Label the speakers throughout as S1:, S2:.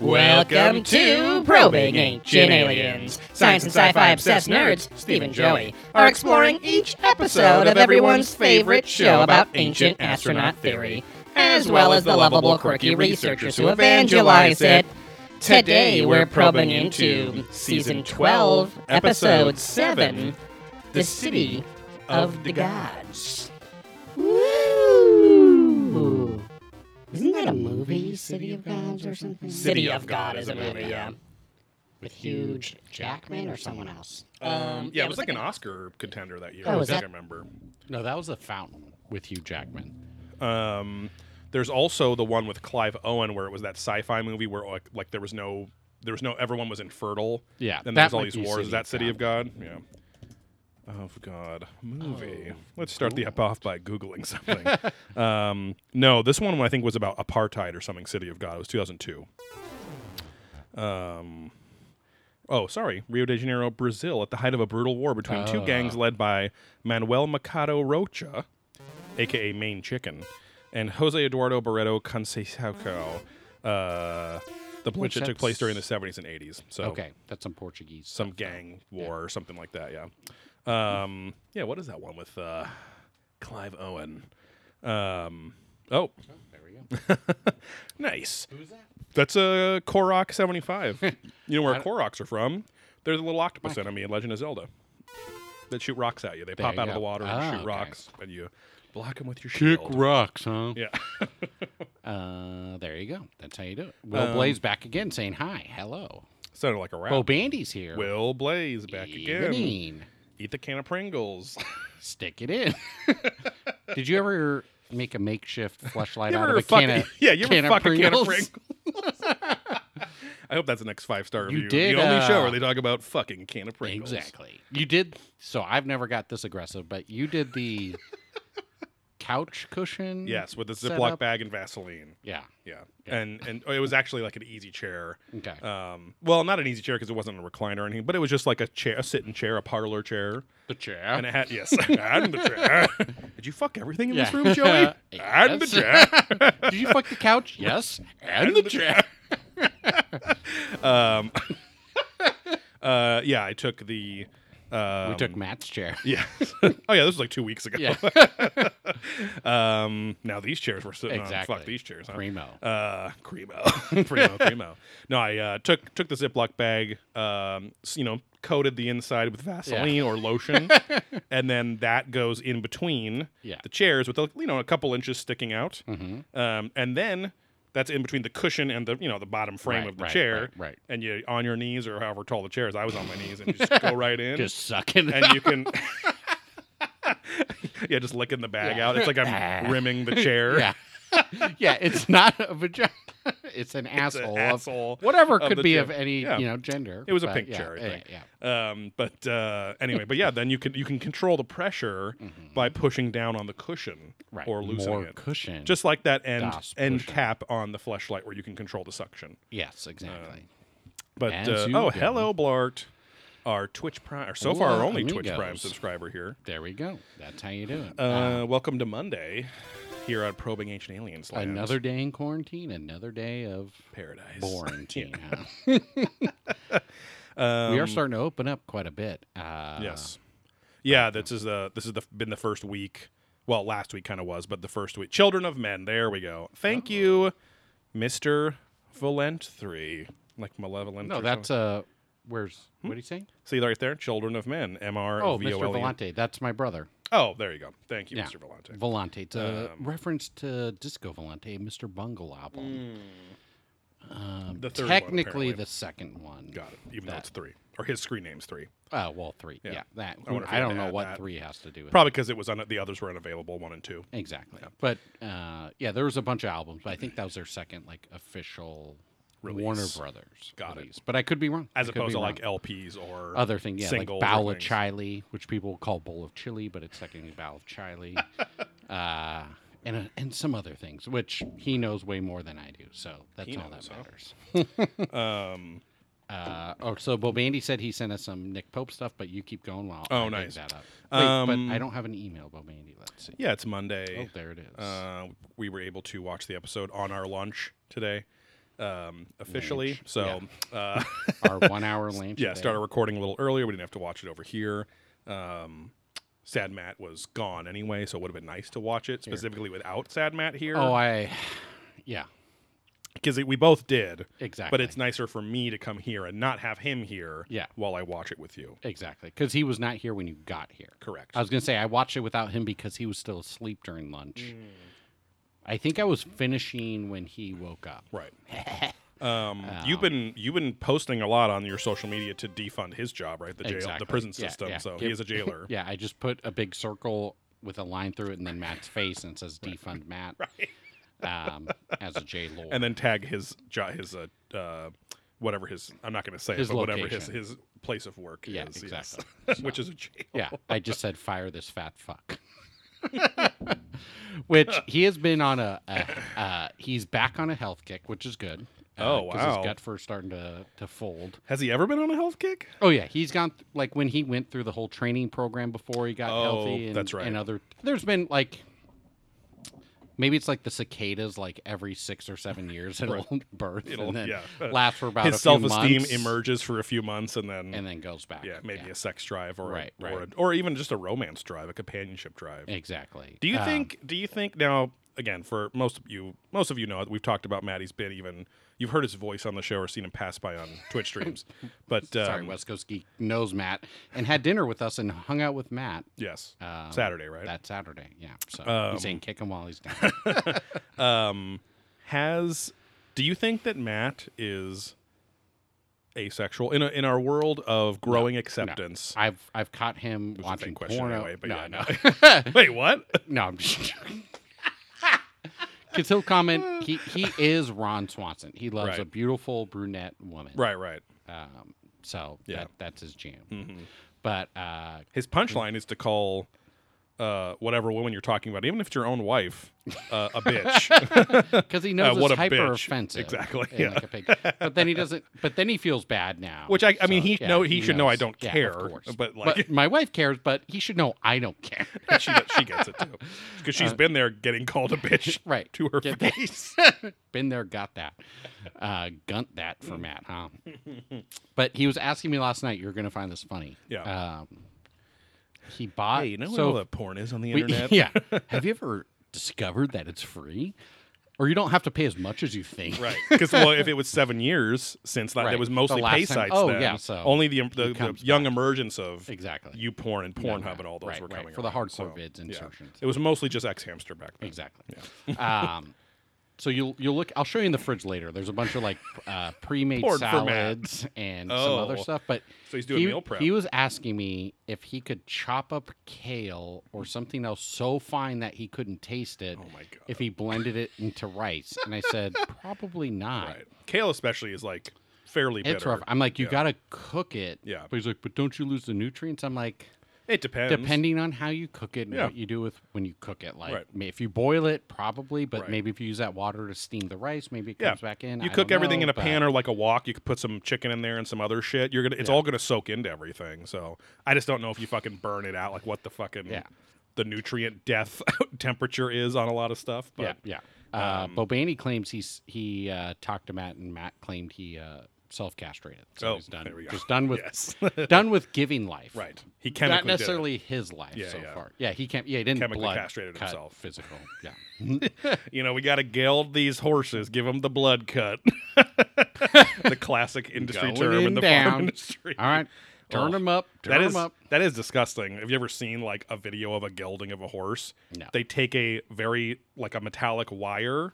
S1: Welcome to Probing Ancient Aliens. Science and sci-fi obsessed nerds, Steve and Joey, are exploring each episode of everyone's favorite show about ancient astronaut theory, as well as the lovable quirky researchers who evangelize it. Today we're probing into Season 12, Episode 7, The City of the Gods. Woo! Isn't that a movie, Hmm, City of Gods or something? City of God is a movie, yeah. With huge Jackman or someone else.
S2: Um, yeah, it was like an Oscar contender that year.
S1: Oh,
S2: I
S1: was
S2: think
S1: that-
S2: I remember.
S3: No, that was the fountain with Hugh
S2: Oh.
S3: Jackman.
S2: Um, there's also the one with Clive Owen where it was that sci-fi movie where like, like there was no there was no everyone was infertile.
S3: Yeah,
S2: and
S3: that
S2: there's all
S3: might
S2: these
S3: be
S2: wars.
S3: City
S2: Is that
S3: of
S2: City of God? Yeah. Of God movie. Let's start the app off by googling something. um, no, this one I think was about apartheid or something. City of God. It was 2002. Um. Oh, sorry. Rio de Janeiro, Brazil, at the height of a brutal war between two
S3: Oh.
S2: gangs led by Manuel Mercado Rocha, aka Main Chicken, and Jose Eduardo Barreto Conceição, uh, the, which
S3: Which
S2: it took place
S3: that's-
S2: during the 70s and 80s. So
S3: Okay, that's some Portuguese.
S2: some gang war or something like that, yeah. Um, yeah, what is that one with uh, Clive Owen? Um, oh,
S3: There we go.
S2: nice.
S3: Who's that?
S2: That's a Korok 75. you know where
S3: I don't-
S2: Koroks are from? They're the little octopus enemy in Legend of Zelda that shoot rocks at you. They pop
S3: you
S2: out of
S3: go.
S2: the water and
S3: Ah,
S2: shoot
S3: okay.
S2: rocks, and you block them with your
S3: Kick
S2: shield.
S3: rocks, huh?
S2: yeah.
S3: Uh, there you go. That's how you do it. Will
S2: Um,
S3: Blaze back again saying hi. Hello.
S2: Sounded like a rap.
S3: Bo Bandy's here.
S2: Oh, Will Blaze back again.
S3: Evening.
S2: Eat the can of Pringles.
S3: Stick it in. Did you ever make a makeshift flashlight
S2: You
S3: out
S2: ever
S3: of a
S2: fuck-
S3: can of
S2: yeah, you ever
S3: can of
S2: fuck a can of
S3: Pringles?
S2: I hope that's the next five star
S3: You
S2: review.
S3: did,
S2: the only show
S3: uh,
S2: where they talk about fucking can of Pringles.
S3: Exactly. You did. So I've never got this aggressive, but you did the couch cushion.
S2: Yes, with the
S3: set
S2: Ziploc
S3: up.
S2: bag and Vaseline.
S3: Yeah.
S2: Yeah.
S3: Yeah.
S2: And and oh, it was actually like an easy chair.
S3: Okay.
S2: Um, well, not an easy chair because it wasn't a recliner or anything, but it was just like a chair, a sitting chair, a parlor chair,
S3: the chair.
S2: and it had yes, and the chair. Did you fuck everything in this
S3: Yeah.
S2: room, Joey? And the
S3: Yes.
S2: chair.
S3: Did you fuck the couch? Yes. And the chair.
S2: Um, uh, yeah, I took the. Um,
S3: we took Matt's chair.
S2: Yeah. oh yeah, this was like two weeks ago.
S3: Yeah.
S2: um, now these chairs were sitting
S3: Exactly.
S2: on. Oh, Fuck these chairs. Huh?
S3: Primo.
S2: Uh, Cremo. Primo, Cremo. No, I uh, took took the Ziploc bag, um, s- you know, coated the inside with Vaseline or lotion, and then that goes in between
S3: Yeah.
S2: the chairs with, a, you know, a couple inches sticking out.
S3: Mhm.
S2: Um, and then that's in between the cushion and the, you know, the bottom frame
S3: Right,
S2: of the
S3: right,
S2: chair.
S3: right, right.
S2: And you on your knees or however tall the chair is. I was on my knees and you just go right in
S3: Just sucking.
S2: and you can yeah just licking the bag
S3: Yeah.
S2: out it's like i'm rimming the chair
S3: yeah. yeah. It's not a vagina. It's an asshole. of-
S2: asshole
S3: whatever
S2: of
S3: could
S2: the
S3: be
S2: chair.
S3: of any
S2: Yeah.
S3: you know gender.
S2: It was a
S3: but
S2: pink
S3: yeah,
S2: chair, I
S3: yeah,
S2: think.
S3: Yeah.
S2: um but uh anyway but yeah then you can you can control the pressure by pushing down on the cushion
S3: Mm-hmm. Right.
S2: or loosening
S3: More
S2: it
S3: cushion.
S2: just like that end
S3: Das
S2: end
S3: cushion.
S2: cap on the fleshlight where you can control the suction
S3: yes, exactly.
S2: but
S3: As
S2: uh,
S3: you
S2: oh
S3: go.
S2: hello blart our twitch prime or so far our
S3: Hola,
S2: only twitch prime
S3: amigos.
S2: subscriber here
S3: there we go. That's how you do it.
S2: uh, welcome to monday here on probing ancient aliens land.
S3: Another day in quarantine, another day of
S2: paradise
S3: quarantine. huh?
S2: um,
S3: we are starting to open up quite a bit. Uh,
S2: Yes. Yeah, this is the this is the been the first week. Well, last week kind of was, but the first week. Children of Men. There we go. Thank you, Mister Valent three. Like malevolent.
S3: No,
S2: or
S3: that's
S2: something.
S3: uh, where's what are you saying?
S2: see right there. Children of Men. M R
S3: Oh,
S2: Hmm? V O
S3: Mr.
S2: L E N.
S3: Volante. That's my brother.
S2: Oh, there you go. Thank you,
S3: Yeah.
S2: Mister Um, Valente.
S3: Volante. It's a reference to Disco Volante, Mr. Bungle album. Um,
S2: The third Hmm, one,
S3: technically,
S2: apparently.
S3: the second one.
S2: Got it. Even though
S3: That-
S2: it's three, or his screen name's three.
S3: Uh, well, three.
S2: Yeah.
S3: Yeah, that.
S2: I wonder if
S3: I,
S2: you had
S3: don't
S2: to
S3: know
S2: add
S3: what
S2: that.
S3: three has to do with
S2: Probably because it was on the others were unavailable. One and two.
S3: it. exactly. But uh, yeah, there was a bunch of albums, but I think that was their second like official Warner
S2: Release.
S3: Brothers
S2: Got it.
S3: release. But I could be wrong.
S2: As
S3: I could
S2: opposed
S3: be
S2: to
S3: wrong.
S2: like LPs or
S3: other thing, yeah, like
S2: singles or
S3: bowl of
S2: things.
S3: chile, which people call bowl of chili, but it's technically bowl of chile, uh, and uh, and some other things, which he knows way more than I do. So that's
S2: He
S3: all
S2: knows,
S3: that
S2: huh?
S3: matters.
S2: Um,
S3: Uh, oh, so Bobandy said he sent us some Nick Pope stuff, but you keep going while I
S2: Oh,
S3: dig
S2: nice.
S3: that up. Wait,
S2: Um,
S3: but I don't have an email, Bobandy. Let's see.
S2: yeah, it's Monday.
S3: Oh, there it is.
S2: Uh, we were able to watch the episode on our lunch today. um, officially.
S3: Lynch,
S2: So, uh,
S3: Our one hour length.
S2: yeah, started recording a little earlier. We didn't have to watch it over here. Um, Sad Matt was gone anyway, so it would have been nice to watch it specifically without Sad Matt here.
S3: Oh, I. Yeah,
S2: because we both did.
S3: exactly.
S2: But it's nicer for me to come here and not have him here
S3: Yeah.
S2: while I watch it with you.
S3: exactly because he was not here when you got here.
S2: Correct.
S3: I was gonna say I watched it without him because he was still asleep during lunch.
S2: Mm.
S3: I think I was finishing when he woke up.
S2: right. Um, you've been you've been posting a lot on your social media to defund his job, right? The jail, the
S3: Exactly.
S2: prison
S3: Yeah,
S2: system.
S3: yeah.
S2: So he
S3: Give-
S2: is a jailer.
S3: Yeah, I just put a big circle with a line through it and then Matt's face and it says defund Matt um, as a J Lord.
S2: and then tag his jo- his uh, uh, whatever his I'm not going to say
S3: His
S2: it, but whatever his
S3: location.
S2: his place of work
S3: Yeah,
S2: is, yes.
S3: exactly.
S2: which is a jail.
S3: yeah, I just said fire this fat fuck. which he has been on a, a uh, he's back on a health kick, which is good. uh,
S2: Oh,
S3: 'cause
S2: wow.
S3: His gut first starting to to fold.
S2: Has he ever been on a health kick?
S3: Oh yeah, he's gone th- like when he went through the whole training program before he got
S2: Oh,
S3: healthy. And,
S2: that's right.
S3: And other, there's been like maybe it's like the cicadas, like every six or seven years it'll birth
S2: It'll-
S3: and then
S2: yeah.
S3: last for about a
S2: his
S3: few
S2: self esteem
S3: months
S2: emerges for a few months and then
S3: and then goes back.
S2: yeah, maybe a sex drive or a-
S3: Right,
S2: or
S3: right.
S2: A, or even just a romance drive, a companionship drive.
S3: exactly.
S2: Do you
S3: Um,
S2: think? Do you think now? Again, for most of you, most of you know we've talked about Matt. He's been even. You've heard his voice on the show or seen him pass by on Twitch streams. But um,
S3: Sorry, West Coast Geek knows Matt and had dinner with us and hung out with Matt
S2: yes,
S3: um,
S2: Saturday, right?
S3: that Saturday. Yeah, so
S2: Um,
S3: he's saying kick him while he's down.
S2: um, has do you think that Matt is asexual in a, in our world of growing acceptance?
S3: I've I've caught him watching
S2: fake question
S3: porno.
S2: anyway, but
S3: no,
S2: yeah,
S3: no.
S2: Wait, what?
S3: No, I'm just joking. Because he'll comment, he, he is Ron Swanson. He loves
S2: Right.
S3: a beautiful brunette woman.
S2: right, right.
S3: Um, so
S2: Yeah. Mm-hmm.
S3: that, that's his jam. But uh,
S2: His punchline is to call uh, whatever woman you're talking about, even if it's your own wife, uh, a bitch.
S3: because he knows
S2: Uh, what
S3: it's
S2: a bitch.
S3: hyper offensive,
S2: Exactly,
S3: and like a pig. but then he doesn't. But then he feels bad now.
S2: Which I- I mean,
S3: So,
S2: he
S3: yeah,
S2: know- he should know I
S3: knows.
S2: don't
S3: Yeah, of
S2: care,
S3: course.
S2: but, like-
S3: my wife cares. But he should know I don't care.
S2: And she she gets it too because she's been there getting called a bitch
S3: Uh, Right
S2: to her
S3: Get
S2: face.
S3: that. Been there, got that. Uh, gunt that for Matt, huh? But he was asking me last night. You're gonna find this funny.
S2: Yeah.
S3: Um, he bought. so
S2: porn is on the
S3: we- yeah. Have you ever discovered that it's free, or you don't have to pay as much as you think?
S2: Right, because well, if it was seven years since that,
S3: Right.
S2: it was mostly
S3: The last
S2: pay
S3: time-
S2: sites.
S3: oh,
S2: then.
S3: yeah, so
S2: only the um, the, the
S3: comes
S2: young emergence of
S3: Exactly.
S2: you porn and
S3: No,
S2: Pornhub
S3: no,
S2: and all those
S3: right,
S2: were
S3: right,
S2: coming
S3: for the
S2: around,
S3: hardcore
S2: so,
S3: vids
S2: yeah.
S3: insertions.
S2: It was mostly just X Hamster back then.
S3: Exactly. um, so you'll you'll look. I'll show you in the fridge later. There's a bunch of like uh, pre-made
S2: Porn for Matt.
S3: salads and some other
S2: Oh.
S3: stuff. But
S2: So he's doing
S3: he,
S2: meal prep.
S3: He was asking me if he could chop up kale or something else so fine that he couldn't taste it.
S2: Oh my God.
S3: If he blended it into rice, and I said probably not.
S2: Right, kale especially is like fairly
S3: It's
S2: bitter.
S3: rough. I'm like, you
S2: Yeah.
S3: gotta cook it.
S2: Yeah.
S3: But he's like, but don't you lose the nutrients? I'm like,
S2: It depends.
S3: depending on how you cook it and
S2: Yeah.
S3: what you do with when you cook it. Like
S2: Right.
S3: ma- if you boil it, probably, but
S2: Right.
S3: maybe if you use that water to steam the rice, maybe it
S2: Yeah,
S3: comes back in.
S2: You
S3: I
S2: cook
S3: don't
S2: everything
S3: know,
S2: in a
S3: but-
S2: pan or like a wok. You could put some chicken in there and some other shit. You're gonna, it's all gonna soak into everything. So I just don't know if you fucking burn it out, like what the fucking
S3: Yeah.
S2: the nutrient death temperature is on a Um, lot of stuff. But
S3: yeah, yeah. Uh, Bobani claims he's he uh, talked to Matt, and Matt claimed he uh, self castrated. So
S2: Oh,
S3: he's done.
S2: there we go.
S3: Just done with
S2: Yes.
S3: done with giving life.
S2: right, he chemically
S3: Not
S2: did it.
S3: necessarily his life
S2: Yeah,
S3: so
S2: yeah.
S3: far. Yeah, he can't. Yeah, he didn't
S2: Chemically
S3: blood
S2: castrated
S3: cut
S2: himself.
S3: Physical. Yeah.
S2: You know, we gotta geld these horses, give them the blood cut. the classic industry
S3: Going
S2: term in
S3: in
S2: the farm
S3: down.
S2: industry.
S3: All right. Turn
S2: Ugh.
S3: him up. Turn
S2: That
S3: him
S2: is
S3: up.
S2: that is disgusting. Have you ever seen like a video of a gelding of a horse?
S3: No.
S2: They take a very like a metallic wire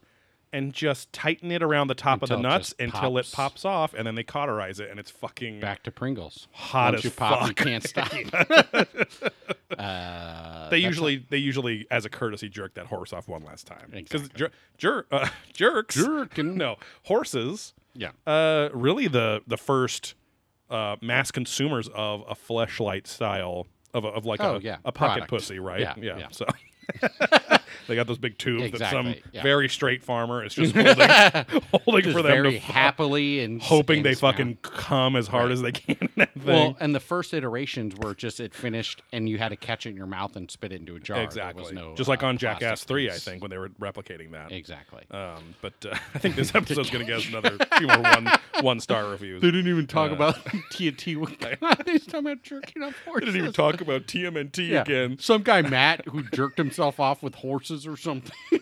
S2: and just tighten it around the top of the
S3: Until it
S2: nuts
S3: just
S2: until
S3: pops. Uh,
S2: it pops off, and then they cauterize it, and it's fucking
S3: Back to Pringles.
S2: Hot
S3: Once
S2: as
S3: you pop, you
S2: fuck.
S3: can't stop.
S2: they usually they usually as a courtesy jerk that horse off one last time because
S3: Exactly.
S2: jer- uh, jerks
S3: Jerkin'.
S2: no horses
S3: Yeah.
S2: uh, really the the first uh, mass consumers of a fleshlight style of, a, of like
S3: Oh,
S2: a,
S3: yeah,
S2: a pocket
S3: product.
S2: pussy, right?
S3: Yeah, yeah.
S2: So They got those big tubes that some
S3: Exactly, yeah.
S2: very straight farmer is just holding, holding
S3: Just
S2: for them,
S3: very
S2: to,
S3: happily and
S2: hoping
S3: and
S2: they
S3: smile.
S2: fucking come as hard as they can. In that thing.
S3: Well, and the first iterations were just it finished, and you had to catch it in your mouth and spit it into a jar. There was
S2: exactly.
S3: no,
S2: just like
S3: uh,
S2: on
S3: plastic
S2: Jackass Three, I
S3: piece.
S2: think when they were replicating that.
S3: Exactly.
S2: Um, but uh, I think this episode's going to get us another few more one one star reviews.
S3: They didn't even talk
S2: Uh,
S3: about TNT. When they just talking about jerking off
S2: They
S3: horses.
S2: didn't even talk about TMNT
S3: Yeah.
S2: again.
S3: Some guy Matt who jerked himself off with horses or something.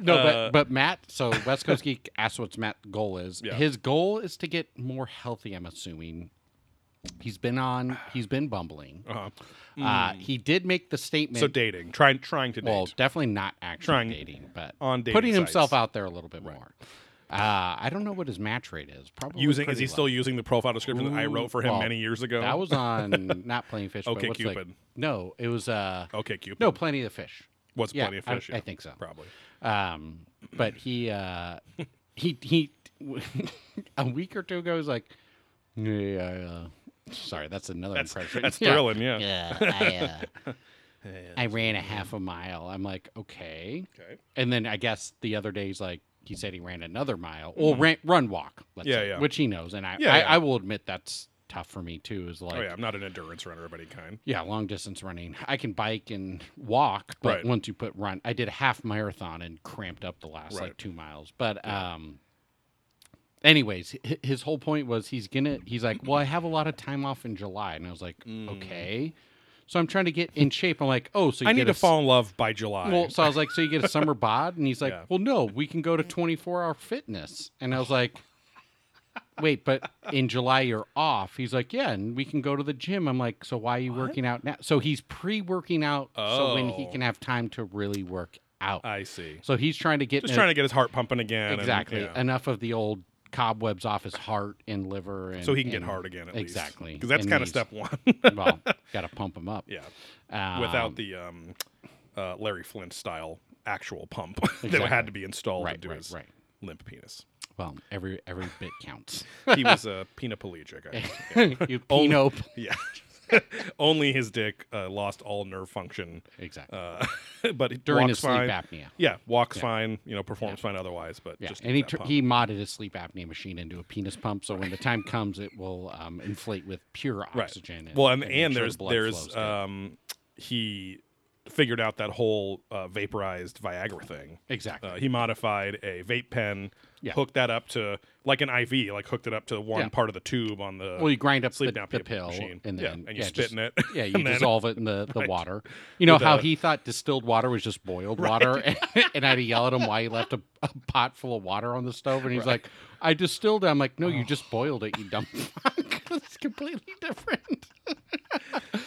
S3: no,
S2: Uh,
S3: but but Matt. So West Coast Geek asked what's Matt's goal is.
S2: Yeah.
S3: His goal is to get more healthy. I'm assuming. He's been on. He's been bumbling.
S2: Uh-huh.
S3: Uh, he did make the statement.
S2: So dating, trying trying to date.
S3: well, definitely not actually
S2: Trying-
S3: dating, but
S2: on dating
S3: putting himself
S2: sites.
S3: out there a little bit more. Uh, I don't know what his match rate is. Probably
S2: using is
S3: pretty
S2: he
S3: low.
S2: still using the profile description that I
S3: Ooh,
S2: wrote for him
S3: well,
S2: many years ago?
S3: That was on not playing fish. but
S2: Okay,
S3: what's like-
S2: Cupid.
S3: no, it was uh
S2: okay, Cupid.
S3: no plenty of fish.
S2: what's
S3: yeah,
S2: plenty of
S3: I-
S2: fish?
S3: I
S2: yeah,
S3: think so.
S2: Probably.
S3: Um, but he uh he he a week or two ago he was like yeah. uh," Sorry, that's another
S2: That's
S3: impression.
S2: that's
S3: Yeah.
S2: thrilling. Yeah.
S3: Yeah, I, uh, I ran a half a mile. I'm like, okay.
S2: Okay.
S3: And then I guess the other day he's like, he said he ran another mile or ran, run walk, let's
S2: Mm-hmm. Yeah,
S3: say,
S2: yeah.
S3: which he knows. And I,
S2: Yeah,
S3: I,
S2: yeah.
S3: I will admit that's tough for me too. Is like,
S2: Oh yeah, I'm not an endurance runner of any kind.
S3: yeah, long distance running. I can bike and walk, but
S2: Right.
S3: once you put run, I did a half marathon and cramped up the last
S2: Right.
S3: like two miles. But um, anyways, hi- his whole point was he's gonna. He's like, well, I have a lot of time off in July, and I was like,
S2: Mm.
S3: okay. So I'm trying to get in shape. I'm like, oh, so you
S2: I
S3: get
S2: need
S3: a
S2: to
S3: s-
S2: fall in love by July.
S3: Well, so I was like, so you get a summer bod, and he's like,
S2: Yeah.
S3: well, no, we can go to 24 hour fitness, and I was like. Wait, but in July you're off. He's like, yeah, and we can go to the gym. I'm like, so why are you working out now? So he's pre-working out so when he
S2: Oh.
S3: can have time to really work out.
S2: I see.
S3: so he's trying to get
S2: Just
S3: in-
S2: trying to get his heart pumping again. and-
S3: exactly
S2: yeah.
S3: enough of the old cobwebs off his heart and liver, and
S2: so he can get
S3: and-
S2: hard again at least.
S3: exactly
S2: Because that's
S3: and
S2: kind of
S3: knees.
S2: step one.
S3: well, got to pump him up.
S2: yeah.
S3: Um,
S2: Without the um, uh, Larry Flint style actual pump that had
S3: Exactly.
S2: to be installed
S3: right,
S2: into
S3: right,
S2: his
S3: right.
S2: limp penis.
S3: Well, every every bit counts.
S2: He was a penaplegic. I think.
S3: you pino
S2: yeah. Only his dick uh, lost all nerve function,
S3: exactly
S2: uh, but it
S3: during
S2: walks
S3: his sleep
S2: fine.
S3: apnea.
S2: Yeah, walks fine. You know, performs fine otherwise. But
S3: Yeah,
S2: just
S3: and he
S2: that
S3: tur-
S2: pump.
S3: he modded his sleep apnea machine into a penis pump, so when the time comes, it will um, inflate with pure oxygen.
S2: Well, and,
S3: make
S2: and
S3: sure
S2: there's
S3: the blood
S2: there's
S3: flows good.
S2: um, he figured out that whole uh, vaporized Viagra thing.
S3: exactly
S2: Uh, he modified a vape pen,
S3: Yeah.
S2: hooked that up to like an IV, like hooked it up to one
S3: Yeah.
S2: part of the tube on the.
S3: well, you grind up
S2: sleep
S3: the,
S2: apnea
S3: the pill
S2: machine.
S3: and then
S2: yeah, and you spit
S3: just-
S2: in it.
S3: Yeah, you
S2: and then- uh,
S3: dissolve it in the, the water. You know how
S2: the-
S3: he thought distilled water was just boiled water, and, I had to yell at him why he left a, a pot full of water on the stove, and he's like, "I distilled it." I'm like, "No,
S2: Oh.
S3: you just boiled it, you dumb fuck." it's completely different.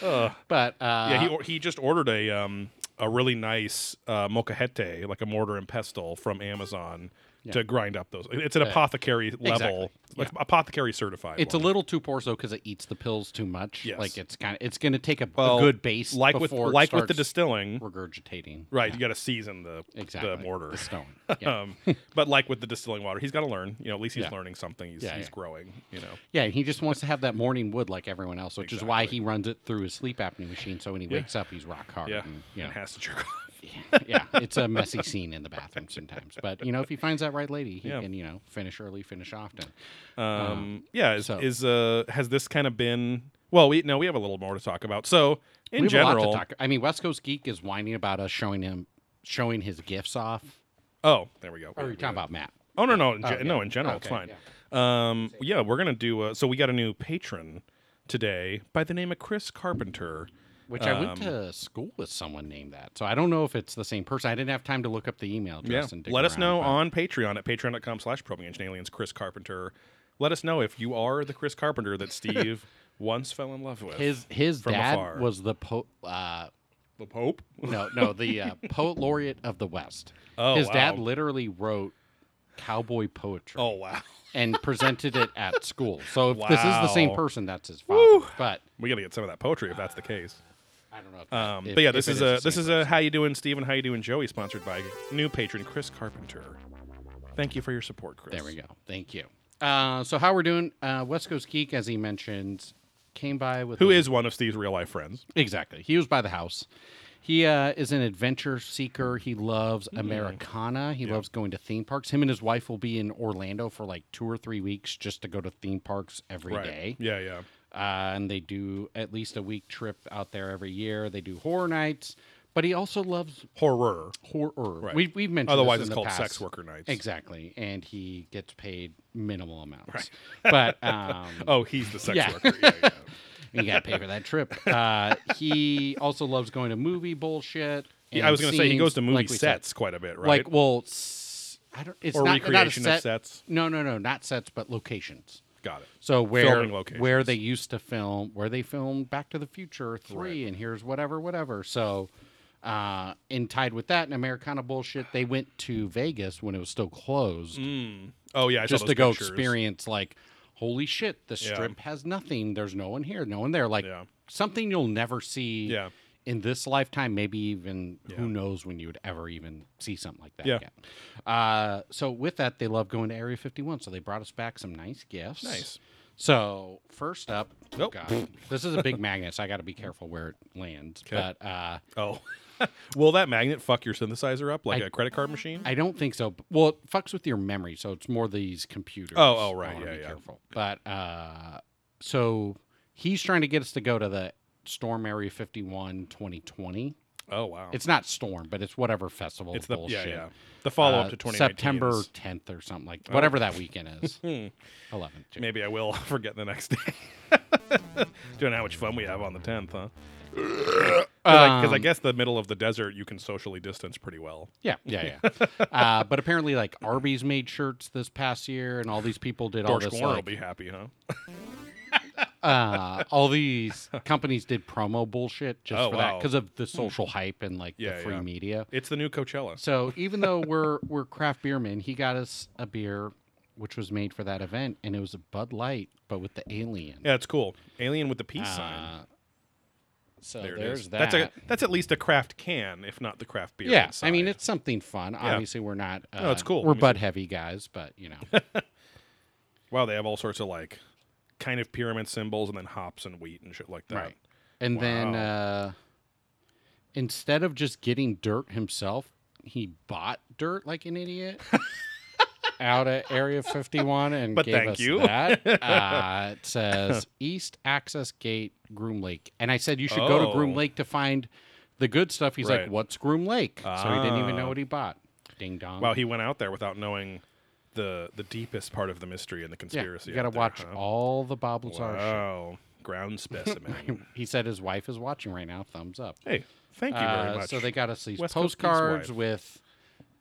S2: Ugh.
S3: But uh,
S2: yeah, he or, he just ordered a um a really nice uh, mocajete, like a mortar and pestle from Amazon. To grind up those, it's an apothecary level, like apothecary certified.
S3: It's a
S2: one.
S3: little too porso because it eats the pills too much.
S2: Yes.
S3: Like it's kind of it's going to take a, a
S2: Well,
S3: good base
S2: like with
S3: before it
S2: like with the
S3: starts
S2: distilling,
S3: regurgitating.
S2: right? You got to season the the
S3: Exactly.
S2: mortar.
S3: The stone. Yeah.
S2: Um, but like with the distilling water, he's got to learn. You know, at least he's
S3: Yeah.
S2: learning something. He's,
S3: Yeah,
S2: he's
S3: yeah.
S2: growing. You know,
S3: yeah, he just wants to have that morning wood like everyone else, which is why he runs it through his sleep apnea machine. So when he wakes up, he's rock hard.
S2: yeah,
S3: And, you know,
S2: and has to jerk off.
S3: yeah, it's a messy scene in the bathroom sometimes. But you know, if he finds that right lady, he
S2: Yeah.
S3: can you know finish early, finish often.
S2: Um, yeah, is,
S3: Uh-huh. so-
S2: is uh has this kind of been? Well, we no, we have a little more to talk about. So in
S3: we have a
S2: general,
S3: lot to talk. I mean, West Coast Geek is whining about us showing him showing his gifts off.
S2: oh, there we go.
S3: Or are
S2: We-
S3: you talking about Matt?
S2: Oh no, no, in gen-
S3: yeah.
S2: no. In general, it's
S3: Okay,
S2: fine. Um, yeah, we're gonna do. Uh, so we got a new patron today by the name of Chris Carpenter.
S3: Which I
S2: Um,
S3: went to school with someone named that. So I don't know if it's the same person. I didn't have time to look up the email address and dig
S2: let us
S3: around,
S2: know
S3: but-
S2: on Patreon at patreon.com slash probing ancient aliens, Chris Carpenter. Let us know if you are the Chris Carpenter that Steve once fell in love with.
S3: his his
S2: from
S3: dad
S2: afar.
S3: was the po- uh
S2: the Pope?
S3: no no the uh, poet laureate of the West.
S2: Oh,
S3: his dad
S2: wow.
S3: literally wrote cowboy poetry
S2: Oh, wow.
S3: and presented it at school. So if this is the same
S2: Wow.
S3: person, that's his father. But
S2: We got to get some of that poetry if that's the case.
S3: I don't know. If that-
S2: Um,
S3: if-
S2: but yeah,
S3: if
S2: this
S3: it
S2: is a
S3: the
S2: this
S3: same
S2: is a how you doing, Steve, and how you doing, Joey, sponsored by new patron Chris Carpenter. Thank you for your support, Chris.
S3: There we go. Thank you. Uh, so how we're doing? Uh, West Coast Geek, as he mentioned, came by with
S2: Who
S3: his-
S2: is one of Steve's real life friends?
S3: exactly. He was by the house, He uh, is an adventure seeker. He loves
S2: Hmm.
S3: Americana. He loves going to theme parks. Him and his wife will be in Orlando for like two or three weeks just to go to theme parks every day.
S2: right. Yeah, yeah.
S3: Uh, and they do at least a week trip out there every year. They do horror nights, but he also loves
S2: Horror.
S3: horror. We, we've mentioned this
S2: Otherwise,
S3: in
S2: it's
S3: the
S2: called
S3: past.
S2: sex worker nights.
S3: Exactly, and he gets paid minimal amounts. Right. But um,
S2: Oh, he's the sex
S3: Yeah.
S2: worker. Yeah, yeah.
S3: you got to pay for that trip. Uh, he also loves going to movie bullshit.
S2: Yeah, I was
S3: going to
S2: say he goes to movie
S3: like we said.
S2: sets quite a bit, right?
S3: Like, well, s- I don't. It's
S2: Or
S3: not,
S2: recreation
S3: not a
S2: of
S3: set.
S2: sets.
S3: No, no, no, not sets, but locations.
S2: Got it.
S3: So where
S2: Filming locations.
S3: where they used to film, where they filmed Back to the Future three, and here's whatever, whatever. So, uh, and tied with that and Americana bullshit, they went to Vegas when it was still closed,
S2: Oh yeah, I saw
S3: just
S2: those
S3: to go
S2: pictures.
S3: experience like, holy shit, the
S2: Yeah.
S3: strip has nothing. There's no one here, no one there. Like
S2: Yeah.
S3: something you'll never see.
S2: Yeah.
S3: In this lifetime, maybe even
S2: Yeah.
S3: who knows when you would ever even see something like that
S2: Yeah.
S3: again. Uh, so with that, they love going to Area 51. So they brought us back some nice gifts.
S2: Nice.
S3: So first up,
S2: Nope.
S3: God, this is a big magnet, so I got to be careful where it lands.
S2: Okay.
S3: But uh,
S2: Oh, will that magnet fuck your synthesizer up like a
S3: I-
S2: credit card machine?
S3: I don't think so. Well, it fucks with your memory, so it's more these computers.
S2: Oh, oh, right,
S3: I wanna
S2: yeah,
S3: be
S2: yeah.
S3: Careful. But uh, so he's trying to get us to go to the Storm Area 51 2020.
S2: oh wow,
S3: It's not Storm, but it's whatever festival.
S2: It's the
S3: bullshit.
S2: yeah yeah the follow up
S3: Uh,
S2: to twenty Oh.
S3: September 10th or something like whatever that weekend is.
S2: Hmm.
S3: 11th. too.
S2: Maybe I will forget the next day. Don't know how much fun we have on the tenth, huh? Because I
S3: Um,
S2: guess the middle of the desert, you can socially distance pretty well.
S3: Yeah, yeah, yeah. uh, but apparently, like Arby's made shirts this past year, and all these people did all
S2: Dorsch
S3: this.
S2: Warner will
S3: like,
S2: be happy, huh?
S3: uh, all these companies did promo bullshit just
S2: Oh,
S3: for that
S2: wow. Hmm.
S3: because of the social hype and like
S2: Yeah,
S3: the free
S2: yeah.
S3: media.
S2: It's the new Coachella.
S3: So even though we're we're craft beer men, he got us a beer which was made for that event, and it was a Bud Light, but with the alien
S2: yeah, it's cool. Alien with the peace sign.
S3: Uh, So
S2: There it
S3: there's
S2: is.
S3: that.
S2: That's a that's at least a craft can, if not the craft beer.
S3: yeah, I
S2: inside.
S3: mean it's something fun. Obviously, we're not. Uh,
S2: No, it's cool. I
S3: We're
S2: mean,
S3: Bud heavy guys, but you know.
S2: wow. They have all sorts of like kind of pyramid symbols, and then hops and wheat and shit like that.
S3: Right. And then uh, instead of just getting dirt himself, he bought dirt like an idiot out at Area 51 and
S2: But
S3: gave
S2: thank
S3: us
S2: you.
S3: that. Uh, it says East Access Gate, Groom Lake. And I said you should go to Groom
S2: Oh.
S3: Lake to find the good stuff. He's
S2: Right.
S3: like, what's Groom Lake? So he didn't even
S2: Ah.
S3: know what he bought. Ding dong.
S2: Wow, he went out there without knowing the the deepest part of the mystery and the
S3: yeah,
S2: conspiracy.
S3: you got to
S2: out there,
S3: watch
S2: huh?
S3: all the Bob Lazar
S2: Wow, ground specimen.
S3: shit. He said his wife is watching right now. Thumbs up.
S2: hey, thank you very
S3: Uh,
S2: much.
S3: So they got us these
S2: West Coast Pete's
S3: postcards
S2: wife.
S3: with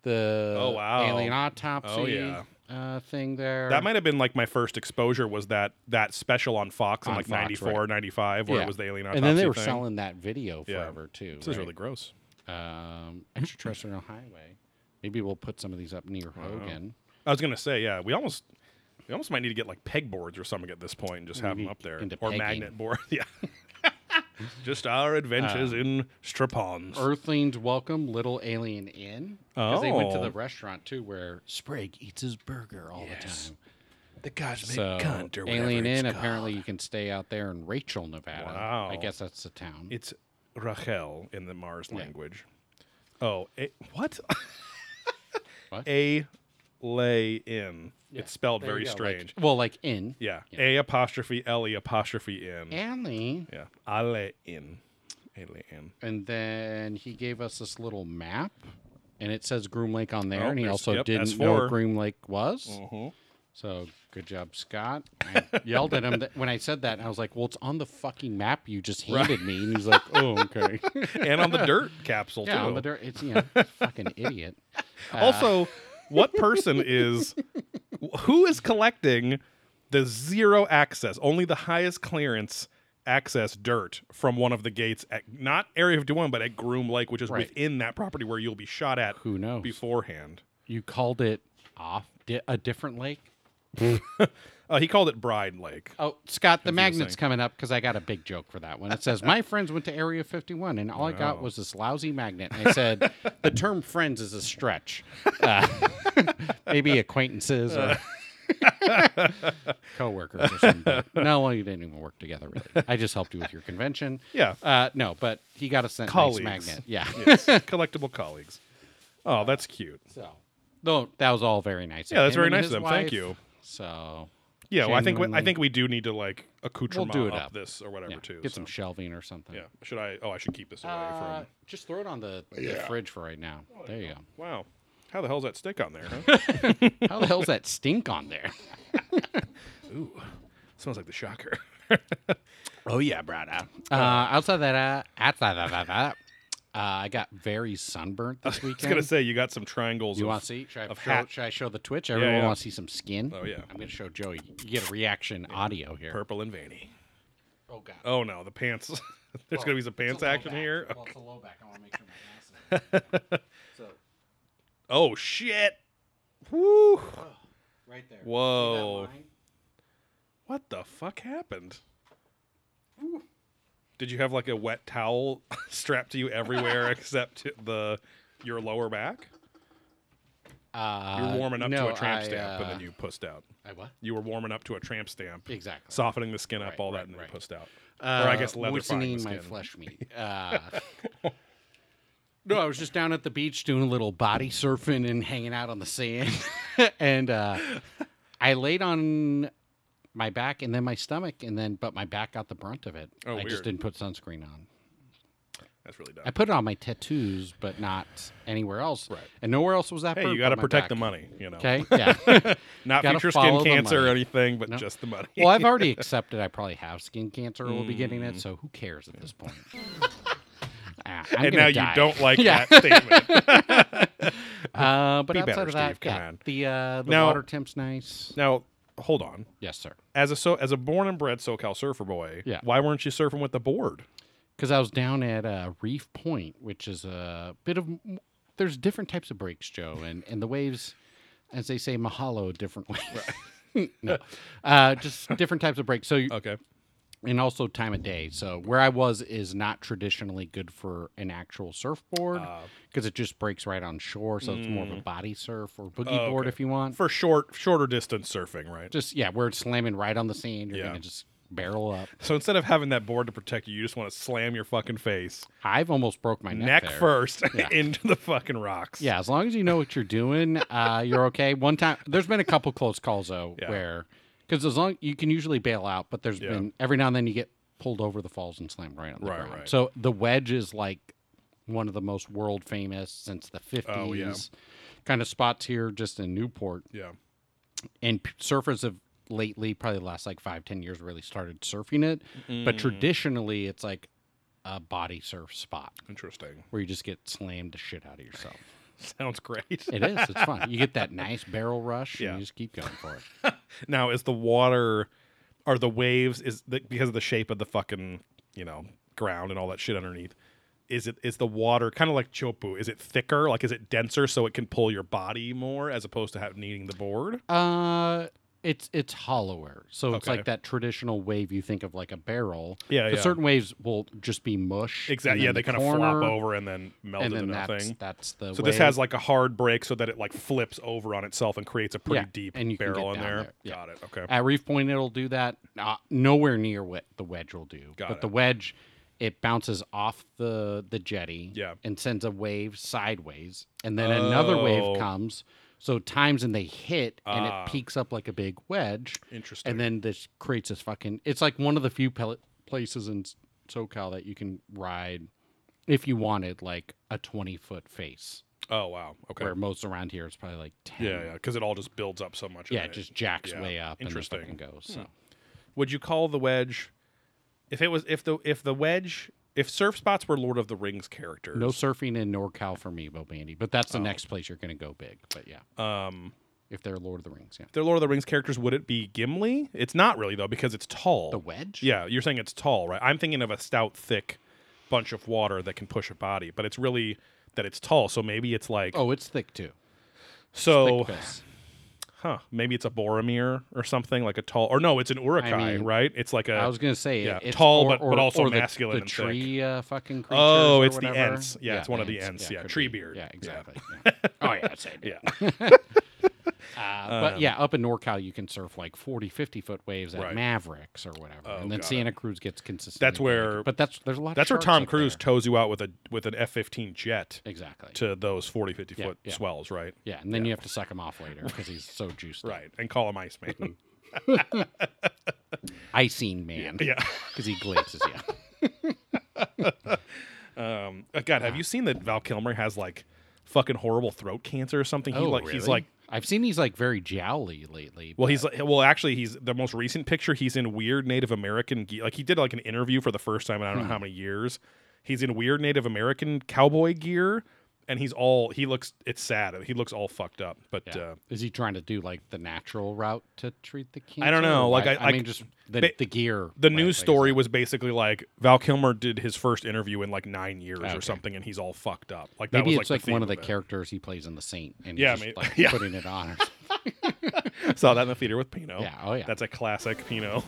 S3: the
S2: Oh, wow.
S3: alien autopsy
S2: Oh, yeah.
S3: uh, thing there.
S2: that might have been like my first exposure was that that special on Fox in
S3: On
S2: like
S3: Fox,
S2: 94,
S3: right.
S2: 95, where it was the alien autopsy
S3: And then they were
S2: thing.
S3: selling that video
S2: Yeah.
S3: forever too.
S2: This is
S3: right?
S2: really gross.
S3: um, extraterrestrial highway. Maybe we'll put some of these up near Hogan.
S2: I was gonna say, yeah, we almost we almost might need to get like pegboards or something at this point and just have them
S3: need
S2: up there
S3: into
S2: or
S3: pegging.
S2: magnet board. Yeah, just our
S3: Uh,
S2: adventures in strapons.
S3: Earthlings welcome Little Alien Inn because they went to
S2: Oh.
S3: the restaurant too, where Sprague eats his burger all
S2: Yes.
S3: the time.
S2: the cosmic
S3: So
S2: cunt or whatever
S3: Alien
S2: it's
S3: Inn,
S2: called.
S3: apparently you can stay out there in Rachel, Nevada. I
S2: Wow.
S3: guess that's the town.
S2: It's Rachel in the Mars language. Oh, a, what?
S3: What?
S2: A lay in. it's spelled
S3: There
S2: very
S3: you go, like-
S2: strange.
S3: well, like in.
S2: yeah. A apostrophe L E apostrophe in.
S3: Allie.
S2: Yeah. Ale in. Ale in.
S3: And then he gave us this little map, and it says Groom Lake on there,
S2: Oh,
S3: and he
S2: there's-
S3: also
S2: yep,
S3: didn't
S2: S4.
S3: know what Groom Lake was.
S2: Mm-hmm.
S3: So good job, Scott. I yelled at him that, when I said that, and I was like, "Well, it's on the fucking map you just handed me," and he's like, "Oh, okay."
S2: And on the dirt capsule
S3: yeah,
S2: too.
S3: on the dirt. It's you know, it's fucking idiot.
S2: Also, what person is who is collecting the zero access, only the highest clearance access dirt from one of the gates at not Area 51, but at Groom Lake, which is
S3: Right.
S2: within that property where you'll be shot at
S3: Who knows?
S2: beforehand.
S3: You called it off di- a different lake.
S2: Uh, he called it Bride Lake.
S3: Oh, Scott, the
S2: Confusing.
S3: magnet's coming up because I got a big joke for that one. It says, My friends went to Area 51, and all I
S2: Oh.
S3: got was this lousy magnet. And I said, The term friends is a stretch. Uh, maybe acquaintances. Or... coworkers or something. No, well, you didn't even work together really. I just helped you with your convention.
S2: Yeah.
S3: Uh, no, but he got a sent nice
S2: Colleagues.
S3: magnet. Yeah.
S2: Yes. Collectible colleagues. Oh, that's cute.
S3: So, no, that was all very nice.
S2: Yeah, that's
S3: him
S2: very
S3: and
S2: nice
S3: his
S2: of them. Thank
S3: wife.
S2: you.
S3: So,
S2: Yeah, well, I think we, I
S3: Genuinely.
S2: think we do need to like accoutrement
S3: We'll do it
S2: up,
S3: up.
S2: this or whatever
S3: yeah,
S2: too.
S3: get
S2: so,
S3: some shelving or something.
S2: yeah. Should I? Oh, I should keep this away
S3: Uh,
S2: from.
S3: just throw it on the, the fridge for right now.
S2: Oh,
S3: There you go.
S2: Wow. How the hell's that stick on there? Huh?
S3: How the hell's that stink on there?
S2: Smells like the shocker.
S3: Oh yeah, brada. Uh, outside that, uh, outside of that, uh, I got very sunburnt this
S2: I was
S3: weekend.
S2: gonna say you got some triangles.
S3: you
S2: of-
S3: want to see? Should I,
S2: of
S3: show,
S2: hat.
S3: should I show the Twitch? Everyone
S2: yeah.
S3: want to see some skin?
S2: Oh, yeah.
S3: I'm gonna show Joey. You get a reaction audio here.
S2: purple and veiny.
S3: Oh god.
S2: Oh no, the pants. There's gonna be some pants action here.
S3: it's a low back. I want to make sure my ass. Is so
S2: Oh shit. Woo.
S3: right there.
S2: Whoa. What the fuck happened? Did you have like a wet towel strapped to you everywhere except to the your lower back?
S3: Uh,
S2: You're warming up
S3: no,
S2: to a tramp
S3: I,
S2: stamp, and
S3: uh,
S2: then you pussed out.
S3: I what?
S2: You were warming up to a tramp stamp,
S3: Exactly.
S2: softening the skin up,
S3: Right,
S2: all that,
S3: right,
S2: and then
S3: right.
S2: you pussed out. or I guess
S3: Uh,
S2: leather the
S3: moistening
S2: skin.
S3: my flesh meat. Uh, no, I was just down at the beach doing a little body surfing and hanging out on the sand, and uh, I laid on my back and then my stomach, and then but my back got the brunt of it.
S2: Oh,
S3: I
S2: weird.
S3: just didn't put sunscreen on.
S2: That's really dumb.
S3: I put it on my tattoos, but not anywhere else.
S2: Right.
S3: And nowhere else was that.
S2: hey, you got to protect the money, you know.
S3: Okay. Yeah.
S2: Not
S3: Gotta
S2: future
S3: follow
S2: skin
S3: the
S2: cancer or
S3: money.
S2: anything, but
S3: No.
S2: just the money.
S3: well, I've already accepted I probably have skin cancer or will be getting it, so who cares at this point? Ah, I'm
S2: Mm. and
S3: gonna
S2: now
S3: die.
S2: you don't like
S3: Yeah.
S2: that statement.
S3: Uh, but
S2: Be
S3: outside
S2: better,
S3: of that,
S2: Steve, come
S3: yeah,
S2: on.
S3: the uh, the
S2: Now-
S3: water temp's nice.
S2: now, hold on.
S3: Yes, sir.
S2: As a so as a born and bred SoCal surfer boy,
S3: Yeah.
S2: why weren't you surfing with the board?
S3: Because I was down at uh, Reef Point, which is a bit of there's different types of breaks, Joe, and and the waves, as they say, mahalo different ways. no, uh, just different types of breaks. So you,
S2: Okay.
S3: and also time of day. So where I was is not traditionally good for an actual surfboard
S2: Uh.
S3: because it just breaks right on shore. So it's more of a body surf or boogie
S2: Mm. Oh,
S3: board
S2: okay.
S3: if you want.
S2: For short shorter distance surfing, right?
S3: Just yeah, where it's slamming right on the sand, you're
S2: Yeah.
S3: gonna just barrel up.
S2: so instead of having that board to protect you, you just want to slam your fucking face,
S3: I've almost broke my neck,
S2: neck,
S3: there.
S2: first,
S3: Yeah.
S2: into the fucking rocks.
S3: Yeah, as long as you know what you're doing, uh, you're okay. One time, there's been a couple close calls though,
S2: Yeah.
S3: where because as long you can usually bail out, but there's
S2: Yeah.
S3: been every now and then you get pulled over the falls and slammed right on the
S2: Right,
S3: ground.
S2: right.
S3: So the wedge is like one of the most world famous since the 50s
S2: Oh, yeah.
S3: kind of spots here, just in Newport.
S2: Yeah.
S3: And p- surfers have lately, probably the last like five, ten years, really started surfing it.
S2: Mm.
S3: But traditionally, it's like a body surf spot
S2: Interesting.
S3: where you just get slammed the shit out of yourself.
S2: Sounds great.
S3: It is. It's fun. You get that nice barrel rush.
S2: Yeah.
S3: And you just keep going for it.
S2: Now, is the water, are the waves, is the, because of the shape of the fucking, you know, ground and all that shit underneath, is it is the water kind of like chopu? Is it thicker? Like, is it denser so it can pull your body more as opposed to have, needing the board?
S3: Uh, it's it's hollower, so it's
S2: Okay.
S3: like that traditional wave you think of, like a barrel.
S2: Yeah,
S3: 'Cause
S2: yeah.
S3: Certain waves will just be mush. and
S2: Exactly.
S3: then
S2: Yeah, they
S3: the
S2: kind of flop
S3: corner,
S2: over and then meld
S3: and
S2: into
S3: then that's
S2: nothing.
S3: that's the.
S2: So this has like a hard break so that it like flips over on itself and creates a pretty
S3: Yeah,
S2: deep
S3: and you can
S2: barrel
S3: get
S2: in
S3: down
S2: there.
S3: there. Yeah.
S2: Got it. Okay.
S3: at reef point it'll do that. Uh, nowhere near what the wedge will do,
S2: Got
S3: but
S2: it.
S3: the wedge. It bounces off the the jetty
S2: Yeah.
S3: and sends a wave sideways, and then another wave
S2: Oh.
S3: comes. So times and they hit, and
S2: Ah.
S3: it peaks up like a big wedge.
S2: Interesting.
S3: and then this creates this fucking it's like one of the few pellet places in S- socal that you can ride if you wanted like a 20 foot face
S2: oh wow. Okay.
S3: where most around here it's probably like 10
S2: yeah, yeah. Because it all just builds up so much.
S3: Yeah,
S2: and
S3: it
S2: it-
S3: just jacks
S2: yeah.
S3: way up
S2: Interesting. Hmm.
S3: and then fucking goes so
S2: would you call the wedge if it was if the if the wedge if surf spots were Lord of the Rings characters?
S3: no surfing in norcal for me Bo bandy but that's the next place you're gonna go big but yeah
S2: Oh. Um,
S3: if they're lord of the rings yeah
S2: if they're Lord of the Rings characters, would it be Gimli? It's not really though because it's tall.
S3: the wedge
S2: Yeah, you're saying it's tall, right? I'm thinking of a stout, thick bunch of water that can push a body, but it's really that it's tall. So maybe it's like
S3: oh it's thick too
S2: so, Oh,
S3: thick fist.
S2: huh? Maybe it's a Boromir or something like a tall, or no, it's an Urukai,
S3: mean,
S2: right? It's like a
S3: I was gonna say
S2: yeah,
S3: it's
S2: tall,
S3: or-
S2: but- but
S3: or-
S2: also
S3: or the-
S2: masculine
S3: The,
S2: and thick.
S3: tree uh, fucking creatures.
S2: Oh,
S3: or
S2: it's the
S3: whatever.
S2: Ents. Yeah, it's one of the Ents. Yeah,
S3: could
S2: tree
S3: be.
S2: beard.
S3: Yeah,
S2: Yeah.
S3: exactly. yeah. oh yeah, that's it.
S2: Yeah.
S3: Uh, but yeah, up in NorCal, you can surf like 40, 50 foot waves at
S2: Um, Right.
S3: Mavericks or whatever,
S2: Oh,
S3: and then
S2: got
S3: Santa Cruz gets consistent.
S2: That's where-
S3: but that's there's a lot.
S2: That's
S3: of
S2: where
S3: sharks
S2: Tom
S3: up
S2: Cruise
S3: there.
S2: tows you out with a with an F-15 jet
S3: exactly.
S2: to those 40, 50
S3: Yeah,
S2: foot
S3: yeah.
S2: swells, right?
S3: yeah, and then you have to suck him off later because he's so juiced.
S2: Right, and call him Iceman.
S3: up. icing man.
S2: yeah.
S3: because he glazes you.
S2: Um, uh, God, have you seen that Val Kilmer has like fucking horrible throat cancer or something? He like he's like
S3: Oh, I've seen he's like very jowly lately.
S2: well, he's like well, actually, he's the most recent picture. He's in weird Native American ge- like he did like an interview for the first time in I don't know
S3: Hmm.
S2: how many years. He's in weird Native American cowboy gear, and he's all he looks. It's sad. He looks all fucked up, but.
S3: Yeah.
S2: uh
S3: is he trying to do like the natural route to treat the cancer?
S2: I don't know,
S3: or
S2: like,
S3: why-
S2: I-
S3: I,
S2: I
S3: mean,
S2: c-
S3: just the,
S2: ba-
S3: the gear.
S2: the
S3: right,
S2: news
S3: like,
S2: story was basically like Val Kilmer did his first interview in like nine years
S3: Okay.
S2: or something, and he's all fucked up. Like that
S3: Maybe
S2: was
S3: it's
S2: like,
S3: like,
S2: the
S3: one
S2: theme
S3: of
S2: it.
S3: the characters he plays in The Saint, and
S2: Yeah,
S3: yeah,
S2: maybe-
S3: like
S2: yeah.
S3: putting it on. Or something.
S2: Saw that in the theater with Pino.
S3: Yeah, oh, yeah.
S2: that's a classic Pino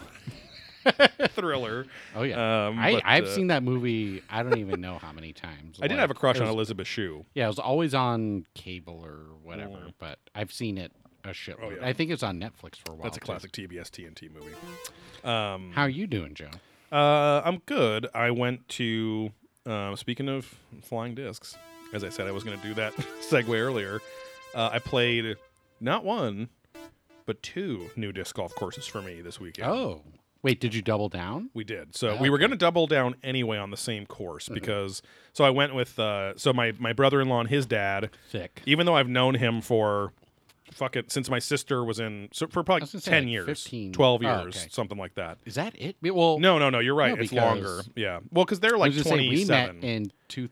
S2: thriller.
S3: Oh yeah,
S2: Um,
S3: I,
S2: but,
S3: I've
S2: uh,
S3: seen that movie. I don't even know how many times.
S2: I did
S3: like,
S2: have a crush
S3: it
S2: on
S3: was-
S2: Elizabeth Shue.
S3: Yeah, it was always on cable or whatever, but I've seen it a shitload.
S2: Mm. Oh, yeah.
S3: I think it's on Netflix for a while.
S2: That's a
S3: too.
S2: classic TBS TNT movie. Um,
S3: How are you doing, Joe?
S2: uh, I'm good. I went to um, speaking of flying discs, as I said, I was going to do that segue earlier. Uh, I played not one, but two new disc golf courses for me this weekend.
S3: Oh, wait, did you double down?
S2: We did. So we were going to double down anyway on the same course
S3: Mm-hmm.
S2: because. So I went with. Uh, so my my brother in law and his dad.
S3: Thick.
S2: Even though I've known him for, fuck it, since my sister was in so for probably
S3: was gonna
S2: ten
S3: say, like,
S2: years,
S3: 15.
S2: twelve
S3: Oh,
S2: years,
S3: okay.
S2: something like that.
S3: Is that it? Be- Well,
S2: No, no, no. You're right.
S3: No,
S2: it's longer.
S3: because-
S2: Yeah. Well, because they're
S3: I
S2: like
S3: was just saying
S2: twenty
S3: we met
S2: seven.
S3: in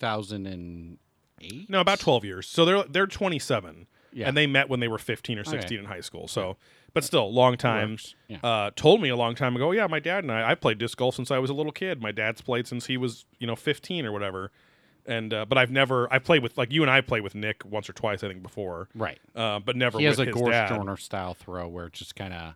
S3: 2008.
S2: no, about twelve years. So they're they're twenty seven.
S3: Yeah.
S2: And they met when they were 15 or 16 in high school. So, but still, long time.
S3: Yeah.
S2: Uh, told me a long time ago, "Oh, yeah, my dad and I, I played disc golf since I was a little kid. My dad's played since he was, you know, 15 or whatever. And, uh, but I've never, I played with, like, you and I played with Nick once or twice, I think, before.
S3: Right.
S2: Uh, but never
S3: He
S2: with
S3: has a
S2: his
S3: Gorse
S2: dad.
S3: Dorner style throw where it's just kind of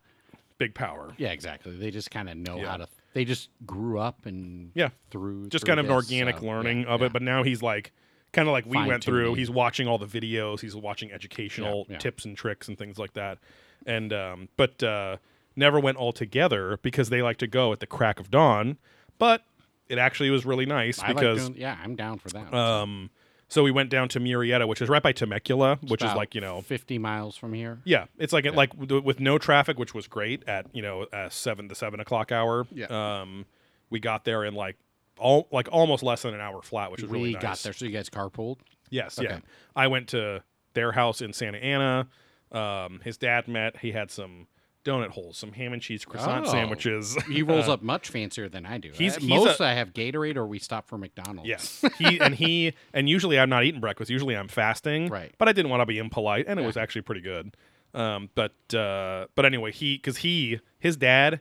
S2: Big power.
S3: yeah, exactly. They just kind of know
S2: Yeah.
S3: how to. They just grew up and
S2: Yeah.
S3: through
S2: Just
S3: through
S2: kind of an
S3: this,
S2: organic
S3: so, yeah,
S2: learning of
S3: yeah.
S2: it. But now he's like, kind of like we went through,
S3: Fine-tuning.
S2: he's watching all the videos, he's watching educational
S3: Yeah, yeah.
S2: tips and tricks and things like that. And, um, but, uh, never went all together because they like to go at the crack of dawn. But, it actually was really nice
S3: I like
S2: because
S3: doing- yeah, I'm down for that.
S2: Um, so we went down to Murrieta, which is right by Temecula, which is
S3: About
S2: like you know,
S3: 50 miles from here.
S2: yeah, it's like like w- with no traffic, which was great at you know uh, seven the seven o'clock hour.
S3: Yeah.
S2: Um, we got there in like all like almost less than an hour flat, which was
S3: we
S2: really nice.
S3: got there, so you guys carpooled.
S2: Yes, yeah.
S3: Okay.
S2: I went to their house in Santa Ana. Um, his dad met. He had some donut holes, some ham and cheese croissant
S3: Oh.
S2: sandwiches.
S3: He rolls up much fancier than I do.
S2: he's-
S3: I-
S2: he's
S3: most
S2: a-
S3: I have Gatorade or we stop for McDonald's.
S2: Yes. He and he and usually I'm not eating breakfast. Usually I'm fasting.
S3: Right.
S2: But I didn't want to be impolite, and it was actually pretty good. Um, but uh, but anyway, he because he his dad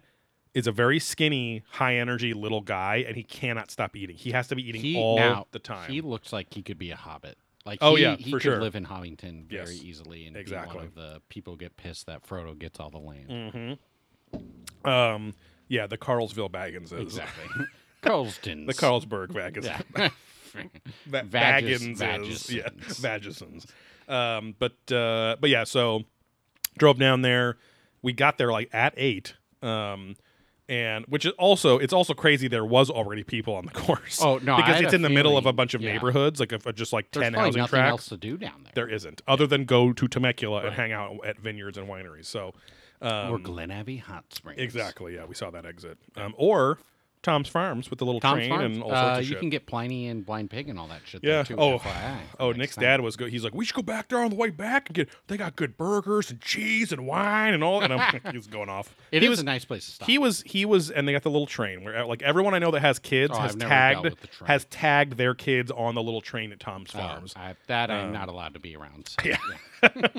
S2: is a very skinny, high energy little guy, and he cannot stop eating. He has to be eating
S3: he
S2: all
S3: now,
S2: the time.
S3: He looks like he could be a hobbit. Like
S2: Oh,
S3: he,
S2: yeah,
S3: he
S2: for
S3: could
S2: sure.
S3: live in Hollington very
S2: Yes.
S3: easily and be
S2: Exactly. Mm,
S3: one of the people who get pissed that Frodo gets all the land.
S2: um, yeah, the Carlsville Baggins is
S3: Exactly. Colston's.
S2: the Carlsberg Baggins. Va-
S3: Vagis-
S2: Baggins, is- yeah,
S3: Vagisons.
S2: Vagisons. Um, but uh, but yeah, so drove down there. We got there like at eight, um, and which is also it's also crazy. There was already people on the course.
S3: Oh, no, I
S2: because
S3: had
S2: it's
S3: a
S2: in the middle of a
S3: feeling,
S2: bunch of
S3: yeah.
S2: neighborhoods, like a, just like
S3: There's
S2: ten
S3: probably
S2: housing
S3: nothing
S2: tracks.
S3: else to do down there.
S2: There isn't, other than go to Temecula and hang out at vineyards and wineries. So um,
S3: or Glen Abbey Hot Springs.
S2: exactly, yeah, we saw that exit. Um, or Tom's Farms with the little
S3: Tom's
S2: train
S3: Farms.
S2: and all
S3: uh,
S2: sorts of
S3: you
S2: shit.
S3: can get Pliny and Blind Pig and all that shit.
S2: Yeah.
S3: There too,
S2: Oh.
S3: FYI, for
S2: Oh,
S3: next
S2: Nick's
S3: time.
S2: dad was good. He's like, we should go back there on the way back and get. They got good burgers and cheese and wine and all. And I'm, he's going off.
S3: It
S2: he
S3: is
S2: was.
S3: a nice place to stop.
S2: He was. He was. And they got the little train where, uh, like, everyone I know that has kids
S3: Oh,
S2: has
S3: I've never dealt
S2: tagged
S3: with the train.
S2: has tagged their kids on the little train at Tom's
S3: Uh,
S2: Farms.
S3: I, that I'm not allowed to be around. so, yeah.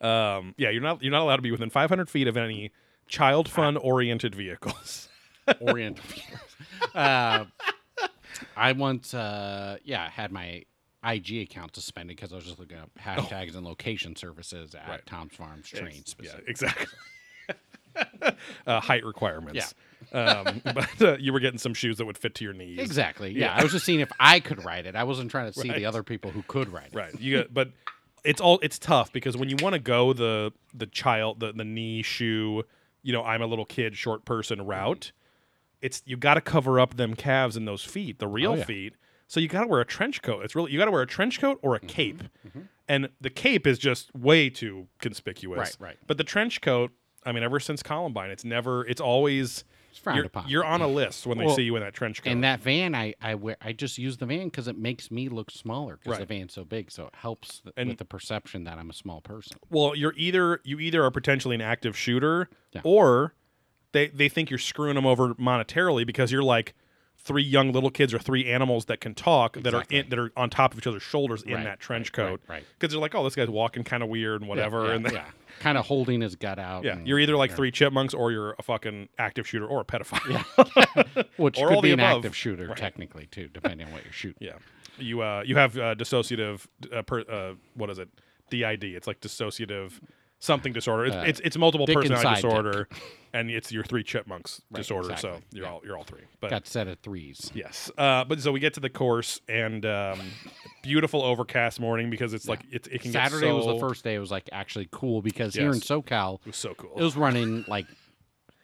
S2: um, yeah, you're not. You're not allowed to be within 500 feet of any child fun oriented vehicles.
S3: Oriental. uh, I once, uh, yeah, had my IG account suspended because I was just looking up hashtags and location services at
S2: Oh. Right.
S3: Tom's Farms train
S2: yeah,
S3: specific.
S2: exactly. uh, height requirements. um, but uh, you were getting some shoes that would fit to your knees.
S3: Exactly. Yeah. I was just seeing if I could ride it. I wasn't trying to see
S2: Right.
S3: the other people who could ride it.
S2: Right. You got, but it's all it's tough because when you want to go the the child the the knee shoe, you know, I'm a little kid, short person route, it's you got to cover up them calves and those feet, the real
S3: Oh, yeah.
S2: feet. So you got to wear a trench coat. It's really you got to wear a trench coat or a
S3: Mm-hmm,
S2: cape. And the cape is just way too conspicuous.
S3: Right, right.
S2: But the trench coat, I mean, ever since Columbine, it's never it's always
S3: It's frowned
S2: you're,
S3: upon.
S2: you're on a list when they
S3: Well,
S2: see you in that trench coat.
S3: And that van, I I wear. I just use the van because it makes me look smaller because the
S2: Right.
S3: van's so big, so it helps th-
S2: And-
S3: with the perception that I'm a small person.
S2: well you're either you either are potentially an active shooter
S3: Yeah.
S2: or they they think you're screwing them over monetarily because you're like three young little kids or three animals that can talk that are in, that are on top of each other's shoulders in
S3: Right,
S2: that trench
S3: right,
S2: coat
S3: right, right.
S2: because they're like oh this guy's walking kind of weird and whatever
S3: yeah,
S2: and then, yeah.
S3: yeah. Mm, kind of holding his gut out. and-
S2: you're either like three chipmunks or you're a fucking active shooter or a pedophile
S3: which
S2: or
S3: could
S2: all
S3: be
S2: the
S3: an
S2: above.
S3: active shooter technically too, depending on what you're shooting.
S2: Yeah, you uh, you have uh, dissociative uh, per, uh, what is it? DID. It's like dissociative something disorder. It's it's, it's multiple
S3: Uh, dick
S2: personality
S3: inside
S2: disorder,
S3: dick.
S2: and it's your three chipmunks disorder. So
S3: exactly.
S2: you're all you're all three. But
S3: Got set of threes.
S2: yes, uh, but so we get to the course and um, beautiful overcast morning because it's like it, it can get
S3: Saturday was the
S2: so-
S3: first day. It was like actually cool because here in
S2: Yes.
S3: SoCal,
S2: It was so cool.
S3: it was running like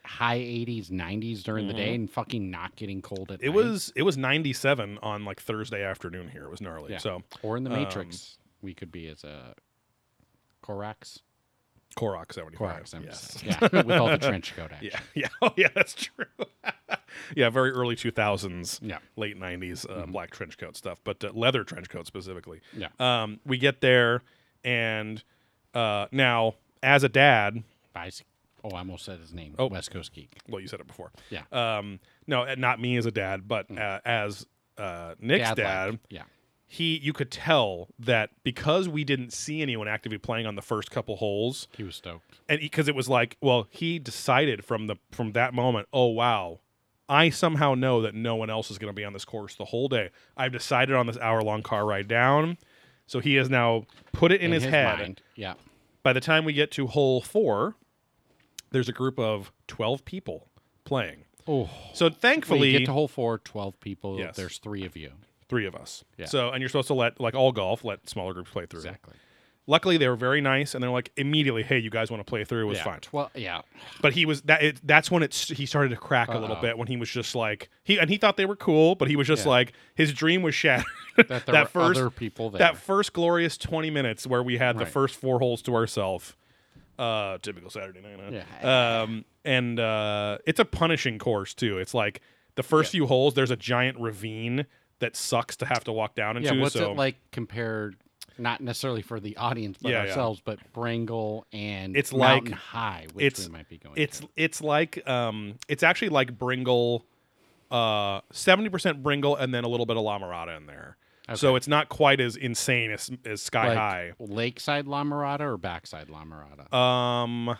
S3: high 80s, 90s during the day, and fucking not getting cold at
S2: Mm-hmm. it
S3: night.
S2: was it was 97 on like Thursday afternoon here. It was gnarly.
S3: Yeah.
S2: So
S3: or in the Matrix,
S2: um,
S3: we could be as a Korax.
S2: Korok 75.
S3: Korax, I'm
S2: yes.
S3: just- yeah, with all the trench coat. Action.
S2: Yeah, yeah, oh yeah, that's true. yeah, very early two thousands,
S3: Yeah.
S2: late nineties, uh, black trench coat stuff, but uh, leather trench coat specifically.
S3: Yeah.
S2: Um, we get there, and uh, now as a dad,
S3: Bisic- Oh, I almost said his name.
S2: Oh.
S3: West Coast Geek.
S2: well, you said it before.
S3: Yeah.
S2: Um, no, uh, not me as a dad, but uh, as uh, Nick's
S3: Dad-like.
S2: dad,
S3: Yeah.
S2: he you could tell that because we didn't see anyone actively playing on the first couple holes,
S3: He was stoked.
S2: and because it was like, well, he decided from the from that moment, oh wow, I somehow know that no one else is going to be on this course the whole day. I've decided on this hour long car ride down, so he has now put it in, his, head.
S3: mind. Yeah.
S2: By the time we get to hole four, there's a group of twelve people playing.
S3: Oh.
S2: So
S3: Well,
S2: thankfully,
S3: you get to hole four, 12 people.
S2: Yes.
S3: There's three of you.
S2: three of us.
S3: Yeah.
S2: So and you're supposed to let like all golf let smaller groups play through.
S3: Exactly.
S2: Luckily, they were very nice, and they're like immediately, "Hey, you guys want to play through?" It was
S3: yeah.
S2: fine.
S3: Twelve. Yeah.
S2: But he was that. It, that's when it's he started to crack a little
S3: Uh-oh.
S2: bit when he was just like he and he thought they were cool, but he was just
S3: Yeah.
S2: like his dream was shattered.
S3: That there were
S2: first
S3: other people there.
S2: that first glorious twenty minutes where we had the
S3: Right.
S2: first four holes to ourselves. Uh, typical Saturday night. Huh?
S3: Yeah.
S2: Um, and uh, it's a punishing course too. It's like the first few holes. There's a giant ravine that sucks to have to walk down into.
S3: yeah. What's
S2: so
S3: it like compared? Not necessarily for the audience, but
S2: Yeah, yeah.
S3: ourselves, but Brangle and
S2: It's
S3: Mountain
S2: like-
S3: High, which
S2: it's-
S3: we might be going.
S2: It's
S3: to.
S2: it's like um it's actually like Bringle uh 70% Bringle and then a little bit of La Mirada in there. So it's not quite as insane as as Sky
S3: like Lakeside La Mirada or Backside La Mirada.
S2: High. Um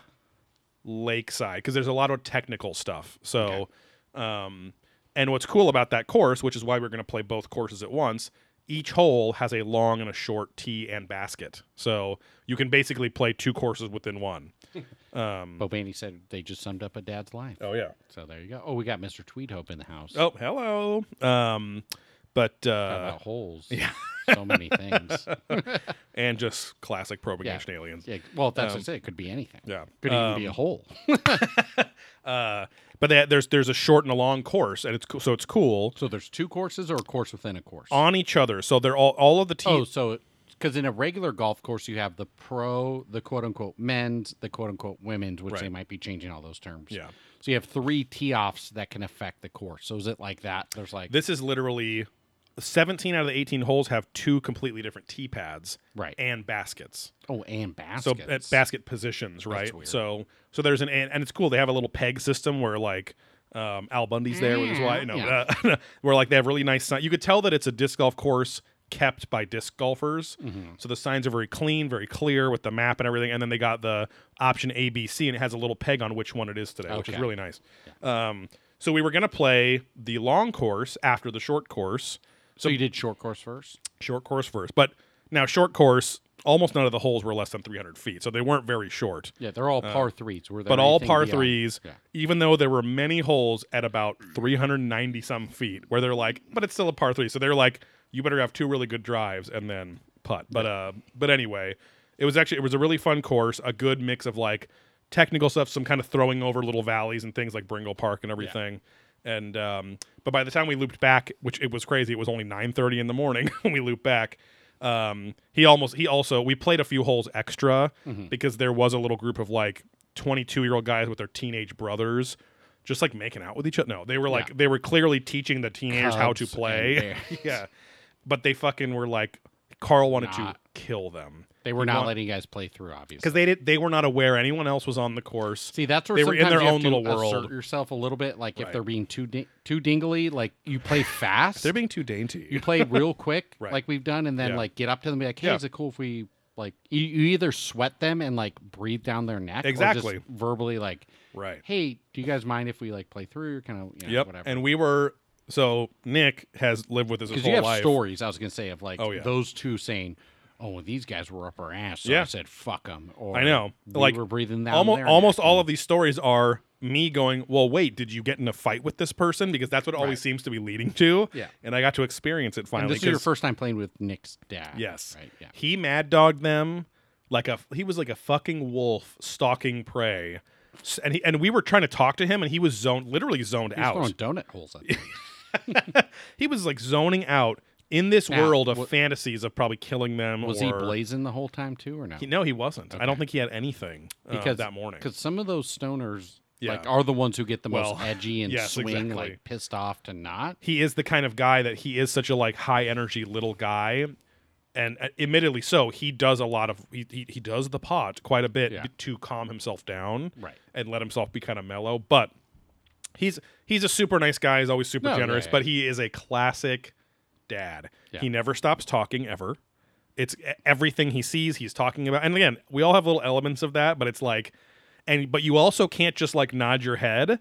S2: Lakeside cuz there's a lot of technical stuff. So um and what's cool about that course, which is why we're going to play both courses at once, each hole has a long and a short tee and basket. So you can basically play two courses within one.
S3: Bobaney said they just summed up a dad's life.
S2: Um, Oh yeah.
S3: So there you go. Oh, we got Mr. Tweedhope in the house.
S2: Oh, hello. Um but
S3: Talking
S2: uh
S3: about holes. Yeah. so many things.
S2: and just classic propagation aliens.
S3: Yeah. Well, that's what I said. It could be anything.
S2: Um, Yeah. Um,
S3: Could even be a hole.
S2: Uh, but they, there's there's a short and a long course, and it's co- so it's cool
S3: so there's two courses or a course within a course.
S2: on each other. So they're all all of the
S3: Oh,
S2: teams.
S3: so because in a regular golf course, you have the pro, the quote unquote men's, the quote unquote women's, which they
S2: Right.
S3: might be changing all those terms.
S2: Yeah.
S3: So you have three tee offs that can affect the course. So is it like that? There's like
S2: This is literally 17 out of the 18 holes have two completely different tee pads,
S3: Right.
S2: and baskets.
S3: oh, and
S2: So
S3: baskets.
S2: uh, basket positions, right?
S3: weird.
S2: So so there's an and, and it's cool. They have a little peg system where like. Um, Al Bundy's there, which is why no,
S3: Yeah.
S2: uh, where like they have really nice sign. You could tell that it's a disc golf course kept by disc golfers,
S3: Mm-hmm.
S2: so the signs are very clean, very clear with the map and everything. And then they got the option A, B, C, and it has a little peg on which one it is today, which is
S3: Okay.
S2: really nice. Um, so we were gonna play the long course after the short course,
S3: so you did short course first.
S2: short course first. But now short course, almost none of the holes were less than 300 feet, so they weren't very short.
S3: Yeah, they're all par threes. Were there
S2: Uh, But all
S3: anything
S2: par
S3: beyond-
S2: threes,
S3: uh, Yeah.
S2: even though there were many holes at about 390 some feet, where they're like, but it's still a par three, so they're like, you better have two really good drives and then putt putt. But uh, but anyway, it was actually it was a really fun course. A good mix of like technical stuff, some kind of throwing over little valleys and things like Bringle Park and everything. And um, but by the time we looped back, which it was crazy, it was only nine thirty in the morning when we looped back. Um, he almost he also we played a few holes extra
S3: Mm-hmm.
S2: because there was a little group of like twenty two year old guys with their teenage brothers. Just like making out with each other. No, they were like they were clearly teaching the teenagers how to
S3: Cubs and
S2: play.
S3: Bears.
S2: yeah, but they fucking were like Carl wanted
S3: Not.
S2: to kill them
S3: They were not letting you guys play through, obviously.
S2: because they did they were not aware anyone else was on the course.
S3: See, that's where
S2: they were in
S3: sometimes
S2: their
S3: you have
S2: own
S3: to
S2: little
S3: assert
S2: world.
S3: yourself a little bit, like if
S2: Right.
S3: they're being too ding- too dingly, like you play fast.
S2: They're being too dainty.
S3: you play real quick,
S2: Right.
S3: like we've done, and then
S2: Yeah.
S3: like get up to them, and be like, "Hey,
S2: Yeah.
S3: is it cool if we like you, you either sweat them and like breathe down their neck, or
S2: Exactly.
S3: just verbally like,
S2: right.
S3: hey, do you guys mind if we like play through, kind of, you know,
S2: Yep.
S3: whatever."
S2: And we were so Nick has lived with us his
S3: Because
S2: whole
S3: you have
S2: life.
S3: stories, I was gonna say, of like
S2: Oh, yeah.
S3: those two saying, "Oh, well, these guys were up our ass," so I
S2: Yeah.
S3: said, "Fuck them." Or
S2: I know.
S3: we
S2: Like,
S3: were breathing down
S2: almost
S3: their
S2: almost
S3: neck,"
S2: all
S3: and-
S2: of these stories are me going, "Well, wait, did you get in a fight with this person?" Because that's what it always seems to be leading to.
S3: Yeah.
S2: And I got to experience it
S3: And
S2: finally.
S3: this is your
S2: 'cause-
S3: first time playing with Nick's dad.
S2: Yes.
S3: Right. Yeah.
S2: He mad dogged them like a he was like a fucking wolf stalking prey. S- And he, and we were trying to talk to him and he was zoned literally zoned
S3: He's
S2: out.
S3: throwing donut holes at them.
S2: He was like zoning out in this
S3: Now,
S2: world of
S3: what-
S2: fantasies of probably killing them.
S3: Was
S2: or,
S3: he blazing the whole time too, or no?
S2: He- no, he wasn't. I don't think he had anything uh,
S3: because
S2: that morning.
S3: Because some of those stoners
S2: Yeah.
S3: like are the ones who get the
S2: Well,
S3: most edgy and
S2: yes,
S3: swing,
S2: exactly.
S3: like pissed off to not.
S2: He is the kind of guy that he is such a like high energy little guy, and uh, admittedly so he does a lot of he he, he does the pot quite a bit
S3: Yeah.
S2: to calm himself down,
S3: Right.
S2: and let himself be kind of mellow. But he's he's a super nice guy. He's always super
S3: No, yeah,
S2: generous,
S3: yeah.
S2: but he is a classic dad.
S3: Yeah.
S2: He never stops talking ever. It's e- everything he sees, he's talking about. And again, we all have little elements of that, but it's like and but you also can't just like nod your head.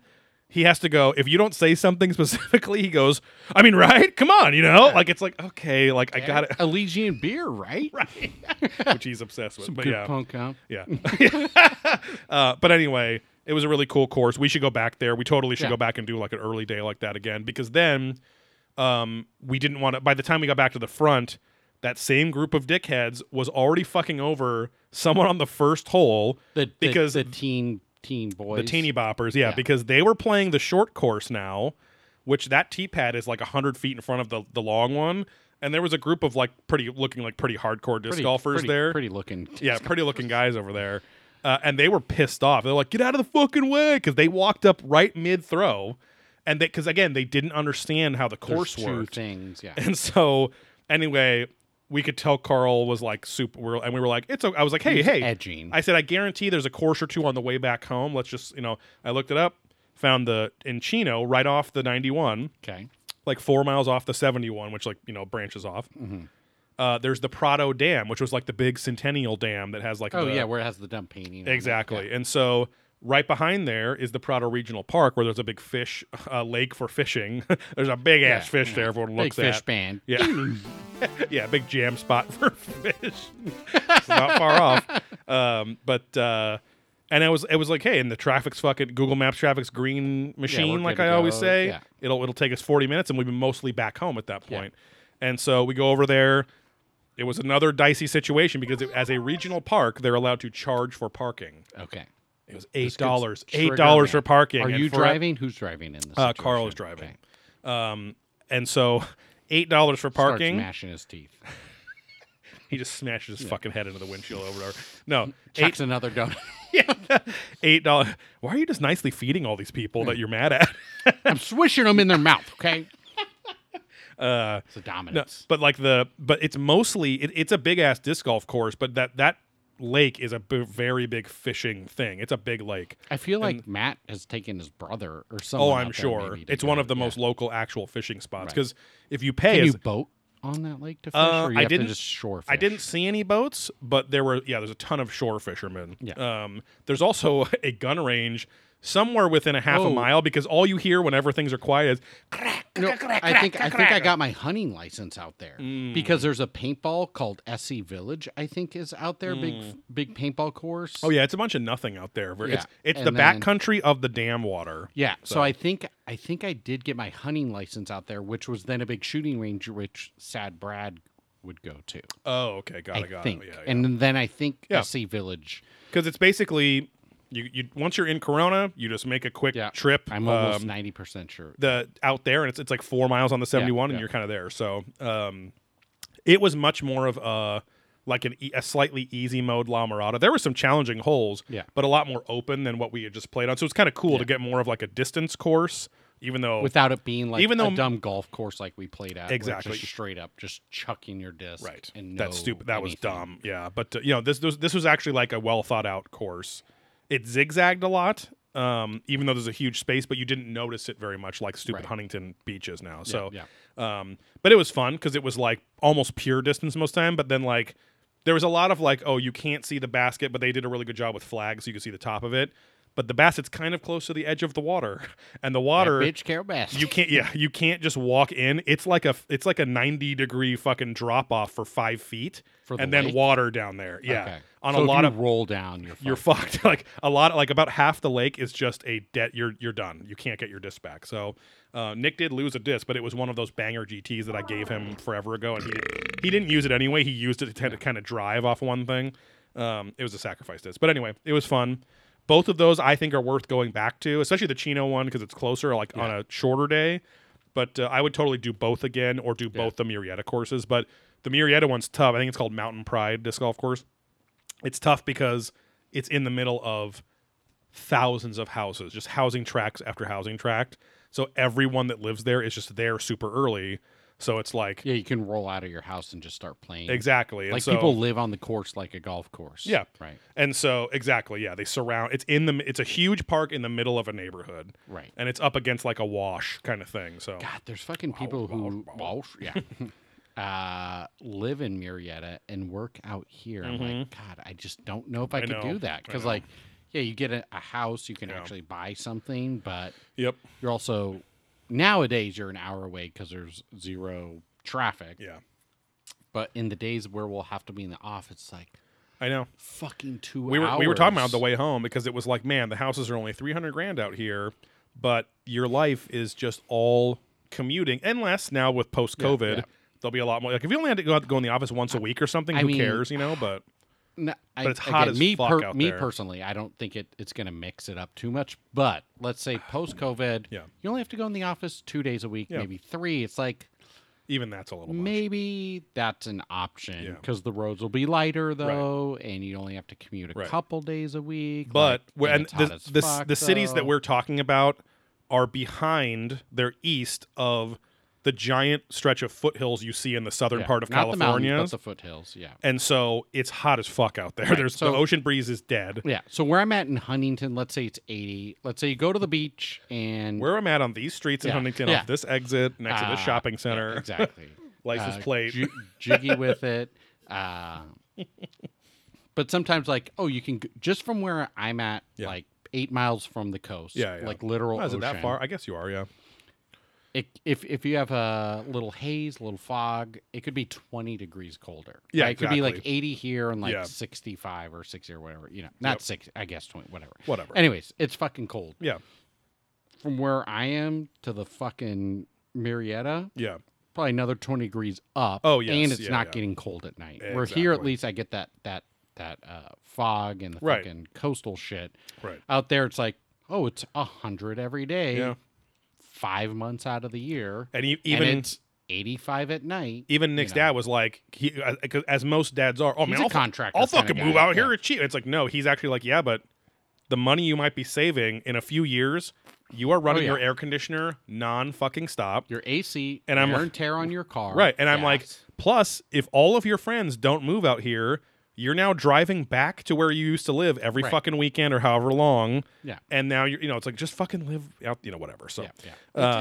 S2: He has to go if you don't say something specifically, he goes, I mean, right? Come on, you know? Like it's like, okay, like I got it.
S3: Elysian beer, right? Right.
S2: Which he's obsessed with. but
S3: Good
S2: yeah.
S3: punk out.
S2: Yeah. uh, but anyway, it was a really cool course. We should go back there. We totally should
S3: Yeah.
S2: go back and do like an early day like that again because then um, we didn't want to. By the time we got back to the front, that same group of dickheads was already fucking over someone on the first hole
S3: The, the
S2: because
S3: the teen teen boys.
S2: the teeny boppers, yeah,
S3: Yeah.
S2: because they were playing the short course now, which that tee pad is like hundred feet in front of the the long one. And there was a group of like pretty looking like pretty hardcore disc
S3: pretty,
S2: golfers
S3: pretty,
S2: there.
S3: Pretty looking.
S2: Yeah, pretty looking guys over there. Uh, and they were pissed off. They're like, get out of the fucking way. Cause they walked up right mid throw. And they, cause again, they didn't understand how the
S3: There's
S2: course
S3: two
S2: worked.
S3: things. Yeah.
S2: And so, anyway, we could tell Carl was like super, we're- and we were like, it's okay. I was like, hey, hey.
S3: edging.
S2: I said, I guarantee there's a course or two on the way back home. Let's just, you know, I looked it up, found the in Chino right off the 91
S3: okay.
S2: like four miles off the 71, which like you know branches off.
S3: Mm-hmm.
S2: Uh, there's the Prado Dam, which was like the big centennial dam that has like
S3: Oh
S2: the-
S3: yeah, where it has the dumb painting. on it.
S2: exactly. And so right behind there is the Prado Regional Park, where there's a big fish uh, lake for fishing. there's a big ass
S3: Yeah,
S2: fish
S3: yeah.
S2: there. Everyone
S3: Big
S2: looks
S3: fish
S2: at.
S3: band.
S2: Yeah. yeah, big jam spot for fish. it's not far off. Um, but uh, and I was it was like, hey, and the traffic's fucking Google Maps traffic's green machine,
S3: we're
S2: like
S3: good
S2: I
S3: to
S2: always
S3: go.
S2: say.
S3: Yeah.
S2: It'll it'll take us forty minutes and we've been mostly back home at that point. And so we go over there. It was another dicey situation because it, as a regional park, they're allowed to charge for parking.
S3: Okay.
S2: It was
S3: This
S2: eight
S3: could
S2: dollars.
S3: trigger
S2: Eight dollars
S3: me.
S2: for parking.
S3: Are
S2: and
S3: you
S2: for-
S3: driving? Who's driving in this?
S2: Uh, Carl is
S3: situation?
S2: driving.
S3: Okay.
S2: Um, and so eight dollars for parking.
S3: Starts mashing his teeth.
S2: He just smashes his fucking head into the windshield over there. No, eight
S3: Chucks another donut.
S2: eight dollars. Why are you just nicely feeding all these people that you're mad at?
S3: I'm swishing them in their mouth. Okay. Uh, it's a
S2: No,
S3: dominance.
S2: but like the but it's mostly it, it's a big ass disc golf course, but that that lake is a b- very big fishing thing. It's a big lake.
S3: I feel like Matt has taken his brother or something.
S2: Oh, I'm sure it's one of the most local actual fishing spots because if you pay,
S3: Can
S2: as-
S3: you boat on that lake to fish,
S2: Uh,
S3: or you
S2: I
S3: have
S2: didn't-
S3: to just shore fish?
S2: I didn't see any boats, but there were yeah, there's a ton of shore fishermen.
S3: Yeah.
S2: Um, there's also a gun range somewhere within a half a
S3: Oh.
S2: mile because all you hear whenever things are quiet is
S3: No, I think I think I got my hunting license out there
S2: Mm.
S3: because there's a paintball called SC Village. I think is out there, big big paintball course.
S2: Mm. Oh yeah, it's a bunch of nothing out there. Ver- It's
S3: Yeah.
S2: it's the
S3: And
S2: back
S3: then-
S2: country of the dam water.
S3: Yeah, so. I think I think I did get my hunting license out there, which was then a big shooting range, which sad Brad would go to.
S2: Oh, okay, got
S3: I
S2: it, got
S3: think,
S2: it. Yeah, yeah.
S3: and then I think
S2: Yeah.
S3: SC Village.
S2: Because it's basically you, you. Once you're in Corona, you just make a quick
S3: Yeah,
S2: trip.
S3: I'm almost
S2: um,
S3: ninety percent sure.
S2: the out there, and it's it's like four miles on the seventy one,
S3: yeah.
S2: and you're kind of there. So, um, it was much more of a like an e- a slightly easy mode La Mirada. There were some challenging holes,
S3: Yeah.
S2: but a lot more open than what we had just played on. So it's kind of cool to get more of like a distance course, even though
S3: Without it being like
S2: even
S3: even
S2: though-
S3: a dumb golf course like we played at, where it's
S2: Exactly.
S3: just straight up, just chucking your disc,
S2: right
S3: And
S2: that's
S3: no
S2: stupid. That was
S3: anything.
S2: dumb. Yeah, but uh, you know this, this this was actually like a well thought out course. It zigzagged a lot. Um, even though there's a huge space, but you didn't notice it very much, like stupid
S3: Right.
S2: Huntington beaches now. So
S3: yeah.
S2: Um, but it was fun because it was like almost pure distance most time. But then like there was a lot of like, oh, you can't see the basket, but they did a really good job with flags, so you could see the top of it. But the basket's kind of close to the edge of the water, and the
S3: That
S2: water
S3: bitch Carol Bass.
S2: you can't. Yeah, you can't just walk in. It's like a it's like a ninety degree fucking drop off for five feet,
S3: For the
S2: and then
S3: lake?
S2: water down there. Yeah,
S3: Okay.
S2: on
S3: So
S2: a
S3: if
S2: lot
S3: you
S2: of
S3: roll down, you're
S2: you're
S3: fucked.
S2: fucked. like a lot, like about half the lake is just a debt. You're you're done. You can't get your disc back. So uh, Nick did lose a disc, but it was one of those banger GTS that I gave him forever ago, and he he didn't use it anyway. He used it to, tend to kind of drive off one thing. Um, it was a sacrifice disc, but anyway, it was fun. Both of those I think are worth going back to, especially the Chino one because it's closer, like on a shorter day. But uh, I would totally do both again, or do both the Murrieta courses. But the Murrieta one's tough. I think it's called Mountain Pride Disc Golf Course it's tough because it's in the middle of thousands of houses, just housing tracks after housing tract. So everyone that lives there is just there super early. So it's like
S3: Yeah, you can roll out of your house and just start playing.
S2: exactly and
S3: Like
S2: so,
S3: people live on the course like a golf course.
S2: Yeah.
S3: Right.
S2: and so exactly yeah they surround it's in the it's a huge park in the middle of a neighborhood
S3: Right.
S2: and it's up against like a wash kind of thing. So
S3: God, there's fucking people who Walsh, yeah, uh, live in Murrieta and work out here. I'm like, God, I just don't know if I,
S2: Mm-hmm. I
S3: could
S2: know,
S3: do that
S2: I
S3: because,
S2: know.
S3: like, yeah, you get a, a house, you can
S2: Yeah.
S3: actually buy something, but
S2: yep
S3: you're also nowadays you're an hour away because there's zero traffic.
S2: yeah
S3: But in the days where we'll have to be in the office, it's like
S2: I know.
S3: fucking two
S2: we were
S3: hours.
S2: we were talking about it on the way home because it was like, man, the houses are only three hundred grand out here, but your life is just all commuting. Unless now with post COVID,
S3: yeah.
S2: there'll be a lot more. Like if you only had to go out go in the office once a week or something,
S3: I
S2: who
S3: mean-
S2: cares, you know? But
S3: No, I,
S2: But it's hot as
S3: me
S2: fuck
S3: per-
S2: out
S3: me
S2: there.
S3: personally, I don't think it, it's going to mix it up too much. But let's say post COVID,
S2: Yeah.
S3: you only have to go in the office two days a week,
S2: Yeah.
S3: maybe three. It's like
S2: even that's a little much.
S3: maybe that's an option
S2: Yeah.
S3: because the roads will be lighter though, and you only have to commute a
S2: Right.
S3: couple days a week.
S2: But
S3: like,
S2: we're- and
S3: it's hot
S2: the
S3: as
S2: the,
S3: fuck,
S2: the cities that
S3: though.
S2: we're talking about are behind, they're east of the giant stretch of foothills you see in the southern
S3: Yeah,
S2: part of
S3: not the mountain,
S2: California.
S3: but the foothills, yeah.
S2: and so it's hot as fuck out there. There's
S3: so-
S2: the ocean breeze is dead.
S3: Yeah. So where I'm at in Huntington, let's say it's 80. Let's say you go to the beach and
S2: where I'm at on these streets in
S3: Yeah.
S2: Huntington,
S3: Yeah.
S2: off this exit next to
S3: Ah,
S2: this shopping
S3: yeah,
S2: center,
S3: exactly.
S2: license
S3: uh,
S2: plate.
S3: ju- jiggy with it. Uh, but sometimes, like, oh, you can g- just from where I'm at,
S2: Yeah.
S3: like eight miles from the coast,
S2: Yeah, yeah.
S3: like literal
S2: Oh, is it
S3: ocean.
S2: that far? I guess you are. Yeah,
S3: It, if if you have a little haze, a little fog, it could be 20 degrees colder.
S2: Yeah,
S3: right? it could be like
S2: exactly.
S3: 80 here and like
S2: Yeah.
S3: 65 or 60 or whatever. You know, not
S2: Yep.
S3: six, I guess 20, whatever.
S2: whatever.
S3: Anyways, it's fucking cold
S2: yeah,
S3: from where I am to the fucking Marietta.
S2: yeah,
S3: probably another 20 degrees up.
S2: Oh, yes.
S3: And it's
S2: Yeah,
S3: not
S2: yeah.
S3: getting cold at night. Where here, at
S2: Exactly.
S3: least, I get that that that uh, fog and the
S2: Right.
S3: fucking coastal shit.
S2: right.
S3: Out there, it's like, oh, it's a 100 every day,
S2: Yeah,
S3: five months out of the year.
S2: and e-
S3: Even
S2: even
S3: it's 85 at night.
S2: even Nick's
S3: you know.
S2: dad was like, he, uh, 'cause as most dads are. Oh
S3: He's
S2: man,
S3: a
S2: I'll, fu-
S3: contractor
S2: I'll
S3: kinda
S2: fucking
S3: guy,
S2: move out
S3: yeah.
S2: here and cheat. It's like no, he's actually like, yeah, but the money you might be saving in a few years, you are running
S3: Oh, yeah.
S2: your air conditioner non fucking stop.
S3: Your AC
S2: And I'm
S3: wear
S2: like-
S3: and tear on your car.
S2: Right. And I'm like,
S3: gas.
S2: plus, if all of your friends don't move out here, you're now driving back to where you used to live every
S3: Right.
S2: fucking weekend or however long.
S3: Yeah.
S2: And now you're, you know, it's like just fucking live out, you know, whatever. So,
S3: yeah, yeah.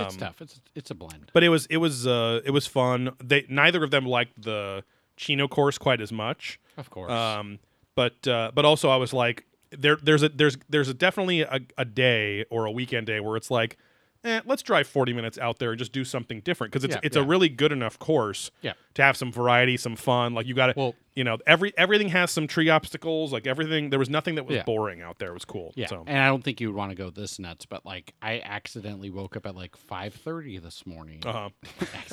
S3: It's, it's
S2: um,
S3: tough. It's it's a blend.
S2: but it was, it was, uh, it was fun. They, neither of them liked the Chino course quite as much.
S3: Of course.
S2: Um, but uh, but also I was like, there there's a there's there's a definitely a, a day or a weekend day where it's like, eh, let's drive 40 minutes out there and just do something different because it's
S3: Yeah,
S2: it's a
S3: yeah.
S2: really good enough course
S3: Yeah.
S2: to to have some variety, some fun. Like you got to,
S3: Well-
S2: you know, every everything has some tree obstacles. Like everything, there was nothing that was
S3: Yeah.
S2: boring out there. It was cool.
S3: Yeah,
S2: So
S3: and I don't think you would want to go this nuts, but like I accidentally woke up at like five thirty this morning.
S2: uh-huh.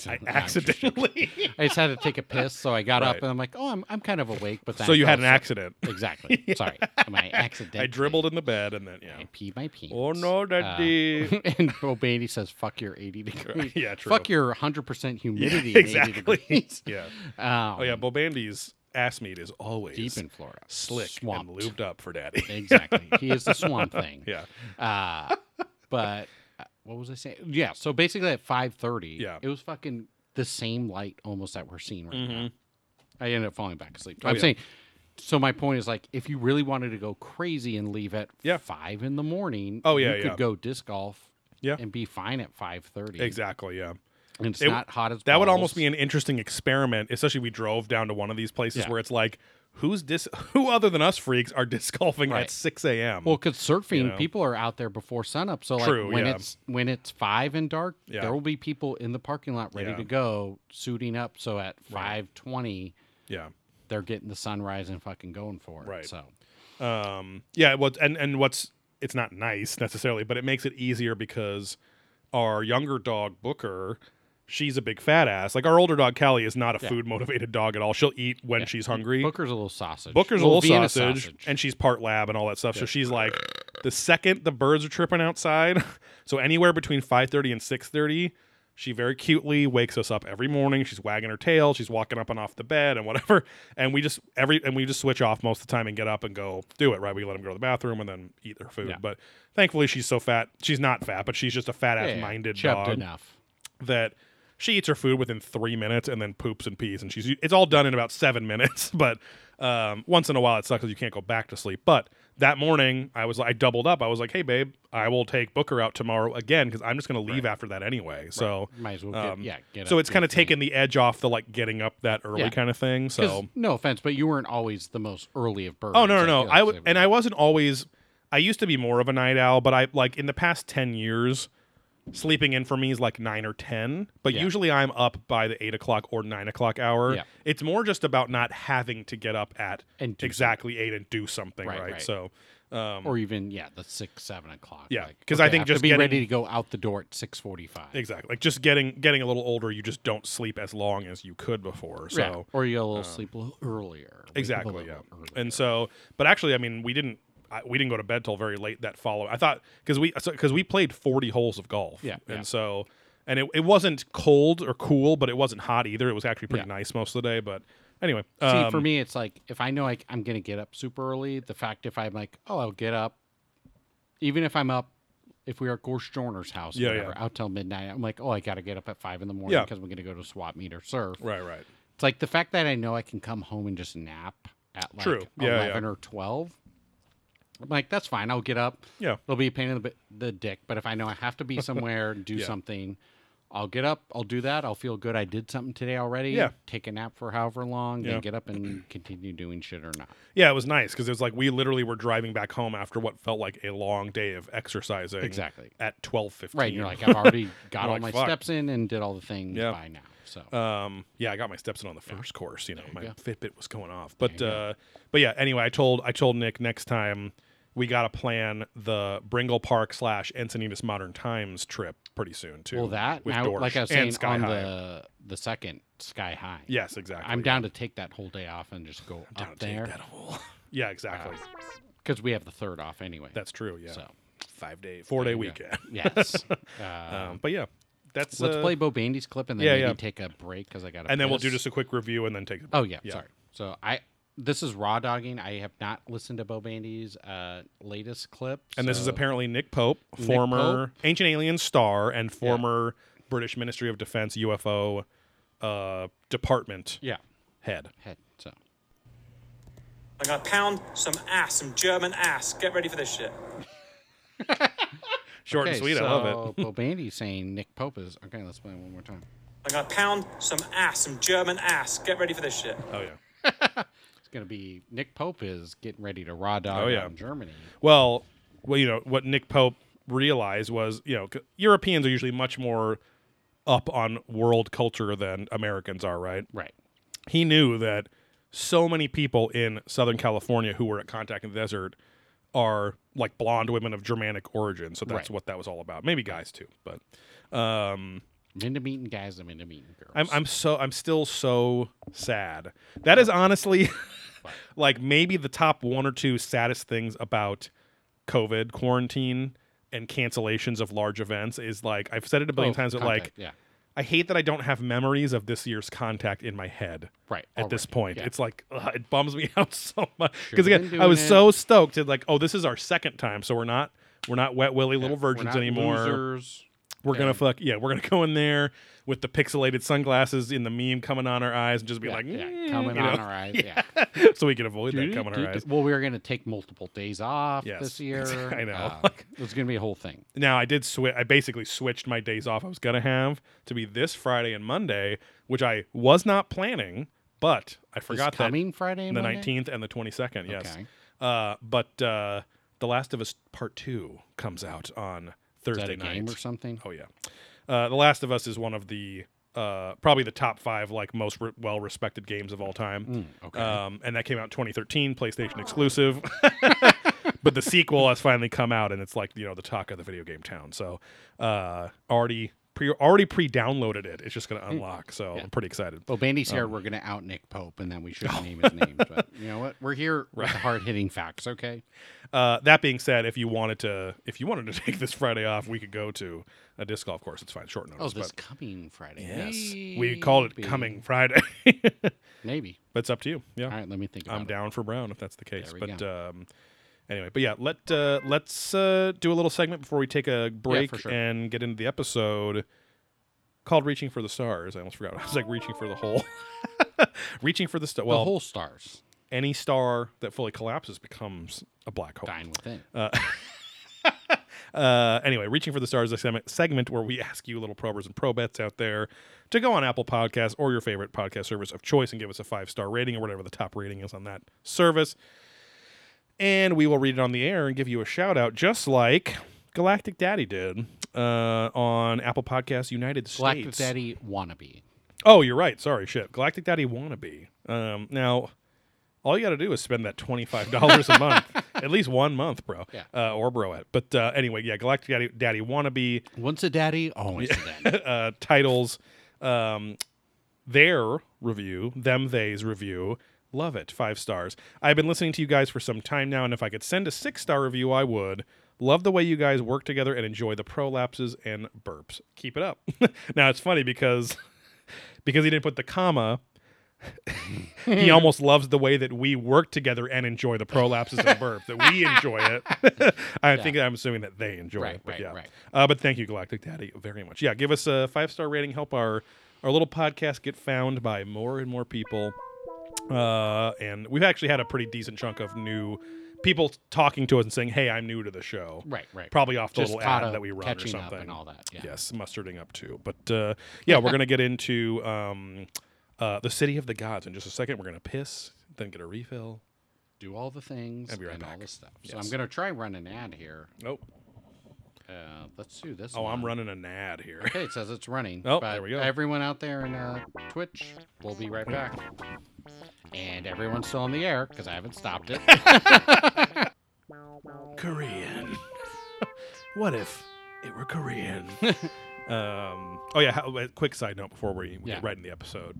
S2: I
S3: Accidentally.
S2: accidentally.
S3: I just had to take a piss, so I got
S2: Right.
S3: up and I'm like, oh, I'm I'm kind of awake, but then
S2: so
S3: I
S2: you
S3: fell
S2: had an
S3: asleep.
S2: accident.
S3: Exactly. Sorry, my accident.
S2: I dribbled in the bed and then yeah.
S3: I pee my pants.
S2: Oh no, daddy.
S3: Uh, and Bobaney says, "Fuck your eighty degrees.
S2: yeah, true.
S3: Uh, Fuck your hundred percent
S2: yeah,
S3: humidity. At 80
S2: exactly.
S3: degrees.
S2: yeah.
S3: Um,
S2: Oh yeah, Bobandy's ass meat is always
S3: deep in Florida,
S2: slick
S3: swamp.
S2: and lubed up for daddy.
S3: exactly. He is the swamp thing.
S2: yeah.
S3: Uh, but uh, what was I saying? Yeah. So basically, at five thirty,
S2: Yeah. Mm-hmm.
S3: it was fucking the same light almost that we're seeing right now. I ended up falling back asleep.
S2: Oh,
S3: I'm
S2: yeah.
S3: saying. So my point is like, if you really wanted to go crazy and leave at
S2: Yeah.
S3: five in the morning,
S2: Oh, yeah,
S3: you
S2: yeah.
S3: could go disc golf,
S2: Yeah.
S3: and be fine at five thirty.
S2: Exactly, yeah.
S3: And it's
S2: It-
S3: not hot as
S2: That would almost
S3: balls.
S2: be an interesting experiment, especially we drove down to one of these places
S3: Yeah.
S2: where it's like, who's dis who other than us freaks are disc golfing
S3: Right.
S2: at six AM?
S3: Well, because surfing,
S2: know?
S3: people are out there before sunup. So like
S2: True,
S3: when
S2: yeah.
S3: it's when it's five and dark,
S2: Yeah.
S3: there will be people in the parking lot ready
S2: Yeah.
S3: to go, suiting up. So at five twenty,
S2: yeah.
S3: they're getting the sunrise and fucking going for it.
S2: Right.
S3: So
S2: um yeah what and and what's it's not nice necessarily but it makes it easier because our younger dog booker she's a big fat ass like our older dog callie is not a food motivated dog at all she'll eat when she's hungry
S3: Booker's a little sausage.
S2: booker's a little
S3: Vienna
S2: sausage, and she's part lab and all that stuff so she's like the second the birds are tripping outside so anywhere between 5.30 and 6.30 she very cutely wakes us up every morning she's wagging her tail she's walking up and off the bed and whatever and we just every and we just switch off most of the time and get up and go do it right we let them go to the bathroom and then eat their food
S3: Yeah.
S2: but thankfully she's so fat she's not fat but she's just a fat ass
S3: Yeah, yeah,
S2: minded
S3: chubbed
S2: dog
S3: enough.
S2: that she eats her food within three minutes and then poops and pees and she's it's all done in about seven minutes but um, once in a while it sucks because you can't go back to sleep but that morning i was i doubled up i was like hey babe i will take booker out tomorrow again because i'm just going to leave after that anyway so
S3: Might as well get
S2: um,
S3: yeah. Get
S2: so
S3: up,
S2: it's
S3: do
S2: kind
S3: your
S2: of
S3: thing.
S2: taken the edge off the like getting up that early
S3: Yeah.
S2: kind of thing
S3: 'Cause
S2: so
S3: no offense, but you weren't always the most early of birds.
S2: Oh no, no,
S3: I feel
S2: no! I
S3: like
S2: would,
S3: they-
S2: and I wasn't always. I used to be more of a night owl, but I like in the past ten years, sleeping in for me is like nine or ten. But
S3: Yeah.
S2: usually I'm up by the eight o'clock or nine o'clock hour.
S3: Yeah.
S2: It's more just about not having to get up at
S3: And do
S2: exactly eight and do something right.
S3: Right, right.
S2: So, um,
S3: or even yeah, the six seven o'clock.
S2: Yeah,
S3: like,
S2: 'cause I
S3: okay,
S2: think
S3: have to
S2: just
S3: be
S2: getting-
S3: ready to go out the door at six forty five.
S2: exactly, like just getting getting a little older, you just don't sleep as long as you could before. So. um,
S3: yeah. or you get a little sleep a little earlier. wake up a
S2: Exactly. Yeah.
S3: little earlier.
S2: And so, but actually, I mean, we didn't. I, we didn't go to bed till very late that follow. I thought because we because we played forty holes of golf.
S3: Yeah,
S2: And
S3: yeah.
S2: so, and it, it wasn't cold or cool, but it wasn't hot either. It was actually pretty
S3: Yeah.
S2: nice most of the day. But anyway,
S3: See,
S2: um,
S3: for me, it's like if I know like I'm gonna get up super early, the fact if I'm like, oh, I'll get up, even if I'm up, if we are at Gorsh Joyner's house, or
S2: Yeah,
S3: whatever, out till midnight, I'm like, oh, I gotta get up at five in the morning
S2: Yeah.
S3: because I'm gonna go to swap meet or surf.
S2: right, right,
S3: It's like the fact that I know I can come home and just nap at like
S2: True. Yeah, yeah.
S3: eleven or twelve. I'm like, that's fine. I'll get up.
S2: yeah,
S3: It'll be a pain in the, bi- the dick, but if I know I have to be somewhere and do
S2: Yeah.
S3: something, I'll get up, I'll do that, I'll feel good. I did something today already.
S2: Yeah.
S3: Take a nap for however long,
S2: Yeah.
S3: then get up and continue doing shit or not.
S2: yeah. It was nice because it was like we literally were driving back home after what felt like a long day of exercising.
S3: Exactly.
S2: At twelve fifteen.
S3: Right. And you're like, I've already got all
S2: like,
S3: my
S2: fuck.
S3: steps in and did all the things
S2: Yeah.
S3: by now. So
S2: Um, yeah, I got my steps in on the first course. You know, my
S3: go.
S2: Fitbit was going off, but uh, but yeah. Anyway, I told I told Nick next time we got to plan the Bringle Park slash Encinitas Modern Times trip pretty soon too.
S3: well that
S2: with
S3: now
S2: Dorsch
S3: like I was
S2: and
S3: saying
S2: Sky
S3: on
S2: High.
S3: the the second sky high.
S2: yes, exactly.
S3: I'm down to take that whole day off and just go
S2: down
S3: up
S2: to take
S3: there
S2: that whole. yeah, exactly.
S3: because we have the third off anyway.
S2: That's true. Yeah,
S3: so
S2: five day, four day
S3: yeah.
S2: weekend.
S3: yes. Uh,
S2: Um, but yeah, that's
S3: let's
S2: uh,
S3: play Bo Bandy's clip and then
S2: yeah,
S3: maybe
S2: yeah.
S3: take a break because I got.
S2: and then we'll do just a quick review and then take.
S3: Oh yeah,
S2: Yeah.
S3: sorry. So I this is raw dogging. I have not listened to Bo Bandy's uh, latest clip.
S2: And this is
S3: so-
S2: apparently Nick Pope,
S3: Nick
S2: former Ancient Alien star and former British Ministry of Defense UFO uh, department
S3: yeah
S2: head.
S3: head. So
S4: I'm gonna pound some ass, some German ass. Get ready for this shit.
S2: Short and
S3: Okay,
S2: sweet. I love it.
S3: so Bo Bandy saying Nick Pope is okay. Let's play it one more time.
S4: I'm gonna pound some ass, some German ass. Get ready for this shit.
S2: Oh yeah.
S3: It's gonna be Nick Pope is getting ready to raw dog
S2: Oh, yeah.
S3: out in Germany.
S2: Well, well, you know what Nick Pope realized was, you know, c- Europeans are usually much more up on world culture than Americans are, right?
S3: Right.
S2: he knew that so many people in Southern California who were at Contact in the Desert are like blonde women of Germanic origin. So that's
S3: Right.
S2: what that was all about. Maybe guys too, but um,
S3: I'm into meeting guys. I'm into meeting girls.
S2: I'm, I'm so I'm still so sad. That is honestly like maybe the top one or two saddest things about COVID quarantine and cancellations of large events is like I've said it a
S3: Oh,
S2: billion times, but like
S3: contact, yeah,
S2: I hate that I don't have memories of this year's contact in my head
S3: right.
S2: at this
S3: already,
S2: point.
S3: yeah.
S2: It's like ugh, it bums me out so much
S3: Should've
S2: because again,
S3: been
S2: I was
S3: doing
S2: so stoked to like, oh, this is our second time, so we're not we're not wet willy little
S3: We're
S2: virgins
S3: not
S2: anymore.
S3: losers.
S2: We're gonna
S3: and-
S2: fuck yeah, we're gonna go in there with the pixelated sunglasses in the meme coming on our eyes and just be
S3: Yeah,
S2: like,
S3: yeah,
S2: "Mm,"
S3: coming
S2: you
S3: on
S2: know,
S3: our eyes. Yeah.
S2: so we can avoid that coming on our eyes.
S3: Well, we were going to take multiple days off
S2: Yes.
S3: this year.
S2: I know.
S3: Uh, it was going to be a whole thing.
S2: Now I did switch. I basically switched my days off. I was gonna have to be this Friday and Monday, which I was not planning, but I forgot
S3: this
S2: that
S3: coming Friday, and
S2: the
S3: Monday?
S2: nineteenth and the twenty second. Yes.
S3: Okay.
S2: Uh, but uh, The Last of Us Part Two comes out on
S3: Is that
S2: Thursday
S3: a
S2: night.
S3: game or something?
S2: Oh yeah, uh, The Last of Us is one of the uh, probably the top five like most re- well respected games of all time.
S3: Mm, okay.
S2: Um, and that came out in 2013, PlayStation exclusive. but the sequel has finally come out, and it's like you know the talk of the video game town. So uh, already pre already pre downloaded it. It's just going
S3: Hmm.
S2: to unlock. So I'm pretty excited.
S3: Well, Bandy's
S2: Um,
S3: here. We're going to out Nick Pope, and then we shouldn't name his name. But you know what? We're here with the hard hitting facts. Okay.
S2: Uh, that being said, if you wanted to, if you wanted to take this Friday off, we could go to a disc golf course. It's fine, short
S3: Oh,
S2: notice.
S3: this
S2: but
S3: coming Friday.
S2: yes, we called it
S3: Maybe.
S2: coming Friday. but
S3: Maybe.
S2: it's up to you. Yeah,
S3: All right. Let me think. About
S2: I'm
S3: it.
S2: down for brown if that's the case.
S3: There we
S2: But um, anyway, but yeah, let uh, let's uh, do a little segment before we take a break
S3: sure.
S2: and get into the episode called "Reaching for the Stars." I almost forgot. I was like reaching for the hole, reaching for the star.
S3: The
S2: Well,
S3: whole stars
S2: any star that fully collapses becomes a black hole.
S3: dine within.
S2: Uh, anyway, Reaching for the Stars is a segment- segment where we ask you, little probers and probets out there, to go on Apple Podcasts or your favorite podcast service of choice and give us a five star rating or whatever the top rating is on that service. And we will read it on the air and give you a shout out, just like Galactic Daddy did uh, on Apple Podcasts United States.
S3: Galactic Daddy wannabe.
S2: Oh, you're right. Sorry, shit. Galactic Daddy wannabe. Um, now, all you got to do is spend that twenty five dollars a month, at least one month, bro,
S3: Yeah.
S2: uh, or bro at. But uh, anyway, yeah, Galactic Daddy, Daddy wannabe
S3: Once a daddy, always a daddy.
S2: uh, titles, um, their review, them they's review. Love it. Five stars. I've been listening to you guys for some time now, and if I could send a six star review, I would. Love the way you guys work together and enjoy the prolapses and burps. Keep it up. now it's funny because because he didn't put the comma. he almost loves the way that we work together and enjoy the prolapses and burp that we enjoy it. I think I'm assuming that they enjoy
S3: Right,
S2: it, but
S3: right,
S2: yeah.
S3: right.
S2: Uh, but thank you, Galactic Daddy, very much. Yeah, give us a five star rating. Help our our little podcast get found by more and more people. Uh, and we've actually had a pretty decent chunk of new people talking to us and saying, "Hey, I'm new to the show."
S3: Right, right.
S2: Probably off the
S3: Just
S2: little
S3: caught
S2: ad
S3: up,
S2: that we run or
S3: catching
S2: something
S3: up and all that. Yeah.
S2: yes mustarding up too but uh, yeah we're gonna get into um, uh, the city of the gods in just a second we're gonna piss then get a refill
S3: Do all the things
S2: I'll
S3: and,
S2: be right
S3: all
S2: back.
S3: the stuff. So
S2: Yes.
S3: I'm gonna try and run an ad here.
S2: nope
S3: Uh, let's do this.
S2: oh
S3: one.
S2: i'm Oh, running an ad here
S3: Okay, it says it's running.
S2: Oh,
S3: but
S2: there we go.
S3: Everyone out there in uh, Twitch, we'll be right back. And everyone's still on the air because I haven't stopped it.
S2: korean what if it were korean um, oh yeah how, a quick side note before we, we
S3: Yeah.
S2: get right in the episode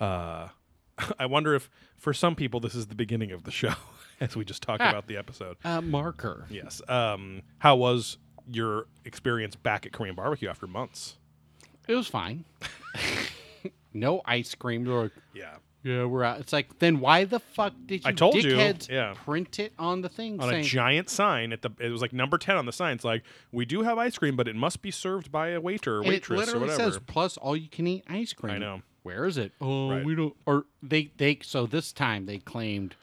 S2: uh, i wonder if for some people this is the beginning of the show as we just talked about the episode
S3: uh, marker.
S2: Yes. Um, how was your experience back at Korean barbecue after months?
S3: It was fine. no ice cream. They're like,
S2: Yeah.
S3: yeah, we're out. It's like, then why the fuck did you
S2: I told you,
S3: dickheads
S2: yeah.
S3: print it on the thing
S2: On a
S3: saying
S2: giant sign at the, it was like number ten on the sign. It's like we do have ice cream, but it must be served by a waiter or
S3: And it
S2: waitress or
S3: literally
S2: whatever.
S3: says plus all you can eat ice cream.
S2: know.
S3: Where is it? Oh,
S2: Right.
S3: we don't. Or they they so this time they claimed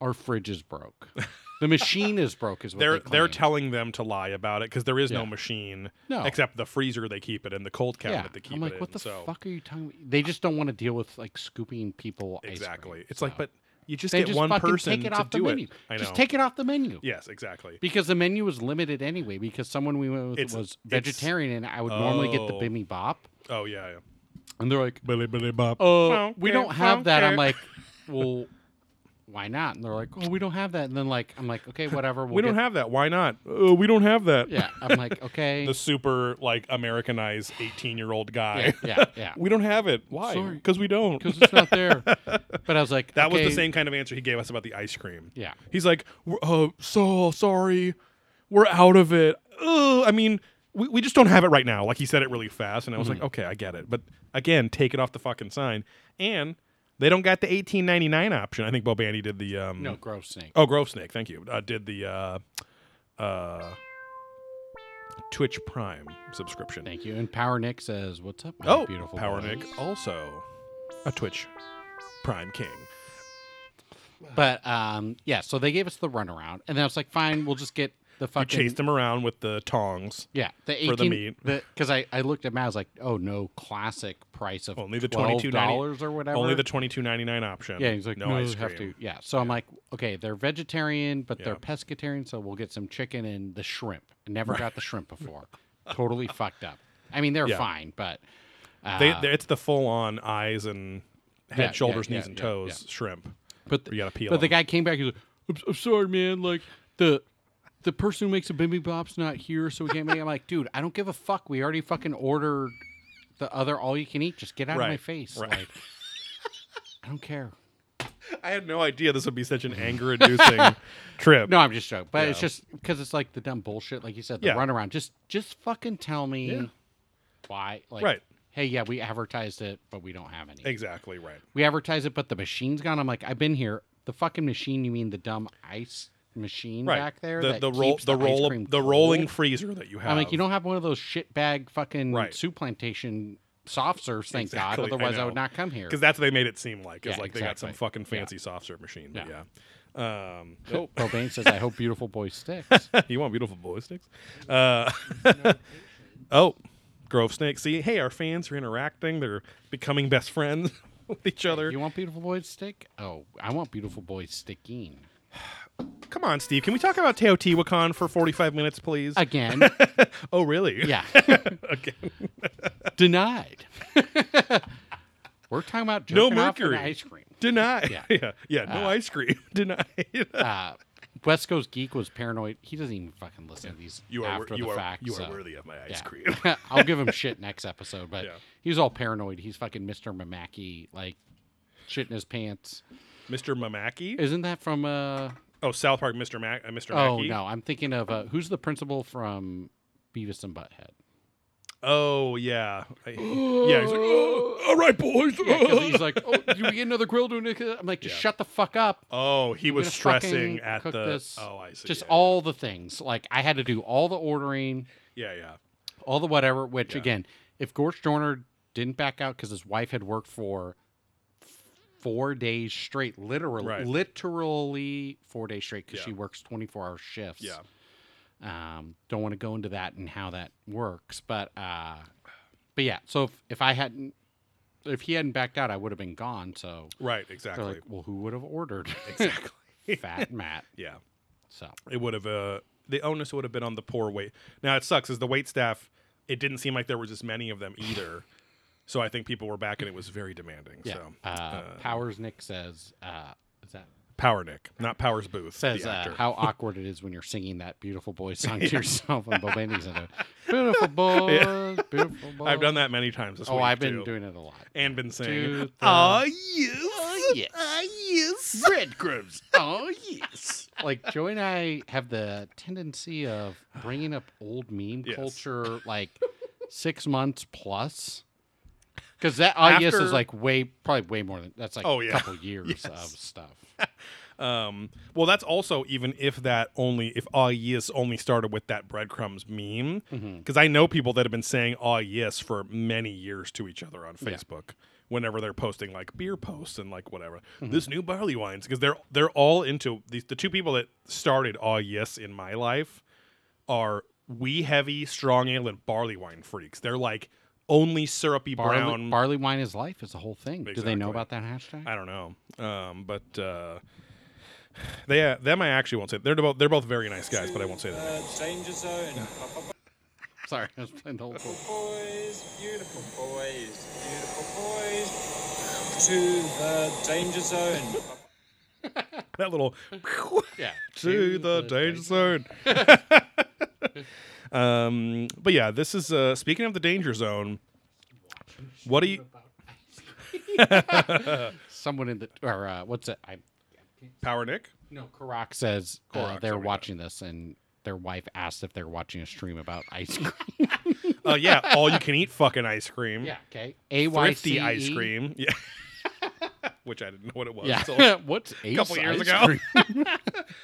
S3: our fridge is broke. The machine is broke. Is what
S2: they're
S3: they
S2: they're
S3: claimed.
S2: telling them to lie about it because there is no
S3: Yeah.
S2: machine,
S3: No.
S2: except the freezer they keep it in, the cold cabinet
S3: yeah.
S2: they keep
S3: I'm like,
S2: it
S3: what
S2: in.
S3: the
S2: so
S3: fuck are you talking? About? They just don't want to deal with like scooping people.
S2: exactly,
S3: Ice cream,
S2: it's
S3: so.
S2: like, but You just
S3: Then
S2: get
S3: just
S2: one
S3: fucking
S2: person
S3: take it
S2: to
S3: off the
S2: do
S3: menu.
S2: it. I
S3: Just
S2: know.
S3: take it off the menu.
S2: Yes, exactly.
S3: Because the menu was limited anyway, because someone we went with
S2: It's-
S3: was
S2: it's-
S3: vegetarian and I would normally get the
S2: Oh.
S3: Bimmy Bop.
S2: Oh yeah, yeah.
S3: And they're like,
S2: Billy Billy Bob.
S3: oh, we
S2: Okay,
S3: don't have that. I'm
S2: okay.
S3: like, well, why not? And they're like, oh, we don't have that. And then like, I'm like, okay, whatever. We'll
S2: we don't
S3: get-
S2: have that. Why not? Uh, we don't have that.
S3: Yeah, I'm like, okay.
S2: the super like Americanized eighteen year old guy.
S3: yeah, yeah, yeah.
S2: we don't have it. Why?
S3: Sorry.
S2: Because we don't.
S3: Because it's not there. But I was like,
S2: That was
S3: okay,
S2: the same kind of answer he gave us about the ice cream.
S3: Yeah.
S2: He's like, "We're- uh, so sorry, we're out of it. Ugh, I mean, we, we just don't have it right now. Like he said it really fast, and I was
S3: Mm-hmm.
S2: like, okay, I get it. But again, take it off the fucking sign. And they don't got the eighteen ninety nine option. I think Bobandy did the um,
S3: No, gross snake.
S2: Oh, Grove Snake. Thank you. Uh, did the uh, uh, Twitch Prime subscription.
S3: Thank you. And Power Nick says, "What's up, my
S2: oh,
S3: beautiful
S2: Power
S3: boy?"
S2: Nick also a Twitch Prime King.
S3: But um, yeah. So they gave us the runaround, and then I was like, "Fine, we'll just get the
S2: You
S3: fucking
S2: chased him around with the tongs.
S3: yeah the 18,
S2: for the meat.
S3: Because I I looked at Matt, I was like, "Oh no, classic price of
S2: Only the
S3: twelve
S2: twenty-two
S3: dollars or whatever."
S2: Only the twenty two ninety nine option.
S3: yeah, he's like, no,
S2: ice
S3: you have
S2: cream."
S3: to. Yeah, so I'm like, okay, they're vegetarian, but they're
S2: Yeah.
S3: pescatarian, so we'll get some chicken and the shrimp. I never got the shrimp before. totally fucked up. I mean, they're
S2: Yeah.
S3: fine, but uh,
S2: They, they- it's the full on eyes and head,
S3: Yeah, yeah,
S2: shoulders,
S3: yeah,
S2: knees, and
S3: yeah,
S2: toes shrimp.
S3: But the,
S2: You gotta peel
S3: But the
S2: them.
S3: guy came back. He's like, I'm, I'm sorry, man. Like the the person who makes the bimmy bop's not here, so we can't make. it." I'm like, dude, I don't give a fuck. We already fucking ordered the other all you can eat. Just get out of my
S2: Right,
S3: face.
S2: right.
S3: Like, I don't care.
S2: I had no idea this would be such an anger inducing trip.
S3: No, I'm just joking. But it's
S2: Yeah.
S3: just because it's like the dumb bullshit. Like you said, the
S2: Yeah.
S3: runaround. Just just fucking tell me
S2: Yeah.
S3: why. Like,
S2: Right.
S3: Hey, yeah, we advertised it, but we don't have any.
S2: Exactly right.
S3: we advertise it, but the machine's gone. I'm like, I've been here. The fucking machine? You mean the dumb ice machine back there?
S2: The
S3: that
S2: the roll
S3: keeps
S2: the,
S3: ice
S2: roll
S3: cream
S2: the rolling
S3: cold?
S2: freezer that you have.
S3: I'm like, you don't have one of those shitbag fucking
S2: Right.
S3: soup plantation soft serves. Thank
S2: Exactly, I
S3: God. Otherwise, I,
S2: know.
S3: would not come here.
S2: because that's what they made it seem like. It's
S3: Yeah,
S2: like they got some
S3: exactly.
S2: fucking fancy soft serve machine. But yeah.
S3: Yeah.
S2: Um, oh,
S3: Cobain says, "I hope beautiful boy sticks."
S2: you want beautiful boy sticks? Uh, oh, Grove Snake. See, hey, our fans are interacting. They're becoming best friends with each other.
S3: you want beautiful boy stick? Oh, I want beautiful boy sticking
S2: Come on, Steve. Can we talk about Teotihuacan for 45 minutes, please?
S3: again.
S2: oh, really?
S3: yeah,
S2: okay.
S3: denied. We're talking about
S2: No
S3: jerking off and
S2: mercury.
S3: ice cream.
S2: Deny.
S3: Yeah.
S2: yeah. Yeah. No ice cream. Denied.
S3: Uh, West Coast Geek was paranoid. He doesn't even fucking listen to these
S2: you are,
S3: after
S2: wor- you,
S3: the
S2: are
S3: fact.
S2: you are
S3: so-
S2: worthy of my ice
S3: yeah.
S2: cream.
S3: I'll give him shit next episode, but
S2: Yeah.
S3: he was all paranoid. He's fucking Mr. Mamaki, like shit in his pants.
S2: Mr. Mamaki?
S3: Isn't that from uh
S2: Oh, South Park, Mr. Mac, uh, Mr.
S3: Oh
S2: Mackey?
S3: no, I'm thinking of uh, who's the principal from Beavis and Butthead?
S2: Oh yeah, I- yeah. He's like, "Oh, all right, boys.
S3: Yeah, 'cause he's like, "Oh, do we get another grill doing it?" I'm like, "Just
S2: Yeah.
S3: shut the fuck up."
S2: oh, he
S3: I'm
S2: was
S3: gonna
S2: stressing
S3: fucking
S2: at the.
S3: cook this."
S2: Oh, I see.
S3: Just
S2: yeah,
S3: all the things. Like I had to do all the ordering,
S2: Yeah, yeah.
S3: all the whatever. Which
S2: Yeah.
S3: again, if Gorch Dorner didn't back out because his wife had worked for f- four days straight, literally,
S2: Right.
S3: literally four days straight, because
S2: Yeah.
S3: she works twenty four hour shifts.
S2: Yeah.
S3: Um, don't want to go into that and how that works, but uh, but yeah. So if, if I hadn't, if he hadn't backed out, I would have been gone. So
S2: Right.
S3: they're
S2: Exactly.
S3: like, well, who would have ordered?
S2: exactly.
S3: Fat Matt.
S2: yeah.
S3: So
S2: It would have. Uh, the onus would have been on the poor wait. Now it sucks. Is the wait staff? It didn't seem like there was as many of them either. So I think people were back, and it was very demanding.
S3: yeah.
S2: So
S3: uh, Powers Nick says, uh, is that
S2: Power Nick, not Powers Booth.
S3: says
S2: the
S3: uh,
S2: actor.
S3: how awkward it is when you're singing that beautiful boy song to yourself and Bobandy's in it. Beautiful boys, beautiful boys.
S2: I've done that many times this
S3: Oh,
S2: week.
S3: I've been
S2: too,
S3: doing it a lot.
S2: and been saying,
S3: Dude, the-
S2: "Ah yes,
S3: yes.
S2: ah yes."
S3: Breadcrumbs. Oh yes. Like Joey and I have the tendency of bringing up old meme
S2: Yes.
S3: culture like six months plus. Because that oh yes is
S2: After-
S3: like way probably way more than that's like
S2: Oh,
S3: a
S2: yeah.
S3: couple years
S2: Yes.
S3: of stuff.
S2: Um, well, that's also even if that only if ah yes only started with that breadcrumbs meme, because I know people that have been saying ah yes for many years to each other on Facebook. Whenever they're posting like beer posts and like whatever, this new barley wines because they're they're all into these. The two people that started ah yes in my life are we heavy strong ale and barley wine freaks. They're like only syrupy
S3: Barley,
S2: brown.
S3: barley wine is life is the whole thing. Do they
S2: Exactly.
S3: know about that hashtag?
S2: I don't know, um, but uh, they uh, them I actually won't say. They're both they're both very nice guys, but I won't say their names.
S4: Uh, Danger zone. Papa
S3: Sorry, I was playing the whole thing.
S4: boys, beautiful boys, beautiful boys. To the danger zone.
S2: That little
S3: Yeah.
S2: to the danger zone. um, but yeah, this is uh, speaking of the danger zone. What do you?
S3: Someone in the or uh, what's it? I
S2: Power Nick?
S3: no. Karak says uh,
S2: Karak,
S3: they're
S2: somebody
S3: watching this, and their wife asked if they're watching a stream about ice cream.
S2: Uh, yeah, all you can eat fucking ice cream.
S3: yeah. Okay. A Y
S2: Thrifty
S3: C
S2: ice
S3: E?
S2: cream. Yeah. Which I didn't know what it was.
S3: Yeah.
S2: until
S3: what's Ace
S2: a couple years
S3: ice
S2: ago.
S3: cream?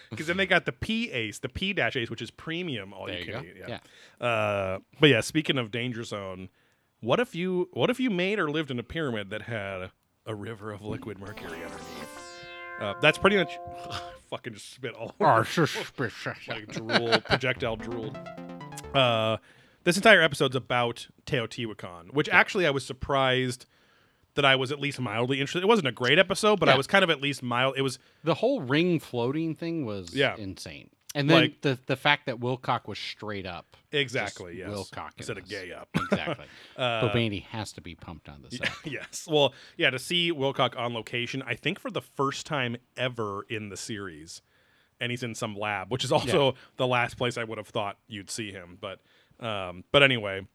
S2: Because then they got the P Ace, the P dash Ace, which is premium all
S3: There
S2: you
S3: you
S2: can
S3: go.
S2: eat. Yeah. Uh, but yeah, speaking of danger zone, what if you what if you made or lived in a pyramid that had a river of liquid mercury underneath? Uh, that's pretty much fucking just spit all over
S3: Or suspicious.
S2: like drool, projectile drool. Uh, this entire episode's about Teotihuacan, which actually I was surprised that I was at least mildly interested. It wasn't a great episode, but I
S3: Yeah.
S2: was kind of at least mild. It was
S3: The whole ring floating thing was
S2: Yeah.
S3: insane. And then
S2: Like-
S3: the the fact that Wilcock was straight up.
S2: exactly yes,
S3: Wilcock in
S2: instead of
S3: this.
S2: gay up.
S3: Exactly. uh, Bobaney has to be pumped on this. app.
S2: yes, well, yeah. To see Wilcock on location, I think for the first time ever in the series, and he's in some lab, which is also the last place I would have thought you'd see him. But, um, but anyway,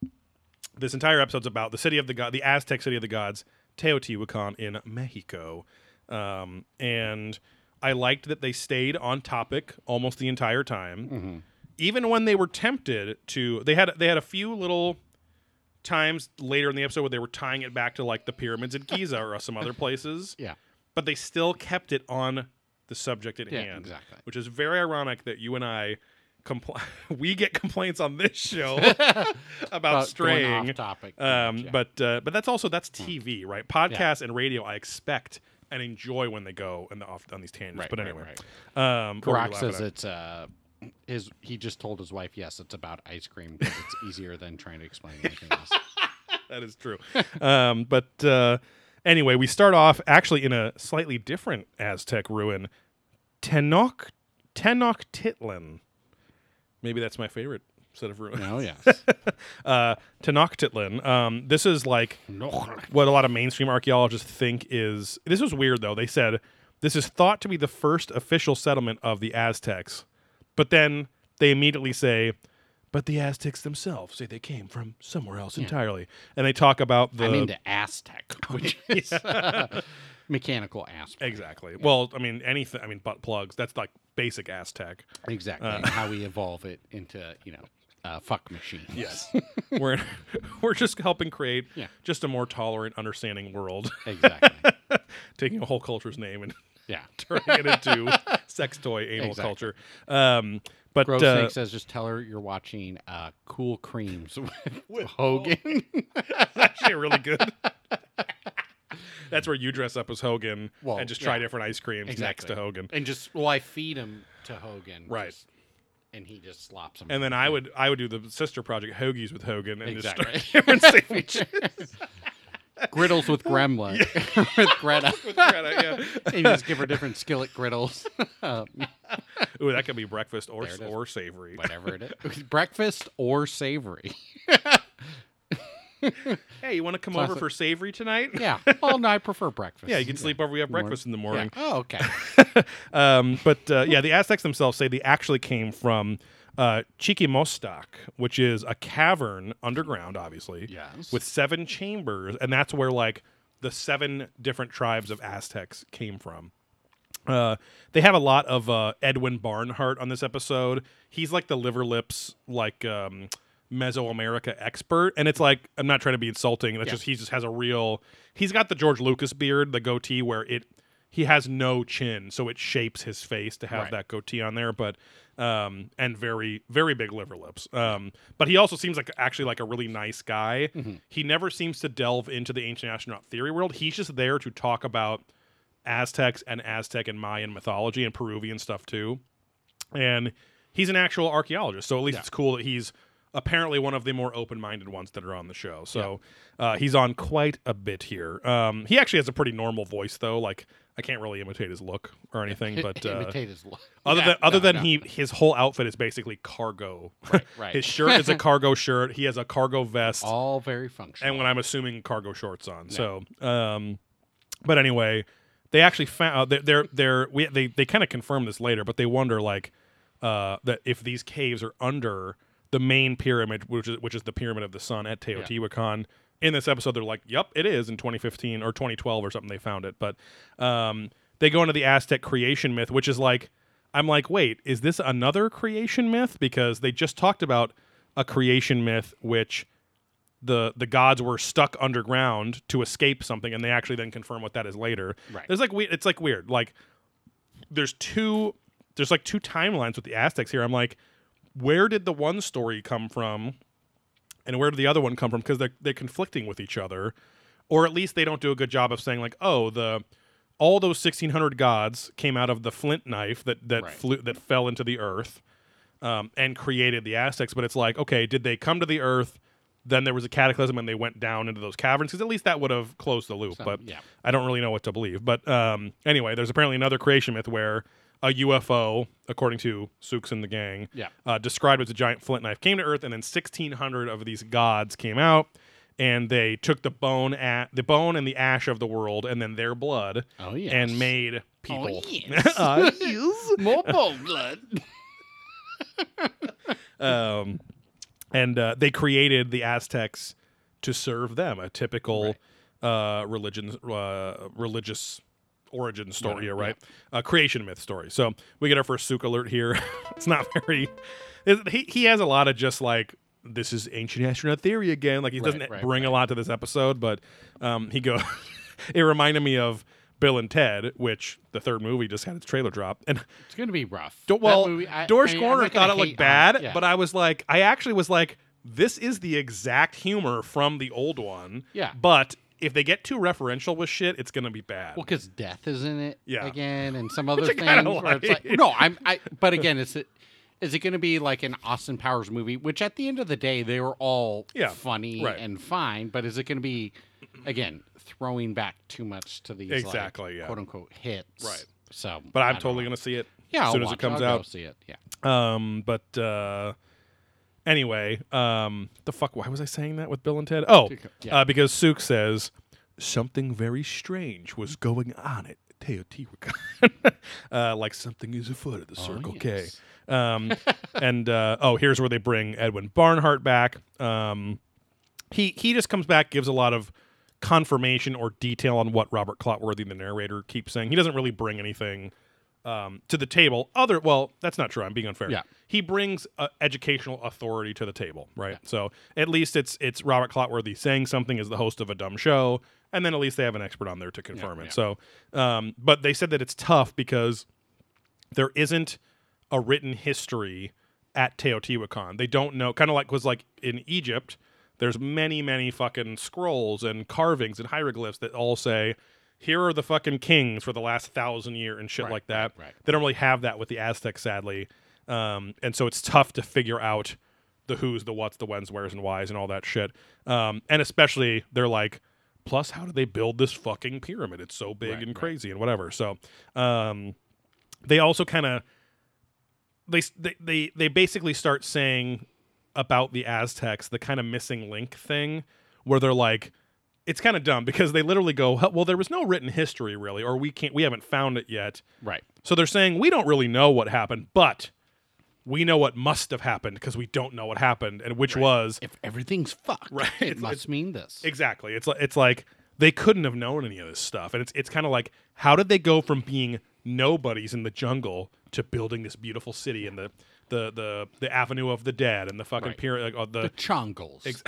S2: this entire episode's about the city of the god, the Aztec city of the gods, Teotihuacan in Mexico, um, and I liked that they stayed on topic almost the entire time, even when they were tempted to. They had they had a few little times later in the episode where they were tying it back to like the pyramids in Giza or some other places,
S3: Yeah. Uh,
S2: but they still kept it on the subject at
S3: Yeah,
S2: hand,
S3: exactly.
S2: which is very ironic that you and I. Compl- we get complaints on this show about
S3: About going
S2: straying
S3: off topic. too much,
S2: um,
S3: yeah. Hmm.
S2: but uh, but that's also that's TV, right? Podcasts and radio, I expect and enjoy when they go and the off on these tangents.
S3: Right,
S2: but
S3: right,
S2: anyway, um, what were you
S3: Karak
S2: laughing
S3: says
S2: at?
S3: it's uh his he just told his wife yes it's about ice cream because it's easier than trying to explain anything else.
S2: that is true. um, but uh, anyway, we start off actually in a slightly different Aztec ruin, Tenoch Tenochtitlan. Maybe that's my favorite set of ruins.
S3: No, yes.
S2: Uh, Tenochtitlan. Um, this is like what a lot of mainstream archaeologists think is this was weird though. They said this is thought to be the first official settlement of the Aztecs, but then they immediately say, but the Aztecs themselves say they came from somewhere else entirely, and they talk about the
S3: I'm into Aztec, which is uh, mechanical aspect.
S2: exactly. Well, I mean anything. I mean butt plugs. That's like basic Aztec.
S3: Exactly. and how we evolve it into, you know, a fuck machine.
S2: Yes, we're we're just helping create
S3: Yeah.
S2: just a more tolerant, understanding world,
S3: Exactly.
S2: taking a whole culture's name and
S3: Yeah.
S2: turning it into sex toy anal
S3: Exactly.
S2: culture. Um, but
S3: Gross
S2: uh,
S3: Snake says just tell her you're watching uh, Cool Creams with, Hogan.
S2: actually really good. That's where you dress up as Hogan
S3: Well,
S2: and just try
S3: yeah.
S2: different ice creams next to
S3: Exactly.
S2: Hogan.
S3: and just, well, I feed him to Hogan.
S2: Right.
S3: just- and he just slops him.
S2: And then I would I would do the sister project Hoagies with Hogan and
S3: Exactly.
S2: just start different sandwiches
S3: griddles with Gremlin. with Greta.
S2: with Greta. Yeah.
S3: and you just give her different skillet griddles, uh,
S2: Ooh, that could be breakfast or
S3: There it is.
S2: or savory.
S3: whatever it is. Breakfast or savory.
S2: Hey, you want to come over
S3: Classic.
S2: for savory tonight?
S3: Yeah. Oh, no, I prefer breakfast.
S2: Yeah, you can sleep over. We have breakfast in the
S3: Yeah.
S2: morning.
S3: Oh, okay.
S2: Um, but uh, yeah, the Aztecs themselves say they actually came from uh, Chiquimostoc, which is a cavern underground, obviously,
S3: Yes.
S2: with seven chambers, and that's where like the seven different tribes of Aztecs came from. Uh, they have a lot of uh, Edwin Barnhart on this episode. He's like the liver lips, like um, Mesoamerica expert, and it's like I'm not trying to be insulting. That's just he just has a real. He's got the George Lucas beard, the goatee, where it he has no chin, so it shapes his face to have
S3: Right.
S2: that goatee on there. But um, and very very big liver lips. Um, but he also seems like actually like a really nice guy. He never seems to delve into the ancient astronaut theory world. He's just there to talk about. Aztecs and Aztec and Mayan mythology and Peruvian stuff too. And he's an actual archaeologist, so at least it's cool that he's apparently one of the more open-minded ones that are on the show. So uh, he's on quite a bit here. Um, he actually has a pretty normal voice though. Like I can't really imitate his look or anything, but uh,
S3: imitate his look.
S2: other
S3: Yeah,
S2: than other
S3: no,
S2: than
S3: no.
S2: he his whole outfit is basically cargo.
S3: right.
S2: his shirt is a cargo shirt. He has a cargo vest
S3: all very functional.
S2: and when I'm assuming cargo shorts on. So, um, but anyway, they actually found uh, they're they're, they're we, they they kind of confirm this later, but they wonder like uh, that if these caves are under the main pyramid, which is which is the pyramid of the sun at Teotihuacan. In this episode, they're like, "Yep, it is." In 2015 or 2012 or something, they found it. But um, they go into the Aztec creation myth, which is like, I'm like, wait, is this another creation myth? Because they just talked about a creation myth, which the the gods were stuck underground to escape something, and they actually then confirm what that is later.
S3: Right.
S2: There's like we, it's like weird. Like there's two there's like two timelines with the Aztecs here. I'm like, where did the one story come from, and where did the other one come from? Because they're they're conflicting with each other, or at least they don't do a good job of saying like, oh, the all those 1600 gods came out of the flint knife that that
S3: Right.
S2: flew that fell into the earth um, and created the Aztecs. But it's like, okay, did they come to the Earth? Then there was a cataclysm and they went down into those caverns because at least that would have closed the loop. but
S3: yeah.
S2: I don't really know what to believe. But um, anyway, there's apparently another creation myth where a UFO, according to Sooks and the gang,
S3: Yeah.
S2: uh, described as a giant flint knife, came to Earth, and then 1,600 of these gods came out. And they took the bone at the bone and the ash of the world, and then their blood,
S3: Oh, yes. Oh,
S2: and made people.
S3: yes.
S2: Uh,
S3: More bone blood.
S2: um, and uh, they created the Aztecs to serve them, a typical uh, religion, uh, religious origin story, yeah, right? A creation myth story. So we get our first souk alert here. it's not very. it- he he has a lot of just like this is ancient astronaut theory again. Like he doesn't
S3: right,
S2: bring a lot to this episode, but um, he goes. it reminded me of. Bill and Ted, which the third movie just had its trailer drop, and
S3: It's gonna be rough.
S2: do-
S3: That
S2: well,
S3: movie, I-
S2: Doris
S3: I mean, I'm
S2: Corner
S3: not
S2: thought it
S3: gonna hate on
S2: looked bad,
S3: yeah.
S2: but I was like, I actually was like, this is the exact humor from the old one.
S3: Yeah.
S2: But if they get too referential with shit, it's gonna be bad.
S3: Well, because death is in it
S2: Yeah.
S3: again, and some other
S2: I
S3: things.
S2: kinda
S3: where it's like,
S2: like.
S3: no, I'm. I but again, is it is it going to be like an Austin Powers movie? Which at the end of the day, they were all
S2: Yeah,
S3: funny
S2: right.
S3: and fine. But is it going to be again throwing back too much to these like,
S2: Exactly, yeah.
S3: quote unquote hits?
S2: Right.
S3: So,
S2: but
S3: I
S2: I'm
S3: don't
S2: totally
S3: know.
S2: gonna see it
S3: yeah
S2: as
S3: I'll
S2: soon as
S3: watch
S2: it comes
S3: I'll go
S2: out.
S3: see it. Yeah.
S2: Um, but uh, anyway, um, the fuck? Why was I saying that with Bill and Ted? Oh,
S3: Yeah.
S2: uh, because Suk says something very strange was going on at Teotihuacan, uh, like something is afoot at the Circle
S3: Oh,
S2: K.
S3: yes.
S2: Um, and uh, oh, here's where they bring Edwin Barnhart back. Um, he he just comes back, gives a lot of confirmation or detail on what Robert Clotworthy, the narrator, keeps saying. He doesn't really bring anything um, to the table. Other, well, that's not true. I'm being unfair.
S3: Yeah.
S2: he brings uh, educational authority to the table, right? So at least it's it's Robert Clotworthy saying something as the host of a dumb show, and then at least they have an expert on there to confirm it. So, um, but they said that it's tough because there isn't a written history at Teotihuacan. They don't know. Kind of like was like in Egypt. There's many, many fucking scrolls and carvings and hieroglyphs that all say, "Here are the fucking kings for the last thousand year and shit like that."
S3: right, right.
S2: They don't really have that with the Aztecs, sadly, um, and so it's tough to figure out the who's, the what's, the when's, where's, and why's, and all that shit. Um, and especially they're like, plus, how do they build this fucking pyramid? It's so big and crazy and whatever. So. Um, they also kind of they, they they they basically start saying about the Aztecs the kind of missing link thing where they're like it's kind of dumb because they literally go "Huh, well there was no written history really or we can't we haven't found it yet
S3: Right.
S2: so they're saying we don't really know what happened but we know what must have happened because we don't know what happened and which was
S3: If everything's fucked,
S2: Right,
S3: it
S2: it's-
S3: must
S2: it's-
S3: mean this.
S2: Exactly. It's like it's like they couldn't have known any of this stuff, and it's it's kind of like how did they go from being nobodies in the jungle to building this beautiful city and the the the the avenue of the dead and the fucking
S3: Right.
S2: pyramid? Like, uh, the
S3: the Chongles.
S2: Ex-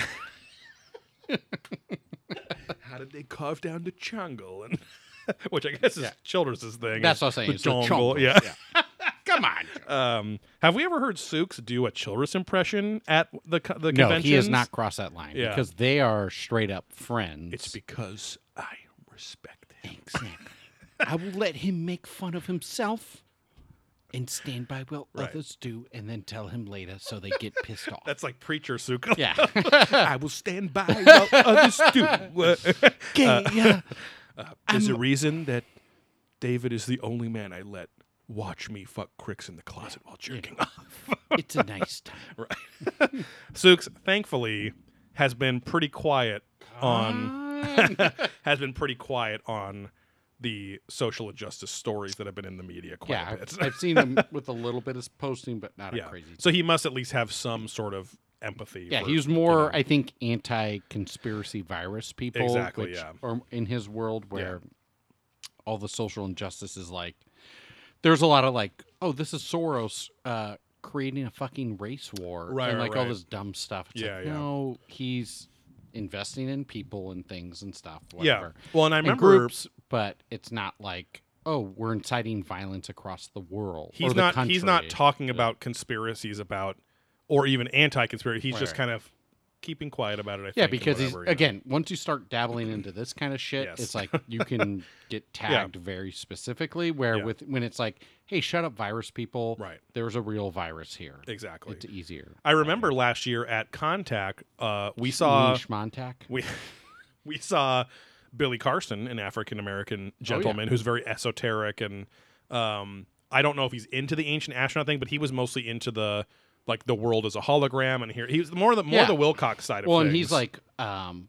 S2: how did they carve down the jungle and which I guess is Childress's thing.
S3: That's
S2: is
S3: what I'm saying.
S2: The
S3: it's the
S2: jungle.
S3: Chongles,
S2: Yeah.
S3: Come on.
S2: Um, have we ever heard Sooks do a Childress impression at the co- the
S3: No,
S2: conventions?
S3: he has not crossed that line
S2: Yeah.
S3: because they are straight up friends.
S2: It's because I respect him.
S3: Exactly. I will let him make fun of himself and stand by while
S2: Right.
S3: others do, and then tell him later so they get pissed off.
S2: That's like preacher Suka.
S3: yeah.
S2: I will stand by while others do.
S3: okay, yeah.
S2: There's a reason that David is the only man I let watch me fuck cricks in the closet while jerking off.
S3: It's a nice time.
S2: Sooks, thankfully, has been pretty quiet on
S3: Ah.
S2: has been pretty quiet on the social injustice stories that have been in the media quite
S3: yeah,
S2: a
S3: I've,
S2: bit.
S3: I've seen him with a little bit of posting, but not
S2: yeah.
S3: a crazy.
S2: So he must at least have some sort of empathy.
S3: Yeah,
S2: for-
S3: he was more, I think, anti-conspiracy virus people,
S2: Exactly,
S3: which
S2: yeah.
S3: are in his world where all the social injustice is like. There's a lot of like, oh, this is Soros uh, creating a fucking race war,
S2: Right,
S3: and
S2: right,
S3: like all
S2: right.
S3: this dumb stuff. It's
S2: Yeah,
S3: like,
S2: yeah.
S3: No, he's investing in people and things and stuff.
S2: Yeah.
S3: Whatever.
S2: Well, and I
S3: And
S2: remember
S3: groups, but it's not like, oh, we're inciting violence across the world.
S2: he's
S3: or the
S2: not he's not
S3: country.
S2: talking about conspiracies about or even anti-conspiracy. He's just
S3: Right.
S2: kind of keeping quiet about it. I
S3: Yeah,
S2: think, and
S3: because
S2: whatever, you
S3: he's
S2: know.
S3: again, once you start dabbling into this kind of shit,
S2: Yes.
S3: it's like you can get tagged very specifically. Where
S2: Yeah.
S3: with when it's like, hey, shut up, virus people.
S2: Right.
S3: There's a real virus here.
S2: exactly.
S3: It's easier.
S2: I remember last year at Contact, uh, we saw
S3: Leash Montauk.
S2: we we saw Billy Carson, an African
S3: Oh,
S2: American gentleman who's very esoteric and um I don't know if he's into the ancient astronaut thing, but he was mostly into the like the world as a hologram and here he was more the more
S3: Yeah.
S2: the Wilcox side of
S3: Well,
S2: things.
S3: and he's like, um,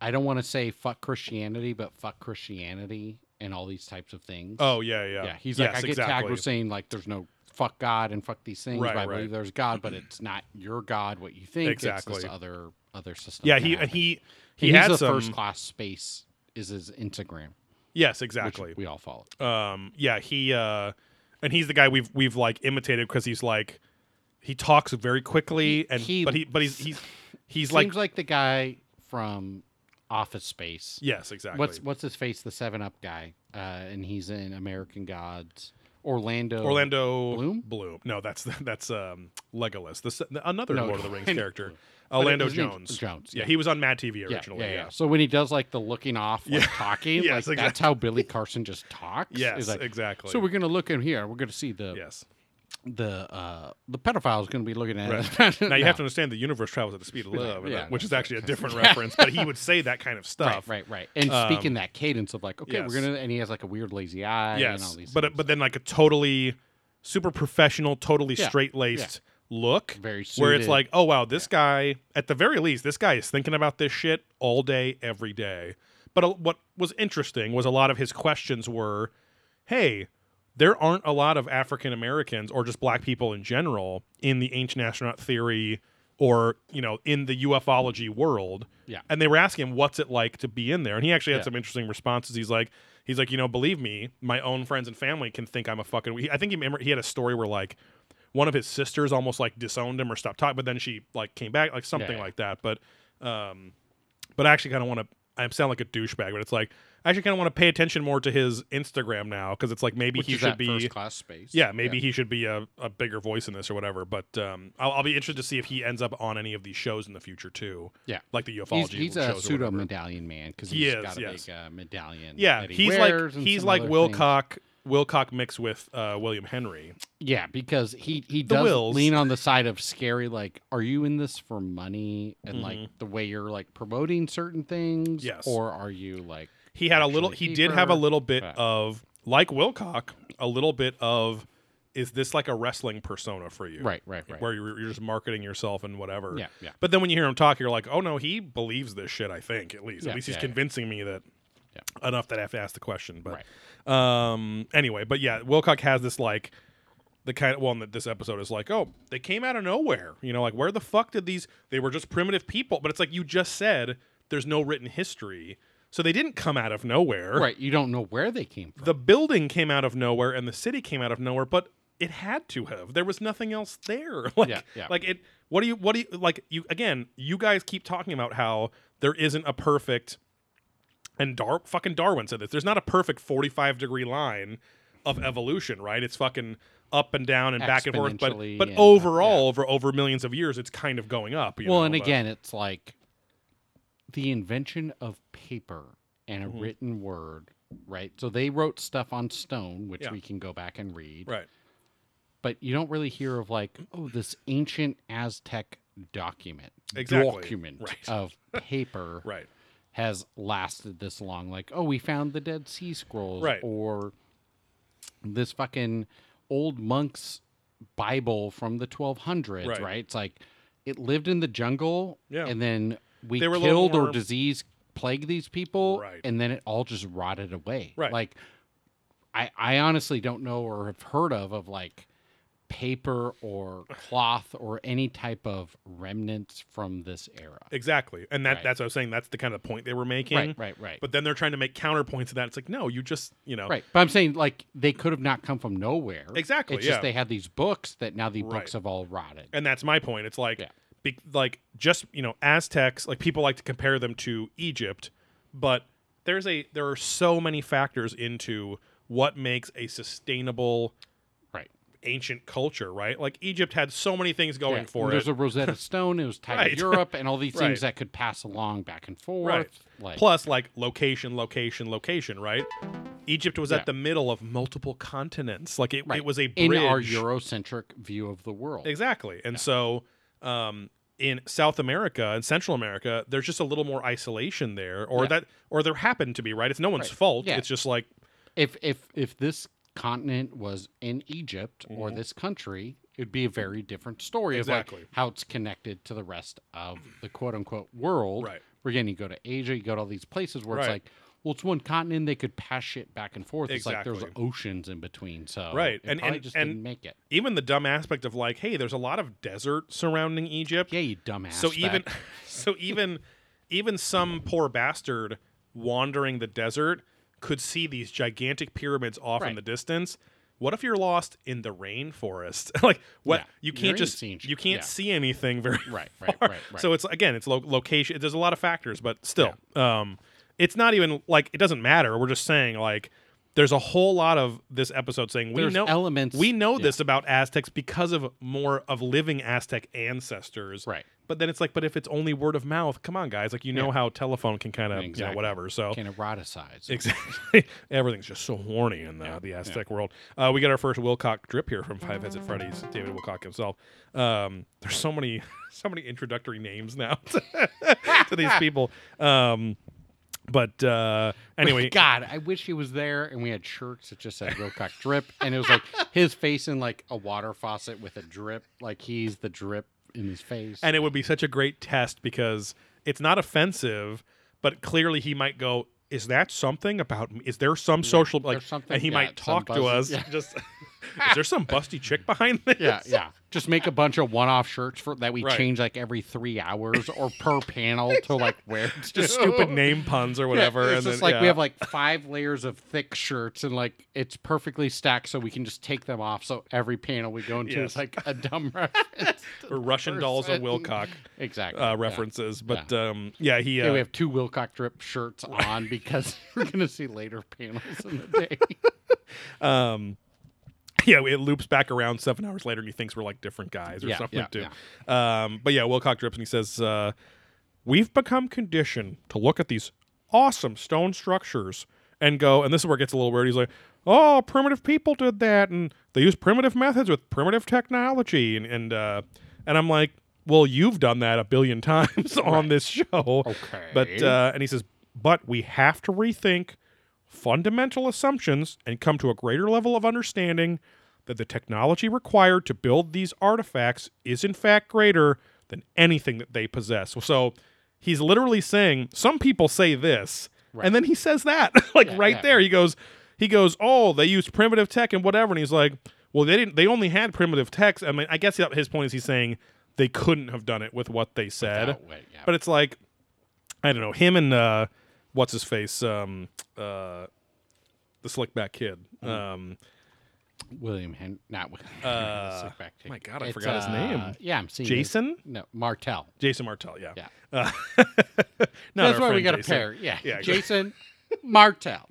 S3: I don't want to say fuck Christianity, but fuck Christianity and all these types of things.
S2: Oh yeah, yeah.
S3: yeah. He's
S2: Yes,
S3: like, I get
S2: exactly.
S3: tagged with saying like, there's no fuck God and fuck these things.
S2: Right,
S3: but I
S2: right.
S3: believe there's God, but it's not your God. What you think? It's
S2: Exactly.
S3: this other other system.
S2: Yeah,
S3: that
S2: he and
S3: happened.
S2: he
S3: He,
S2: he
S3: he's
S2: had
S3: a
S2: some
S3: first class space is his Instagram.
S2: Yes,
S3: Which
S2: exactly.
S3: we all follow.
S2: um yeah he uh and he's the guy we've we've like imitated because he's like he talks very quickly and
S3: he-
S2: but he but he's he's he's
S3: Seems
S2: like,
S3: like, the guy from Office Space.
S2: yes exactly
S3: What's what's his face? The Seven Up guy, uh, and he's in American Gods. Orlando.
S2: Orlando
S3: Bloom?
S2: no that's that's um Legolas the, s- the- another
S3: No,
S2: Lord of the Rings
S3: Orlando
S2: character Uh,
S3: Bloom.
S2: Orlando
S3: his name's
S2: Jones
S3: Jones,
S2: yeah
S3: yeah.
S2: he was on Mad TV
S3: Yeah,
S2: originally
S3: yeah,
S2: yeah
S3: yeah. So when he does like the looking off, like talking,
S2: Yes,
S3: like that's
S2: exactly.
S3: how Billy Carson just talks. He's
S2: yes
S3: like,
S2: exactly
S3: So we're gonna look in here. We're gonna see the
S2: yes
S3: the uh, the pedophile is gonna be looking at. us.
S2: Right. now you have to
S3: No.
S2: understand the universe travels at the speed of love and
S3: yeah,
S2: that- which is
S3: that's
S2: actually a different reference but he would say that kind of stuff
S3: Right, right, right. And speak in that cadence of like, okay,
S2: Um, yes.
S3: we're gonna, and he has like a weird lazy eye. and all
S2: Yes,
S3: these
S2: but uh,
S3: things.
S2: but then like a totally super professional, totally
S3: Yeah,
S2: straight laced look,
S3: Very
S2: where it's
S3: suited.
S2: like, oh wow, this guy at the very least, this guy is thinking about this shit all day, every day. But a, what was interesting was a lot of his questions were, hey, there aren't a lot of African Americans or just black people in general in the ancient astronaut theory or you know in the ufology world
S3: Yeah.
S2: and they were asking him what's it like to be in there and he actually had
S3: Yeah.
S2: some interesting responses he's like he's like you know believe me my own friends and family can think i'm a fucking he- i think he remember he had a story where like one of his sisters almost like disowned him or stopped talking but then she like came back like something
S3: yeah.
S2: like that but um but I actually kind of want to. I sound like a douchebag, but it's like I actually kind of want to pay attention more to his Instagram now because it's like maybe
S3: Which
S2: he
S3: is
S2: should
S3: that
S2: be.
S3: first class space.
S2: Yeah, maybe he should be a, a bigger voice in this or whatever. But um, I'll, I'll be interested to see if he ends up on any of these shows in the future too.
S3: Yeah.
S2: like the
S3: He's,
S2: ufology.
S3: he's
S2: shows
S3: a
S2: or
S3: pseudo
S2: whatever.
S3: medallion man because
S2: He
S3: he's
S2: is,
S3: got a
S2: yes.
S3: big uh, medallion.
S2: Yeah,
S3: that he
S2: he's like
S3: wears and
S2: he's
S3: some
S2: like
S3: other
S2: Wilcock Wilcock mixed with uh, William Henry.
S3: things. Yeah, because he he
S2: The
S3: does
S2: Wills.
S3: lean on the side of scary. Like, are you in this for money? And like the way you're like promoting certain things.
S2: Yes.
S3: Or are you like
S2: He had a little. He
S3: Actually
S2: did have a
S3: deeper,
S2: little bit
S3: but-
S2: of like Wilcock, a little bit of. Is this like a wrestling persona for you?
S3: right, right, right?
S2: where you're, you're just marketing yourself and whatever.
S3: Yeah, yeah.
S2: But then when you hear him talk, you're like, oh no, he believes this shit. I think at least,
S3: Yeah,
S2: at least he's
S3: yeah, yeah.
S2: convincing me that enough that I have to ask the question. But um, anyway, but yeah, Wilcock has this like the kind of one that this episode is like, oh, they came out of nowhere. You know, like where the fuck did these? They were just primitive people. But it's like you just said, there's no written history, so they didn't come out of nowhere.
S3: Right. You don't know where they came from.
S2: The building came out of nowhere and the city came out of nowhere, but it had to have. There was nothing else there. Like,
S3: Yeah, yeah.
S2: like it. What do you? What do you? Like you again? You guys keep talking about how there isn't a perfect. And Dar fucking Darwin said this. There's not a perfect 45 degree line of evolution, right? It's fucking up and down and back and forth. But
S3: Exponentially
S2: but
S3: and up,
S2: overall, over over millions of years, it's kind of going up. you
S3: Well,
S2: know,
S3: and
S2: but-
S3: again, it's like the invention of paper and a written word, right? So they wrote stuff on stone, which
S2: Yeah.
S3: we can go back and read.
S2: right?
S3: but you don't really hear of like, oh, this ancient Aztec document,
S2: Exactly.
S3: document
S2: Right.
S3: of paper
S2: Right.
S3: has lasted this long. Like, oh, we found the Dead Sea Scrolls,
S2: Right.
S3: or this fucking old monk's Bible from the 1200s,
S2: Right.
S3: right? It's like it lived in the jungle,
S2: Yeah.
S3: and then we
S2: They were a little
S3: killed or
S2: more-
S3: disease plagued these people,
S2: Right.
S3: and then it all just rotted away.
S2: Right.
S3: Like, I I honestly don't know or have heard of of like paper or cloth or any type of remnants from this era.
S2: Exactly. And that
S3: Right.
S2: that's what I was saying. That's the kind of point they were making.
S3: Right, right, right.
S2: But then they're trying to make counterpoints to that. It's like, no, you just, you know,
S3: Right. But I'm saying like they could have not come from nowhere.
S2: Exactly,
S3: It's
S2: yeah.
S3: just they had these books that now the
S2: Right.
S3: books have all rotted.
S2: and that's my point. It's like,
S3: Yeah.
S2: be, like just you know, Aztecs. Like people like to compare them to Egypt, but there's a there are so many factors into what makes a sustainable
S3: right.
S2: ancient culture, right? Like Egypt had so many things going
S3: Yeah.
S2: for it.
S3: And There's a Rosetta Stone, it was tied
S2: Right.
S3: to Europe and all these things
S2: Right.
S3: that could pass along back and forth.
S2: Right.
S3: Like
S2: Plus, like location, location, location, right? Egypt was
S3: Yeah.
S2: at the middle of multiple continents. Like it,
S3: right.
S2: it was a bridge.
S3: in our Eurocentric view of the world.
S2: Exactly. And so um, in South America and Central America, there's just a little more isolation there, or
S3: Yeah.
S2: that, or there happened to be, right? It's no one's
S3: Right.
S2: fault.
S3: Yeah.
S2: It's just like,
S3: If if if this continent was in Egypt or this country, it'd be a very different story of
S2: Mm-hmm. Exactly.
S3: like how it's connected to the rest of the quote unquote world.
S2: Right.
S3: Where again you go to Asia, you go to all these places where it's
S2: Right.
S3: like, well, it's one continent, they could pass shit back and forth. It's like
S2: Exactly.
S3: there's oceans in between. So
S2: Right.
S3: it
S2: And-
S3: probably
S2: and-
S3: just
S2: and-
S3: didn't make it.
S2: even the dumb aspect of like, hey, there's a lot of desert surrounding Egypt.
S3: Yeah, you dumbass.
S2: so even,
S3: that-
S2: so even, even some poor bastard wandering the desert could see these gigantic pyramids off in
S3: Right.
S2: the distance. What if you're lost in the rainforest? like what
S3: Yeah.
S2: you
S3: There
S2: can't
S3: ain't
S2: just
S3: seen shit.
S2: you can't
S3: Yeah.
S2: see anything very
S3: Right, right,
S2: far.
S3: right, right.
S2: So it's again, it's lo- location. There's a lot of factors, but still, um, it's not even like it doesn't matter. We're just saying like there's a whole lot of this episode saying we
S3: There's
S2: know
S3: elements-
S2: We know
S3: yeah.
S2: this about Aztecs because of more of living Aztec ancestors,
S3: Right.
S2: But then it's like, but if it's only word of mouth, come on, guys. Like you know how telephone can kind of you know
S3: Exactly.
S2: whatever. So
S3: can eroticize.
S2: Exactly. Everything's just so horny in the, the Aztec world. Uh, we got our first Wilcock drip here from Five Heads at Freddy's, David Wilcock himself. Um, there's so many, so many introductory names now to, to these people. Um, but uh, anyway,
S3: God, I wish he was there and we had shirts that just said Wilcock drip and it was like his face in like a water faucet with a drip, like he's the drip in his face.
S2: and it would be such a great test because it's not offensive, but clearly he might go. Is that something about? Is there some social like?
S3: there's something-
S2: and he
S3: yeah,
S2: might
S3: some
S2: talk to
S3: buzz-
S2: us.
S3: yeah.
S2: Just is there some busty chick behind this?
S3: yeah, yeah. Just make a bunch of one-off shirts for that we
S2: Right.
S3: change like every three hours or per panel to like wear.
S2: just stupid name puns or whatever.
S3: it's
S2: and
S3: just
S2: then-
S3: like
S2: yeah.
S3: we have like five layers of thick shirts and like it's perfectly stacked, so we can just take them off. So every panel we go into
S2: Yes.
S3: is like a dumb reference. to
S2: Or
S3: the
S2: Russian dolls and
S3: person.
S2: Wilcock
S3: exactly
S2: uh,
S3: yeah.
S2: references, but um, yeah, he. Uh,
S3: Yeah, we have two Wilcock drip shirts on because we're gonna see later panels in the day.
S2: um, yeah, it loops back around seven hours later, and he thinks we're like different guys or
S3: Yeah,
S2: something
S3: yeah,
S2: too. Um, but yeah, Wilcock drips and he says, uh, "We've become conditioned to look at these awesome stone structures and go." And this is where it gets a little weird. He's like, "Oh, primitive people did that, and they used primitive methods with primitive technology," and and uh, and I'm like, "Well, you've done that a billion times on this show." Okay, but uh, and he says, "But we have to rethink." fundamental assumptions and come to a greater level of understanding that the technology required to build these artifacts is in fact greater than anything that they possess. So he's literally saying some people say this and then he says that like right
S3: yeah.
S2: there he goes he goes oh they used primitive tech and whatever and he's like well they didn't they only had primitive techs I mean I guess his point is he's saying they couldn't have done it with what they said
S3: Without what- yeah.
S2: but it's like I don't know him and uh, what's his face, um, uh, the slick back kid.
S3: Mm-hmm.
S2: Um,
S3: William Hen, not William. Hen- Sick back take.
S2: Uh, my God, I
S3: It's, uh,
S2: forgot his name.
S3: Yeah, I'm seeing it.
S2: Jason,
S3: No, Martell.
S2: Jason Martell. Yeah,
S3: Yeah,
S2: Uh, not
S3: that's
S2: our
S3: why we
S2: friend
S3: got a
S2: Jason.
S3: pair. Yeah,
S2: Yeah, exactly.
S3: Jason Martell.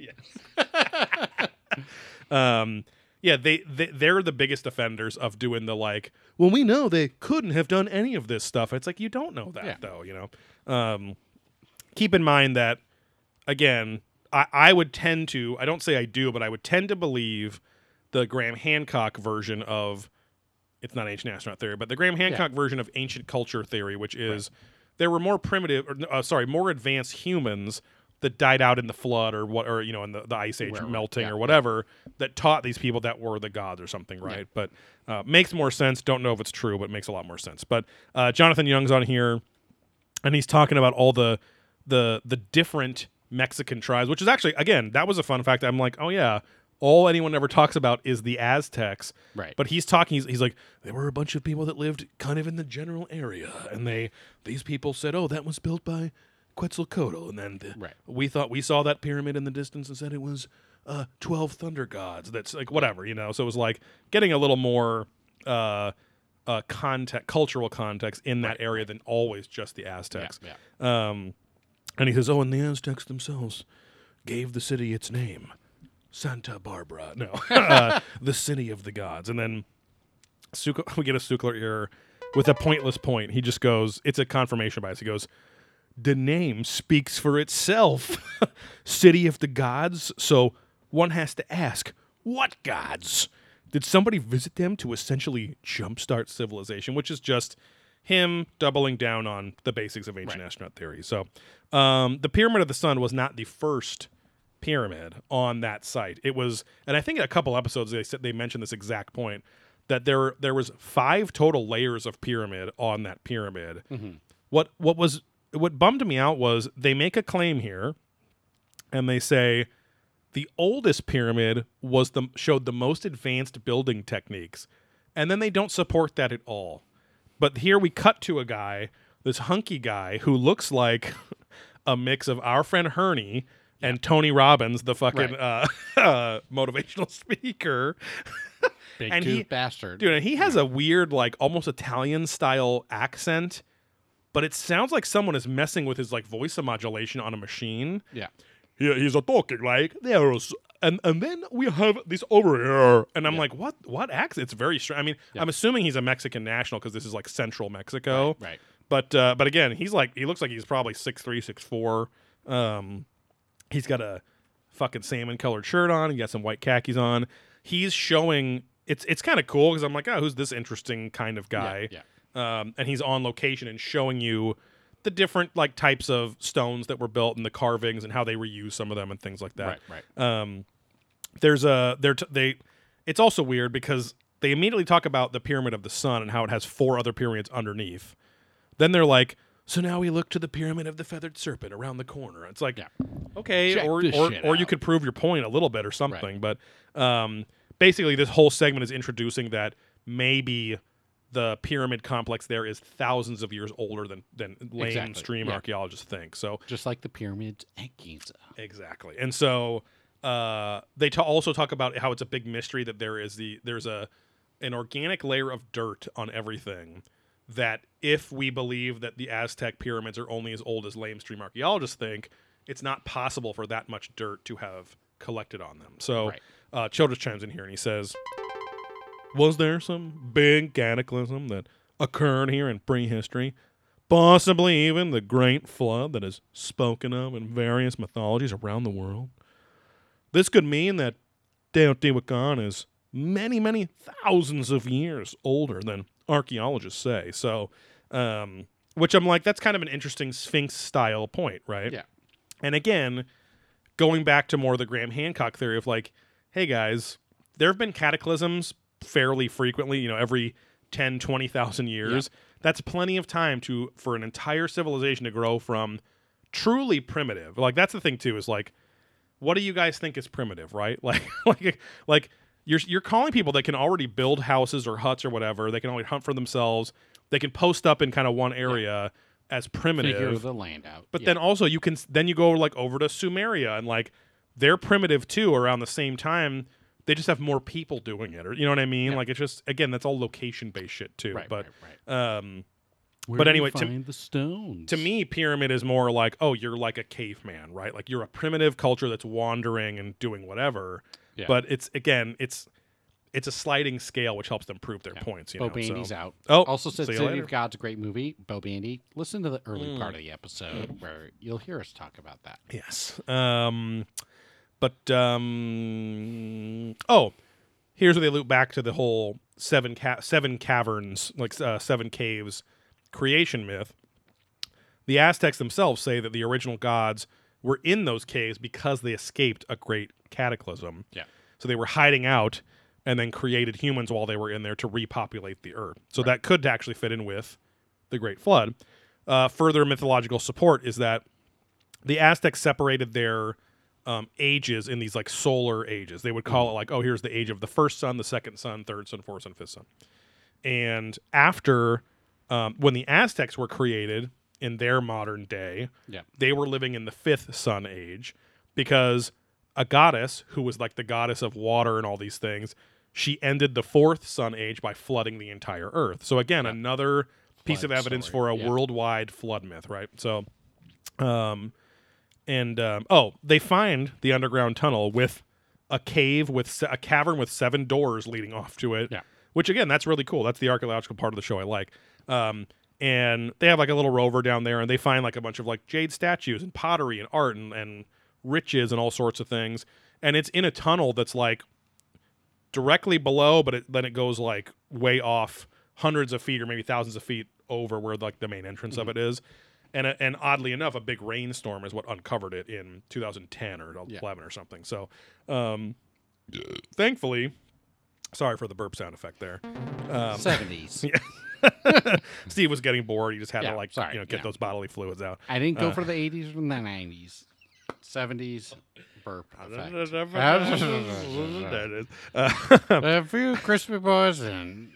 S2: Um, yeah, they, they they're the biggest offenders of doing the like. Well, we know they couldn't have done any of this stuff. It's like you don't know that
S3: Yeah.
S2: though. You know. Um, keep in mind that again, I, I would tend to. I don't say I do, but I would tend to believe the Graham Hancock version of it's not ancient astronaut theory, but the Graham Hancock version of ancient culture theory, which is there were more primitive, or, uh, sorry, more advanced humans that died out in the flood or what, or you know, in the, the ice age melting
S3: yeah,
S2: or whatever, that taught these people that were the gods or something, right? But uh, makes more sense. Don't know if it's true, but makes a lot more sense. But uh, Jonathan Young's on here and he's talking about all the the the different Mexican tribes, which is actually again that was a fun fact. I'm like, oh yeah, all anyone ever talks about is the Aztecs,
S3: Right.
S2: But he's talking, he's, he's like, there were a bunch of people that lived kind of in the general area, and they these people said, oh, that was built by Quetzalcoatl, and then the,
S3: Right.
S2: we thought we saw that pyramid in the distance and said it was uh, 12 thunder gods that's like whatever you know so it was like getting a little more uh, uh, context cultural context in that area than always just the aztecs
S3: Yeah,
S2: Um, and he says oh and the aztecs themselves gave the city its name santa barbara no uh, the city of the gods and then Suk- we get a Sukler error with a pointless point. He just goes, it's a confirmation bias. He goes, the name speaks for itself. City of the gods. So one has to ask, what gods? Did somebody visit them to essentially jumpstart civilization? Which is just him doubling down on the basics of ancient astronaut theory. So um, the Pyramid of the Sun was not the first pyramid on that site. It was, and I think in a couple episodes they said they mentioned this exact point that there there was five total layers of pyramid on that pyramid. What what was what bummed me out was they make a claim here, and they say the oldest pyramid was the showed the most advanced building techniques, and then they don't support that at all. But here we cut to a guy, this hunky guy who looks like a mix of our friend Herney and Tony Robbins, the fucking uh, uh, motivational speaker.
S3: Big
S2: And
S3: tooth
S2: he-
S3: bastard.
S2: Dude, and he has a weird, like almost Italian style accent, but it sounds like someone is messing with his like voice modulation on a machine.
S3: Yeah.
S2: He, he's a talking like there's and and then we have this over here, and I'm like, what what accent? It's very strange. I mean, I'm assuming he's a Mexican national because this is like central Mexico.
S3: Right.
S2: But uh, but again, he's like he looks like he's probably six three, six four. Um, he's got a fucking salmon colored shirt on. He got some white khakis on. He's showing it's it's kind of cool because I'm like, oh, who's this interesting kind of guy?
S3: yeah.
S2: Um, and he's on location and showing you the different like types of stones that were built and the carvings and how they reused some of them and things like that
S3: Right. Right.
S2: there's a there t- they it's also weird because they immediately talk about the pyramid of the sun and how it has four other pyramids underneath then they're like so now we look to the pyramid of the feathered serpent around the corner it's like okay
S3: Check
S2: or
S3: this
S2: or,
S3: shit
S2: or you
S3: out.
S2: could prove your point a little bit or something but um basically this whole segment is introducing that maybe the pyramid complex there is thousands of years older than than
S3: Exactly,
S2: mainstream
S3: yeah.
S2: archaeologists think so
S3: Just like the pyramids at Giza.
S2: Exactly. And so uh, they ta- also talk about how it's a big mystery that there is the there's a an organic layer of dirt on everything that if we believe that the Aztec pyramids are only as old as lamestream archaeologists think, it's not possible for that much dirt to have collected on them. So
S3: Right.
S2: uh, Childress chimes in here and he says, "Was there some big cataclysm that occurred here in prehistory?" possibly even the great flood that is spoken of in various mythologies around the world. This could mean that Teotihuacan is many, many thousands of years older than archaeologists say. So, um, which I'm like, that's kind of an interesting Sphinx style point, right?
S3: Yeah.
S2: And again, going back to more of the Graham Hancock theory of like, hey guys, there have been cataclysms fairly frequently, you know, every 10, 20,000 years. That's plenty of time to for an entire civilization to grow from truly primitive. Like that's the thing too is like what do you guys think is primitive, right? Like like like you're you're calling people that can already build houses or huts or whatever. They can only hunt for themselves. They can post up in kind of one area as primitive.
S3: Figure the land out.
S2: But
S3: Yeah.
S2: then also you can then you go like over to Sumeria and like they're primitive too around the same time. They just have more people doing it, or you know what I mean? Like it's just again that's all location based shit too.
S3: Right,
S2: but
S3: right,
S2: um,
S3: Where
S2: but
S3: do you
S2: anyway, to-
S3: find the stones
S2: to me, pyramid is more like oh you're like a caveman, right? Like you're a primitive culture that's wandering and doing whatever.
S3: Yeah.
S2: But it's again it's it's a sliding scale which helps them prove their points. You
S3: Bo
S2: know,
S3: Bandy's
S2: so-
S3: out.
S2: Oh,
S3: also said
S2: see you
S3: City
S2: later. Hmm.
S3: of God's a great movie. Bo Bandy, listen to the early part of the episode where you'll hear us talk about that.
S2: Yes. Um, but um, oh, here's where they loop back to the whole seven ca- seven caverns, like uh, seven caves creation myth, the Aztecs themselves say that the original gods were in those caves because they escaped a great cataclysm.
S3: Yeah.
S2: So they were hiding out and then created humans while they were in there to repopulate the earth. So that could actually fit in with the Great Flood. Uh, further mythological support is that the Aztecs separated their um, ages in these like solar ages. They would call it like, oh, here's the age of the first sun, the second sun, third sun, fourth sun, fifth sun. And after, um, when the Aztecs were created in their modern day,
S3: Yeah.
S2: they were living in the fifth sun age because a goddess who was like the goddess of water and all these things, she ended the fourth sun age by flooding the entire earth. So again, another piece of
S3: Flood
S2: evidence for
S3: story,
S2: a
S3: yeah.
S2: worldwide flood myth, right? So, um, and um, oh, they find the underground tunnel with a cave with se- a cavern with seven doors leading off to it.
S3: Yeah.
S2: Which again, that's really cool. That's the archaeological part of the show I like. Um, and they have like a little rover down there, and they find like a bunch of like jade statues and pottery and art and, and riches and all sorts of things. And it's in a tunnel that's like directly below, but it, then it goes like way off hundreds of feet or maybe thousands of feet over where like the main entrance
S3: Mm-hmm.
S2: of it is. And, uh, and oddly enough, a big rainstorm is what uncovered it in 2010 or 11
S3: Yeah.
S2: or something. So, um, thankfully, sorry for the burp sound effect there. Um,
S3: Seventies.
S2: Steve was getting bored. He just had
S3: Yeah,
S2: to like
S3: sorry,
S2: you know get
S3: yeah.
S2: those bodily fluids out.
S3: I didn't go
S2: Uh.
S3: for the eighties or the nineties. Seventies burp effect.
S2: There it is.
S3: A few crispy boys and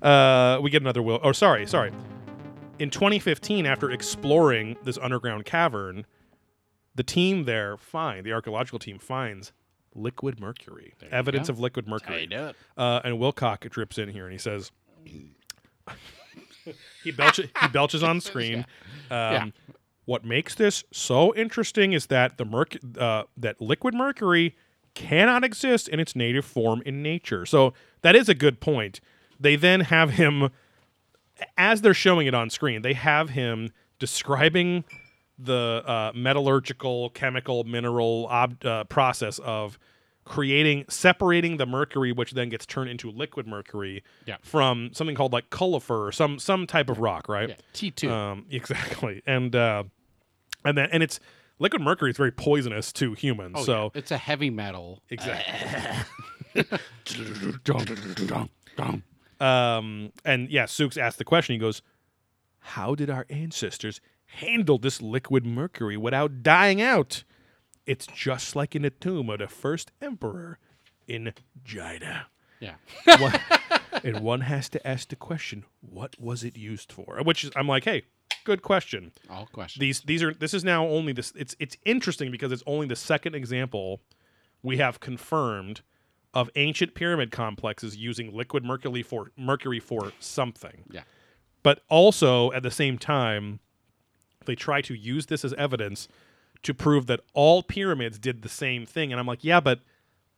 S2: Uh, uh, we get another will. Oh, sorry, sorry. In 2015, after exploring this underground cavern, the team there find the archaeological team finds liquid mercury,
S3: you
S2: evidence
S3: go.
S2: of liquid mercury.
S3: tied up.
S2: Uh, and Wilcock drips in here and he says, he, belches, he belches on screen. Um, What makes this so interesting is that the merc- uh, that liquid mercury cannot exist in its native form in nature. So that is a good point. They then have him, as they're showing it on screen, they have him describing the uh, metallurgical, chemical, mineral ob- uh, process of creating, separating the mercury, which then gets turned into liquid mercury
S3: Yeah.
S2: from something called like cullifer or some some type of rock, right?
S3: T two.
S2: Um, exactly, and uh, and then and it's liquid mercury is very poisonous to humans. so
S3: Oh, it's a heavy metal.
S2: exactly,
S3: Dum, dum, dum.
S2: um, and yeah, Sooks asked the question. He goes, "How did our ancestors handle this liquid mercury without dying out? It's just like in the tomb of the first emperor in China."
S3: Yeah.
S2: one, and one has to ask the question, what was it used for? Which is, I'm like, hey, good question.
S3: All questions.
S2: These these are this is now only this. It's it's interesting because it's only the second example we have confirmed of ancient pyramid complexes using liquid mercury for mercury for something.
S3: Yeah.
S2: But also at the same time, they try to use this as evidence to prove that all pyramids did the same thing. And I'm like, yeah, but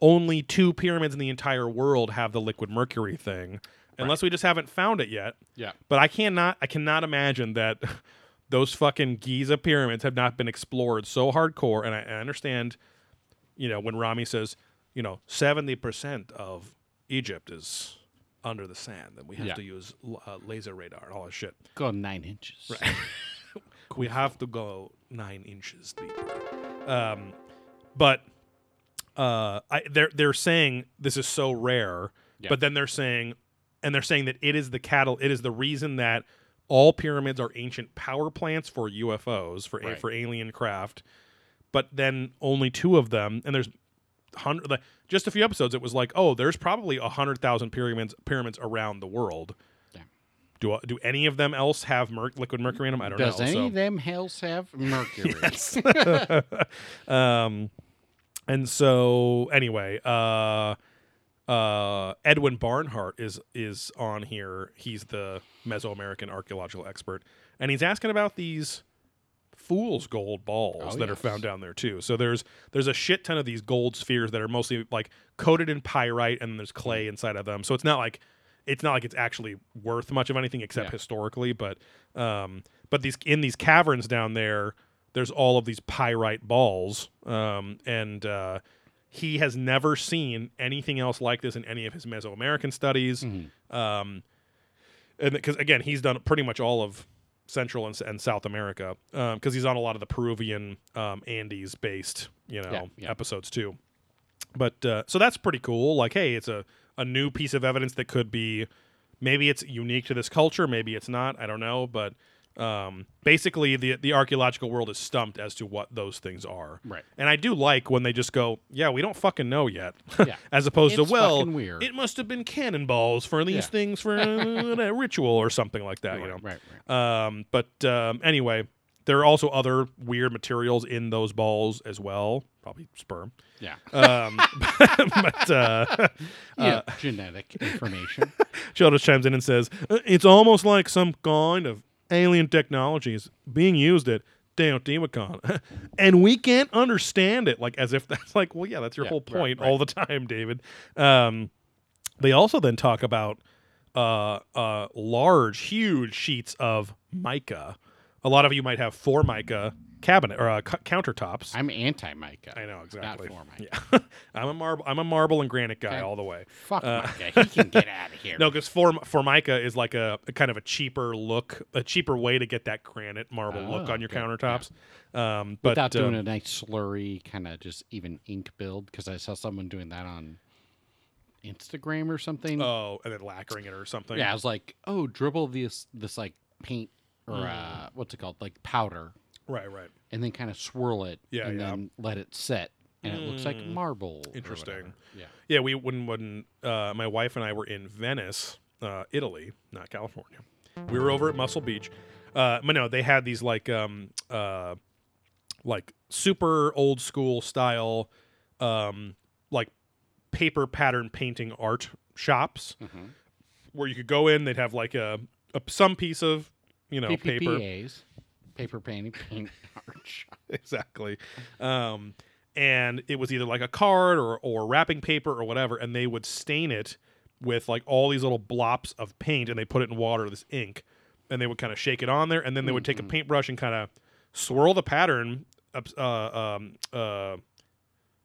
S2: only two pyramids in the entire world have the liquid mercury thing, unless we just haven't found it yet.
S3: Yeah.
S2: But I cannot I cannot imagine that those fucking Giza pyramids have not been explored so hardcore. And I, I understand, you know, when Rami says, you know, seventy percent of Egypt is under the sand, and we have
S3: Yeah.
S2: to use l- uh, laser radar and all that shit.
S3: Go nine inches.
S2: We have to go nine inches deeper. Um, but uh, I, they're they're saying this is so rare,
S3: Yeah.
S2: but then they're saying, and they're saying that it is the cattle. It is the reason that all pyramids are ancient power plants for UFOs for
S3: Right.
S2: for alien craft. But then only two of them, and there's hundred. Like, just a few episodes, it was like, oh, there's probably a hundred thousand pyramids pyramids around the world.
S3: Yeah.
S2: Do, I- do any of them else have merc liquid mercury in them? I don't
S3: Does
S2: know.
S3: any
S2: so-
S3: of them hells have mercury?
S2: um, and so anyway, uh, uh, Edwin Barnhart is is on here. He's the Mesoamerican archaeological expert, and he's asking about these fool's gold balls
S3: Oh,
S2: that are
S3: yes.
S2: found down there too. So there's there's a shit ton of these gold spheres that are mostly like coated in pyrite, and there's
S3: Mm.
S2: clay inside of them. So it's not like it's not like it's actually worth much of anything except
S3: Yeah.
S2: historically, but um, but these in these caverns down there, there's all of these pyrite balls, um, and uh, He has never seen anything else like this in any of his Mesoamerican studies.
S3: Mm-hmm.
S2: Um, and because again, he's done pretty much all of Central and, and South America because he's on a lot of the Peruvian um, Andes based, you know,
S3: Yeah, yeah.
S2: episodes too. But uh, so that's pretty cool. Like, hey, it's a, a new piece of evidence that could be maybe it's unique to this culture, maybe it's not. I don't know. But um, basically, the the archaeological world is stumped as to what those things are.
S3: Right.
S2: And I do like when they just go, yeah, we don't fucking know yet.
S3: Yeah.
S2: as opposed
S3: It's
S2: to, well,
S3: fucking weird."
S2: it must have been cannonballs for these
S3: Yeah.
S2: things for a ritual or something like that. you know.
S3: Right, right,
S2: Um, but um, anyway, there are also other weird materials in those balls as well. Probably sperm.
S3: Yeah.
S2: Um, but uh,
S3: yeah. Genetic information.
S2: Sheldon chimes in and says, "Uh, It's almost like some kind of alien technology is being used at Teotihuacan. and we can't understand it. Like, as if that's like, well, yeah, that's your
S3: Yeah,
S2: whole
S3: right,
S2: point all the time, David. Um, they also then talk about uh, uh, large, huge sheets of mica. A lot of you might have formica cabinet or uh, cu- countertops.
S3: I'm anti Micah.
S2: I know exactly.
S3: for Micah.
S2: Yeah, I'm a marble. I'm a marble and granite guy
S3: Okay.
S2: all the way.
S3: Fuck Micah. He can get out of here.
S2: Uh, No, because form formica is like a, a kind of a cheaper look, a cheaper way to get that granite marble look
S3: Oh,
S2: on your
S3: okay.
S2: countertops. Um, but
S3: without doing
S2: um,
S3: a nice slurry kind of just even ink build because I saw someone doing that on Instagram or something.
S2: oh, and then lacquering it or something.
S3: yeah, I was like, oh, dribble this this like paint or
S2: Mm.
S3: uh, what's it called like powder,
S2: right, right.
S3: and then kind of swirl it,
S2: Yeah,
S3: and
S2: yeah. Mm.
S3: then let it set, and it looks like marble. or
S2: Interesting.
S3: whatever. Yeah.
S2: Yeah, we when when uh, my wife and I were in Venice, uh, Italy, not California. We were over at Muscle Beach. Uh, but no, they had these like um uh like super old school style um like paper pattern painting art shops where you could go in. They'd have like a, a some piece of you know paper
S3: PPPAs, paper painting, paint arch.
S2: exactly. Um, and it was either like a card or or wrapping paper or whatever, and they would stain it with like all these little blops of paint, and they put it in water, this ink, and they would kind of shake it on there, and then they would take a paintbrush and kind of swirl the pattern up, uh, um, uh,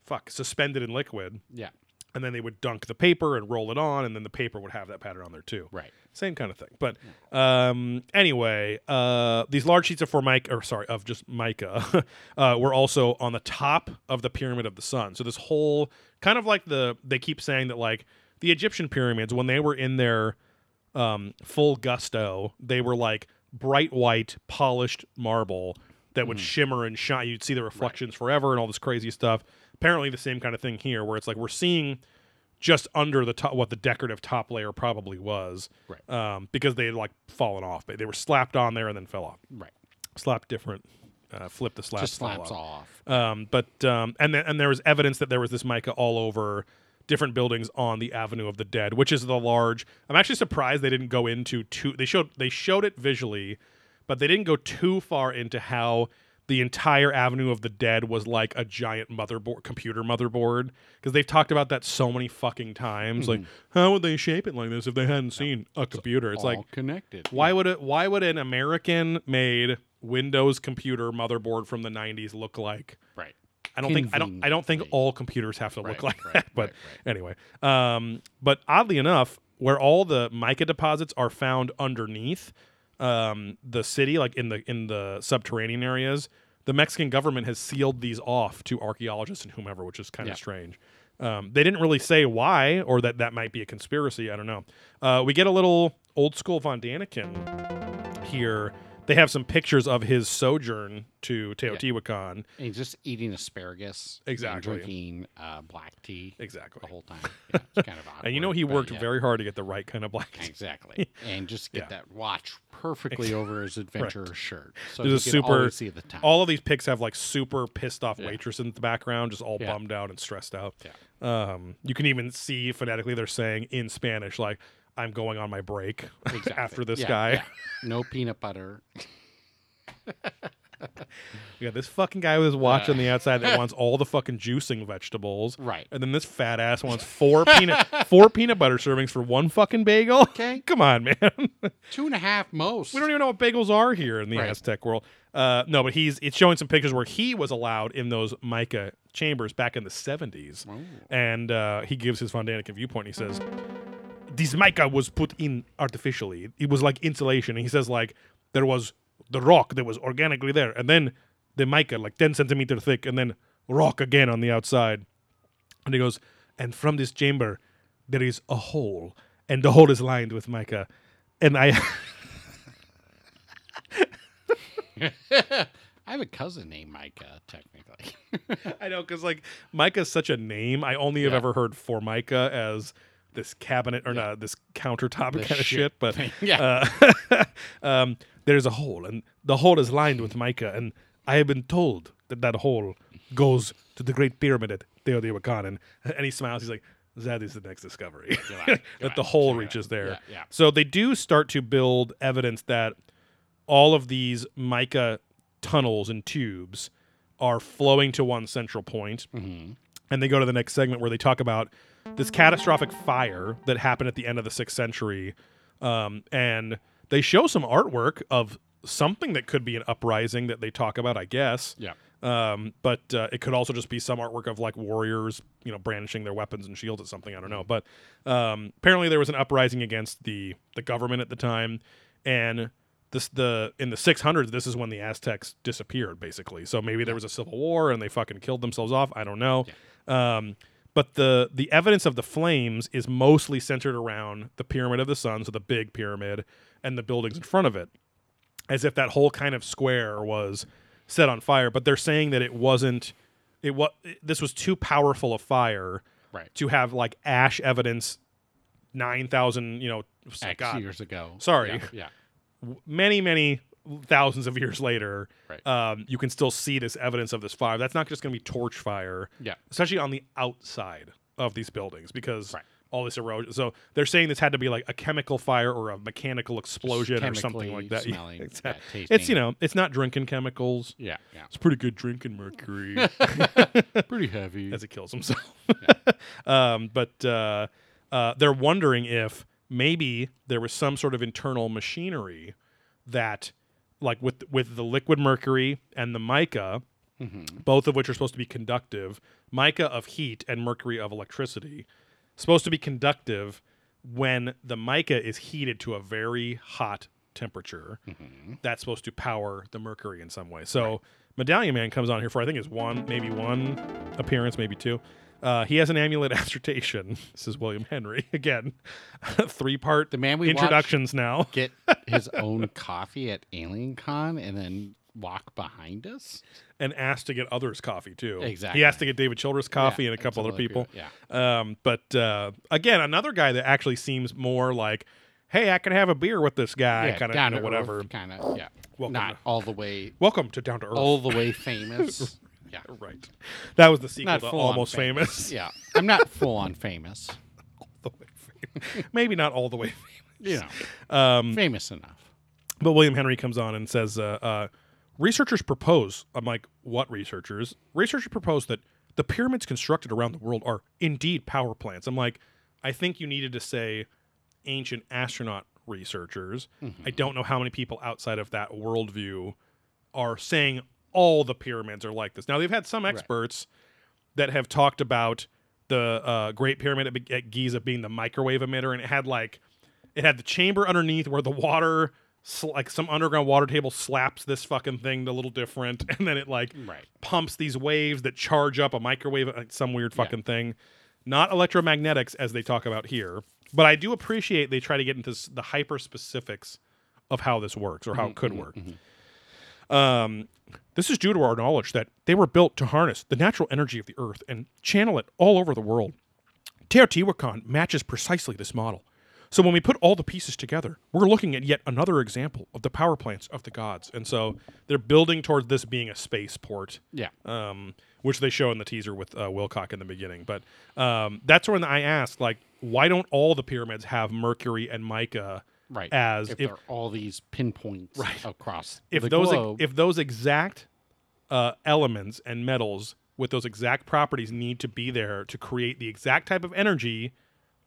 S2: fuck, suspended in liquid,
S3: Yeah.
S2: and then they would dunk the paper and roll it on, and then the paper would have that pattern on there too
S3: Right.
S2: same kind of thing. But um, anyway, uh, these large sheets of formica, or sorry, of just mica, uh, were also on the top of the pyramid of the sun. So this whole kind of like the they keep saying that like the Egyptian pyramids when they were in their um, full gusto, they were like bright white polished marble that
S3: Hmm.
S2: would shimmer and shine. You'd see the reflections forever and all this crazy stuff. Apparently, the same kind of thing here, where it's like we're seeing just under the top what the decorative top layer probably was
S3: Right.
S2: um, because they had like fallen off but they were slapped on there and then fell off
S3: Right.
S2: slapped different uh, flip the slap
S3: Just
S2: fell
S3: slaps
S2: off.
S3: off.
S2: Um, but um, and then and there was evidence that there was this mica all over different buildings on the Avenue of the Dead, which is the large. I'm actually surprised they didn't go into too. They showed they showed it visually, but they didn't go too far into how the entire Avenue of the Dead was like a giant motherboard, computer motherboard, because they've talked about that so many fucking times. Like, how would they shape it like this if they hadn't seen a computer? It's
S3: all
S2: like
S3: connected.
S2: why would it? Why would an American-made Windows computer motherboard from the '90s look like?
S3: Right.
S2: I don't think I don't I don't think all computers have to look
S3: Right,
S2: like
S3: right,
S2: that. But anyway, um, but oddly enough, where all the mica deposits are found underneath um, the city, like in the in the subterranean areas, the Mexican government has sealed these off to archaeologists and whomever, which is kind
S3: Yeah.
S2: of strange. Um, they didn't really say why, or that that might be a conspiracy. I don't know. Uh, we get a little old school Von Daniken here. They have some pictures of his sojourn to Teotihuacan.
S3: And he's just eating asparagus. and
S2: Exactly.
S3: drinking uh, black tea.
S2: Exactly.
S3: The whole time. Yeah, it's kind of awkward.
S2: And you know he
S3: but
S2: worked
S3: yeah.
S2: very hard to get the right kind of black.
S3: Exactly. And just get
S2: Yeah.
S3: that watch perfectly over his adventurer's shirt. So
S2: There's a
S3: you can
S2: super.
S3: always see the time.
S2: All of these pics have like super pissed off waitress in the background, just all
S3: Yeah.
S2: bummed out and stressed out.
S3: Yeah.
S2: Um, you can even see phonetically they're saying in Spanish like, "I'm going on my break
S3: Exactly.
S2: after this
S3: Yeah,
S2: guy."
S3: yeah. No peanut butter.
S2: We got this fucking guy with his watch on the outside that wants all the fucking juicing vegetables.
S3: Uh. Right.
S2: And then this fat ass wants four peanut four peanut butter servings for one fucking bagel.
S3: Okay.
S2: Come on, man.
S3: Two and a half most.
S2: We don't e even know what bagels are here in the
S3: Right.
S2: Aztec world. Uh, no, but he's it's showing some pictures where he was allowed in those mica chambers back in the 70s. And uh, he gives his Fondanican viewpoint. He says, This mica was put in artificially. It was like insulation. And he says, like, there was the rock that was organically there, and then the mica, like 10 centimeter thick, and then rock again on the outside. And he goes, and from this chamber, there is a hole, and the hole is lined with mica. And I.
S3: I have a cousin named Micah, technically.
S2: I know because like Micah's such a name. I only have
S3: Yeah.
S2: ever heard for Micah as this cabinet or not this countertop kind of
S3: shit
S2: shit. But
S3: Yeah.
S2: uh, um, there's a hole, and the hole is lined with Micah, and I have been told that that hole goes to the Great Pyramid at Teotihuacan, and uh, and he smiles. He's like. That is the next discovery. that the hole reaches there.
S3: Yeah, yeah.
S2: So they do start to build evidence that all of these mica tunnels and tubes are flowing to one central point. And they go to the next segment where they talk about this catastrophic fire that happened at the end of the sixth century. Um, and they show some artwork of something that could be an uprising that they talk about, I guess.
S3: Yeah.
S2: Um, but uh, it could also just be some artwork of like warriors, you know, brandishing their weapons and shields at something. I don't know. But um, apparently there was an uprising against the the government at the time, and this the in the 600s this is when the Aztecs disappeared basically. So maybe there was a civil war and they fucking killed themselves off. I don't know. Um, but the the evidence of the flames is mostly centered around the pyramid of the sun, so the big pyramid, and the buildings in front of it as if that whole kind of square was set on fire but they're saying that it wasn't it was this was too powerful a fire
S3: Right.
S2: to have like ash evidence 9000 you know s-
S3: X
S2: God,
S3: years ago.
S2: Sorry.
S3: Yeah. yeah.
S2: many many thousands of years later
S3: Right.
S2: um, you can still see this evidence of this fire that's not just going to be torch fire
S3: Yeah.
S2: especially on the outside of these buildings because
S3: Right.
S2: all this erosion so they're saying this had to be like a chemical fire or a mechanical explosion or something like
S3: chemically
S2: that Yeah,
S3: smelling, yeah,
S2: exactly. it's you
S3: tasting.
S2: know it's not drinking chemicals
S3: Yeah.
S2: it's pretty good drinking mercury
S3: Yeah. Pretty heavy.
S2: as it kills himself. um, but uh, uh, they're wondering if maybe there was some sort of internal machinery that, like with with the liquid mercury and the mica, both of which are supposed to be conductive, mica of heat and mercury of electricity, supposed to be conductive when the mica is heated to a very hot temperature.
S3: Mm-hmm.
S2: That's supposed to power the mercury in some way. So Medallion Man comes on here for I think is one, maybe one appearance, maybe two. Uh, he has an amulet assertation. This is William Henry again. Three part
S3: The man we watched-
S2: introductions now.
S3: Get his own coffee at Alien Con and then walk behind us.
S2: and asked to get others coffee too.
S3: Exactly.
S2: He asked to get David Childress coffee
S3: Yeah,
S2: and a couple
S3: some
S2: other people.
S3: Yeah.
S2: Um, but uh, again, another guy that actually seems more like, hey, I can have a beer with this guy,
S3: yeah,
S2: kind of, you
S3: down
S2: know,
S3: to
S2: whatever.
S3: earth, Kind of. Yeah.
S2: Welcome
S3: Not
S2: to-
S3: all the way.
S2: Welcome to Down to Earth.
S3: All the way famous. Yeah.
S2: Right. That was the sequel
S3: Not
S2: to
S3: full
S2: Almost Famous.
S3: Yeah. I'm not full on famous.
S2: The way famous. Maybe not all the way famous.
S3: You know.
S2: Um,
S3: famous enough.
S2: But William Henry comes on and says, uh, uh, researchers propose, I'm like, what researchers? Researchers propose that the pyramids constructed around the world are indeed power plants. I'm like, I think you needed to say ancient astronaut researchers. I don't know how many people outside of that worldview are saying all the pyramids are like this. Now, they've had some experts that have talked about the uh, Great Pyramid at, at Giza being the microwave emitter, and it had like it had the chamber underneath where the water, sl- like some underground water table, slaps this fucking thing a little different, and then it like
S3: Right.
S2: pumps these waves that charge up a microwave, like some weird fucking thing. Not electromagnetics as they talk about here, but I do appreciate they try to get into s- the hyper specifics of how this works or how it could work. Um, this is due to our knowledge that they were built to harness the natural energy of the earth and channel it all over the world. Teotihuacan matches precisely this model. So when we put all the pieces together, we're looking at yet another example of the power plants of the gods. And so they're building towards this being a spaceport
S3: Yeah.
S2: um, which they show in the teaser with uh, Wilcock in the beginning. But um, that's when I asked, like, why don't all the pyramids have mercury and mica
S3: right.
S2: as
S3: if,
S2: if-
S3: there are all these pinpoints across
S2: if
S3: the
S2: those
S3: globe.
S2: if those exact uh, elements and metals with those exact properties need to be there to create the exact type of energy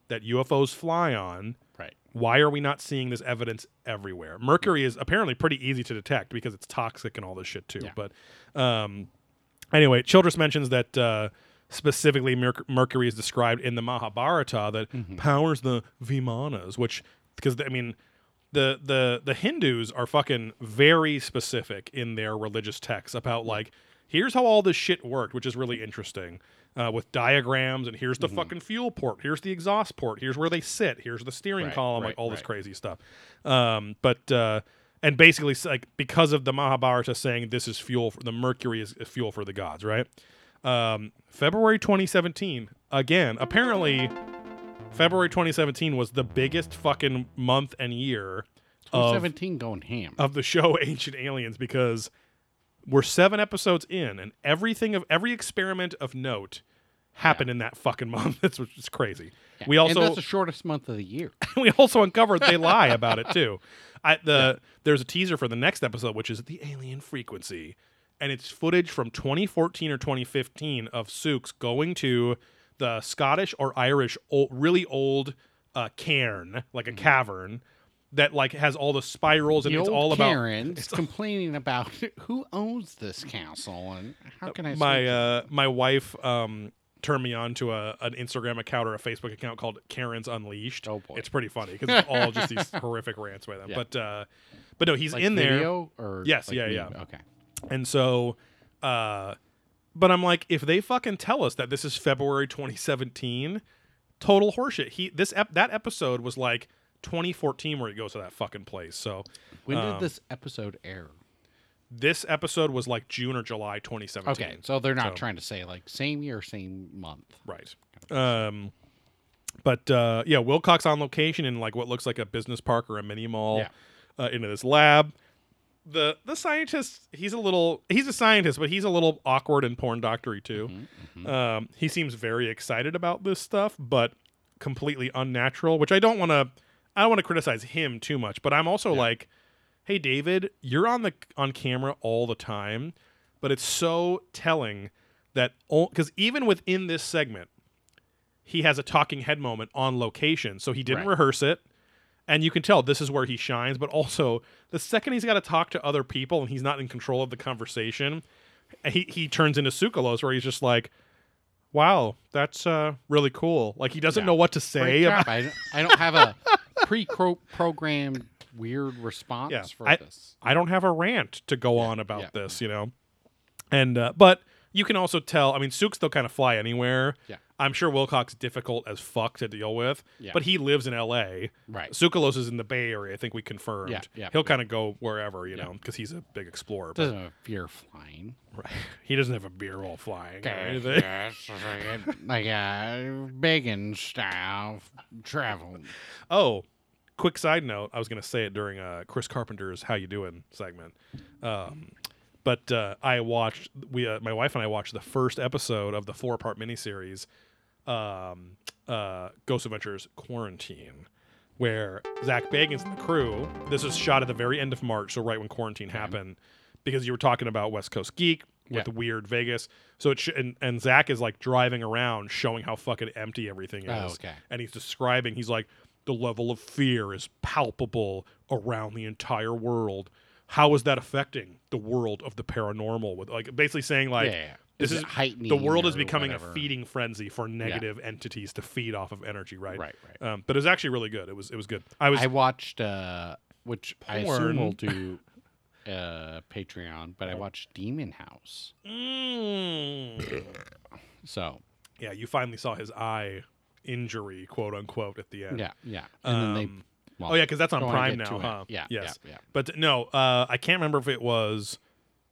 S2: that UFOs fly on,
S3: right.
S2: why are we not seeing this evidence everywhere? Mercury is apparently pretty easy to detect because it's toxic and all this shit too.
S3: Yeah.
S2: But um, anyway, Childress mentions that uh, specifically merc- Mercury is described in the Mahabharata that
S3: Mm-hmm.
S2: powers the Vimanas, which because I mean. The, the the Hindus are fucking very specific in their religious texts
S3: Mm-hmm.
S2: about like here's how all this shit worked, which is really interesting, uh, with diagrams and here's the
S3: Mm-hmm.
S2: fucking fuel port, here's the exhaust port, here's where they sit, here's the steering
S3: Right,
S2: column, like
S3: right,
S2: all this
S3: right.
S2: crazy stuff. Um, but uh, and basically s- like because of the Mahabharata saying this is fuel, for, the mercury is fuel for the gods, right? Um, February 2017 again. Apparently, February 2017 was the biggest fucking month and year of Uh,
S3: 217 going ham.
S2: of the show Ancient Aliens because we're seven episodes in, and everything of every experiment of note happened in that fucking month. That's which is crazy. We also
S3: and that's the shortest month of the year.
S2: we also uncovered they lie about it too. I, the there's a teaser for the next episode, which is the alien frequency, and it's footage from 2014 or 2015 of Sooks going to the Scottish or Irish old, really old uh, cairn, like a cavern that like has all the spirals and
S3: Mm-hmm. the
S2: it's
S3: old
S2: all about
S3: Karen is complaining about who owns this council and how can I
S2: my
S3: speak-
S2: uh, my wife um, turned me on to a an Instagram account or a Facebook account called Karen's Unleashed.
S3: Oh, boy.
S2: it's pretty funny because it's all just these horrific rants by them.
S3: Yeah.
S2: But uh, but no, he's
S3: like
S2: in there,
S3: video or
S2: Yes,
S3: like
S2: yeah,
S3: meme?
S2: yeah.
S3: Okay.
S2: and so. Uh, but I'm like, if they fucking tell us that this is February 2017, total horseshit. He this ep- that episode was like 2014 where he goes to that fucking place. So
S3: When
S2: Um,
S3: did this episode air?
S2: this episode was like June or July 2017.
S3: Okay, so they're not
S2: So-
S3: trying to say like same year, same month.
S2: Right. Um, but uh, yeah, Wilcox on location in like what looks like a business park or a mini mall
S3: Yeah.
S2: uh, into this lab. The the scientist he's a little he's a scientist but he's a little awkward and porn doctory too. Um, he seems very excited about this stuff but completely unnatural, which I don't want to I don't want to criticize him too much, but I'm also like hey David, you're on the on camera all the time, but it's so telling that because even within this segment, he has a talking head moment on location, so he didn't
S3: Right.
S2: rehearse it, and you can tell this is where he shines. But also, the second he's got to talk to other people and he's not in control of the conversation, he he turns into Sukalos, where he's just like. Wow, that's uh, really cool. Like he doesn't
S3: Yeah.
S2: know what to
S3: Great
S2: say.
S3: job.
S2: About,
S3: I, I don't have a pre-programmed weird response
S2: Yeah,
S3: for
S2: I-
S3: this.
S2: I don't have a rant to go on about
S3: yeah.
S2: this, you know. And uh, but you can also tell. I mean, Sooks they'll kind of fly anywhere.
S3: Yeah.
S2: I'm sure Wilcox difficult as fuck to deal with.
S3: Yeah.
S2: But he lives in L.A.
S3: Right.
S2: Sukalos is in the Bay Area. I think we confirmed.
S3: Yeah, yeah,
S2: He'll
S3: yeah.
S2: kind of go wherever you know because he's a big explorer. But
S3: Doesn't have fear flying.
S2: he doesn't have a beer while flying or anything.
S3: Yes, like uh, a begging style travel.
S2: Oh, quick side note. I was going to say it during uh, Chris Carpenter's "How You Doing" segment, um, but uh, I watched we uh, my wife and I watched the first episode of the four part miniseries, um, uh, Ghost Adventures Quarantine. Where Zach Bagans and the crew, this is shot at the very end of March, so right when quarantine happened, because you were talking about West Coast Geek with
S3: Mm-hmm. Yeah.
S2: the weird Vegas. So it sh- and, and Zach is like driving around showing how fucking empty everything
S3: Oh,
S2: is
S3: okay.
S2: and he's describing he's like the level of fear is palpable around the entire world how is that affecting the world of the paranormal with like basically saying like
S3: Yeah, yeah, yeah.
S2: this
S3: Is
S2: is
S3: it heightening
S2: the world is
S3: or
S2: becoming a
S3: whatever?
S2: feeding frenzy for negative entities to feed off of energy right
S3: Right, right.
S2: um, but it was actually really good it was it was good i was
S3: I watched, uh, which I
S2: Porn.
S3: assume we'll do uh, Patreon, but I watched Demon House.
S2: Mm.
S3: So
S2: yeah you finally saw his eye injury quote unquote at the end
S3: yeah, yeah, and then
S2: Um,
S3: they. Well,
S2: oh yeah, because that's on
S3: don't wanna
S2: Prime
S3: get
S2: now,
S3: to it.
S2: huh?
S3: Yeah,
S2: Yes.
S3: yeah, yeah.
S2: But no, uh, I can't remember if it was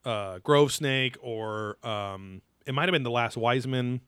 S2: uh, Grove Snake or um, it might have been the Last Wiseman.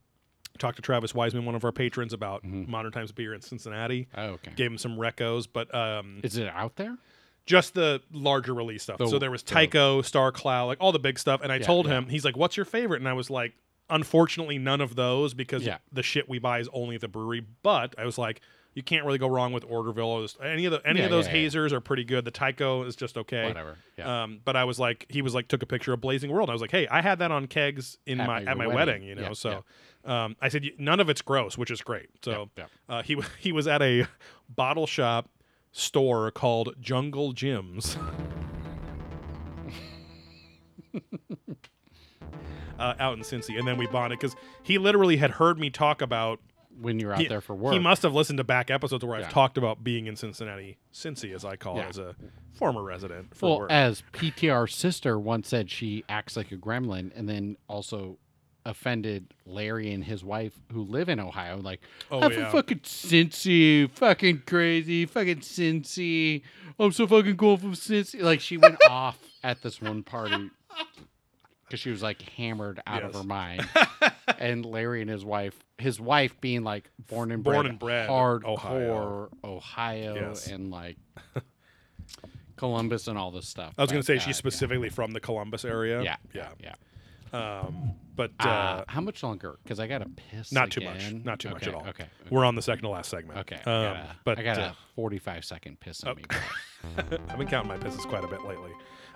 S2: Talked to Travis Wiseman, one of our patrons, about
S3: Mm-hmm.
S2: Modern Times beer in Cincinnati.
S3: Oh, okay.
S2: Gave him some recos, but um,
S3: Is it out there?
S2: just the larger release stuff.
S3: The-
S2: so there was
S3: the-
S2: Tycho, Star Cloud, like all the big stuff. And I
S3: Yeah,
S2: told
S3: yeah.
S2: him, he's like, "What's your favorite?" And I was like, "Unfortunately, none of those because
S3: Yeah.
S2: the shit we buy is only at the brewery." But I was like, You can't really go wrong with Orderville. Or this, any of the any
S3: Yeah,
S2: of those
S3: yeah, yeah.
S2: hazers are pretty good. The Tycho is just okay.
S3: Whatever, yeah.
S2: Um, but I was like, he was like, took a picture of Blazing World. I was like, hey, I had that on kegs in
S3: At
S2: my
S3: your
S2: at my wedding.
S3: wedding.
S2: you know.
S3: Yeah,
S2: so Um, I said "You- none of it's gross, which is great. So
S3: Yeah,
S2: Uh, he w- he was at a bottle shop store called Jungle Gyms. Uh, out in Cincy, and then we bonded because he literally had heard me talk about.
S3: when you're out
S2: he,
S3: there for work.
S2: He must have listened to back episodes where
S3: Yeah.
S2: I've talked about being in Cincinnati, Cincy, as I call
S3: Yeah.
S2: it, as a former resident for
S3: well,
S2: work.
S3: as PTR's sister once said, she acts like a gremlin, and then also offended Larry and his wife who live in Ohio. Like,
S2: Oh,
S3: I'm
S2: yeah.
S3: from fucking Cincy, fucking crazy, fucking Cincy. I'm so fucking cool from Cincy. Like, she went off at this one party because she was like hammered out of
S2: Yes.
S3: her mind. and Larry and his wife, his wife being like born and
S2: Born
S3: bred,
S2: and bred,
S3: hardcore Ohio,
S2: Yes.
S3: and like Columbus and all this stuff.
S2: I was going to
S3: But,
S2: say
S3: uh,
S2: she's specifically from the Columbus area.
S3: Yeah,
S2: yeah.
S3: yeah, yeah.
S2: Um, but
S3: Uh,
S2: uh,
S3: how much longer? Because I got to piss.
S2: not too much,
S3: again.
S2: not too much
S3: Okay,
S2: at all.
S3: Okay.
S2: we're on the second to last segment.
S3: Okay, I
S2: um,
S3: got a,
S2: but
S3: I got
S2: uh, oh,
S3: a 45 second piss on me.
S2: I've been counting my pisses quite a bit lately.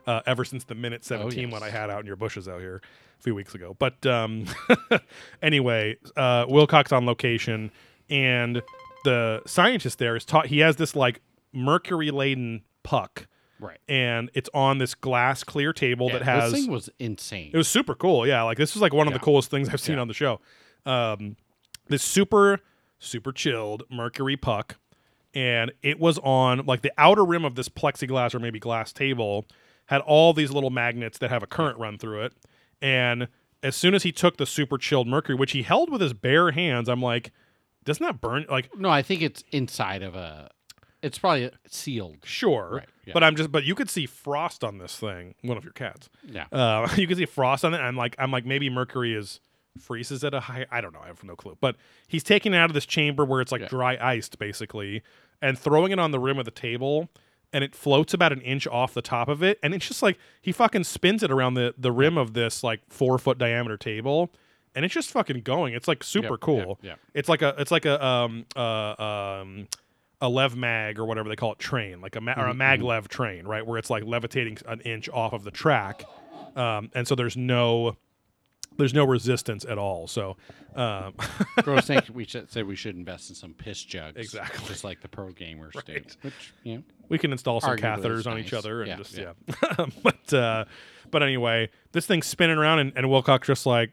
S2: Uh, ever since the minute 17
S3: Oh, yes.
S2: one I had out in your bushes out here a few weeks ago. But um, anyway, uh, Wilcox on location, and the scientist there is taught. He has this like mercury laden puck,
S3: Right.
S2: and it's on this glass clear table that
S3: Yeah,
S2: has
S3: this thing was insane.
S2: it was super cool. Yeah, like this was like one of the
S3: Yeah.
S2: coolest things I've seen
S3: Yeah.
S2: on the show. Um, this super super chilled Mercury puck, and it was on like the outer rim of this plexiglass or maybe glass table had all these little magnets that have a current run through it, and as soon as he took the super chilled Mercury, which he held with his bare hands, I'm like, doesn't that burn? Like,
S3: no, I think it's inside of a. It's probably sealed.
S2: sure,
S3: Right, yeah.
S2: but I'm just, but you could see frost on this thing. One of your cats.
S3: Yeah.
S2: Uh, you can see frost on it. I'm like, I'm like, maybe mercury is freezes at a high. I don't know. I have no clue. But he's taking it out of this chamber where it's like
S3: Yeah.
S2: dry iced, basically, and throwing it on the rim of the table, and it floats about an inch off the top of it, and it's just like he fucking spins it around the the rim of this like four foot diameter table. And it's just fucking going. It's like super
S3: Yep,
S2: cool.
S3: yep, yep.
S2: It's like a it's like a um uh um a lev mag or whatever they call it train, like a ma- or
S3: Mm-hmm,
S2: a mag lev train, right? Where it's like levitating an inch off of the track, um, and so there's no there's no resistance at all. So um,
S3: Gross thing. We should say we should invest in some piss jugs.
S2: Exactly.
S3: Just like the pro gamers do. Which you know.
S2: we can install some
S3: Arguably,
S2: catheters
S3: it's
S2: on
S3: nice.
S2: each other and
S3: Yeah,
S2: just yeah.
S3: yeah.
S2: but uh, but anyway, this thing's spinning around and, and Wilcox just like,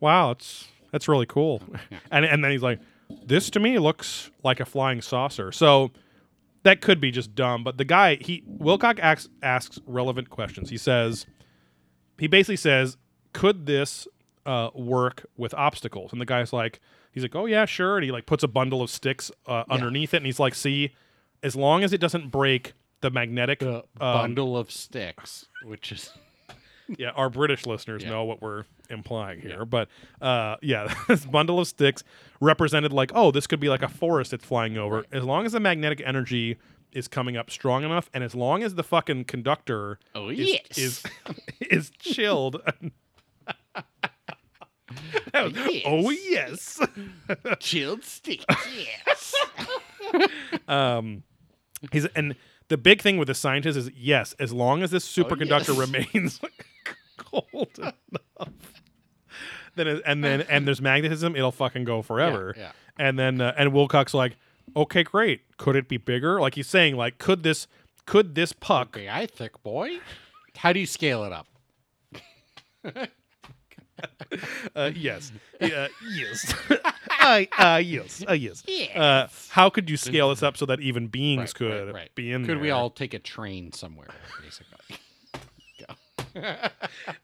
S2: wow, it's that's really cool. and and then he's like, this to me looks like a flying saucer. So that could be just dumb. But the guy he Wilcox asks, asks relevant questions. He says, he basically says, could this uh, work with obstacles? And the guy's like, he's like, oh yeah, sure. And he like puts a bundle of sticks uh, underneath it, and he's like, see, as long as it doesn't break the magnetic,
S3: The
S2: um,
S3: bundle of sticks, which is
S2: yeah, our British listeners
S3: Yeah.
S2: know what we're implying here, but uh, yeah, this bundle of sticks represented like, oh, this could be like a forest that's flying over. As long as the magnetic energy is coming up strong enough, and as long as the fucking conductor
S3: Oh,
S2: is,
S3: yes.
S2: is is chilled. That was- Oh yes.
S3: chilled sticks. Yes.
S2: He's and the big thing with the scientist is yes, as long as this superconductor
S3: Oh, yes.
S2: remains cold enough, then it- and then and there's magnetism, it'll fucking go forever.
S3: yeah.
S2: And then uh, and Wilcox like, okay, great. Could it be bigger? Like he's saying, like could this could this puck?
S3: okay, I thick boy. How do you scale it up?
S2: Uh, yes, uh, yes, I uh, yes, uh, yes. Uh, how could you scale this up so that even beings could be in
S3: Could
S2: there?
S3: we all take a train somewhere, basically?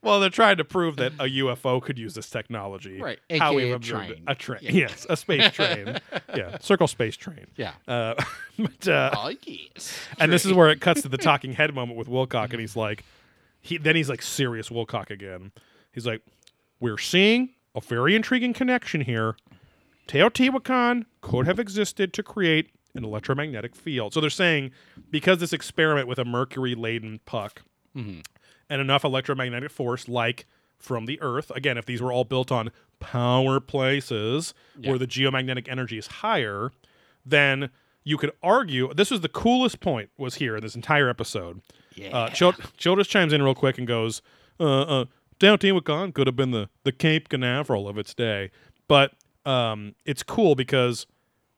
S2: Well, they're trying to prove that a UFO could use this technology.
S3: Right,
S2: How
S3: AKA
S2: we've
S3: a
S2: observed it.
S3: train.
S2: A train.
S3: Yeah.
S2: Yes, a space train. yeah, circle space train.
S3: yeah.
S2: Uh, but, uh,
S3: oh yes.
S2: and this is where it cuts to the talking head moment with Wilcock,
S3: Mm-hmm.
S2: and he's like, he then he's like serious Wilcock again. He's like, we're seeing a very intriguing connection here. Teotihuacan could have existed to create an electromagnetic field. So they're saying because this experiment with a mercury laden puck and enough electromagnetic force, like from the Earth, again, if these were all built on power places where the geomagnetic energy is higher, then you could argue this was the coolest point was here in this entire episode. Yeah. Uh, Chil- Childress chimes in real quick and goes, uh, uh, Downtown Wakan could have been the, the Cape Canaveral of its day. But um, it's cool because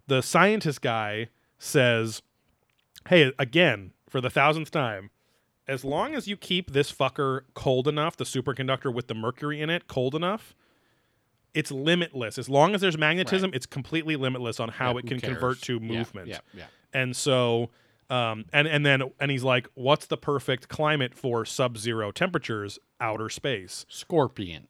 S2: the scientist guy says, Hey, again, for the thousandth time, as long as you keep this fucker cold enough, the superconductor with the mercury in it cold enough, it's limitless. As long as there's magnetism, it's completely limitless on how
S3: Yeah,
S2: it
S3: who
S2: can
S3: cares?
S2: convert to
S3: Yeah,
S2: movement.
S3: yeah, yeah.
S2: And so um and and then and he's like, "What's the perfect climate for sub-zero temperatures? Outer space."
S3: Scorpion.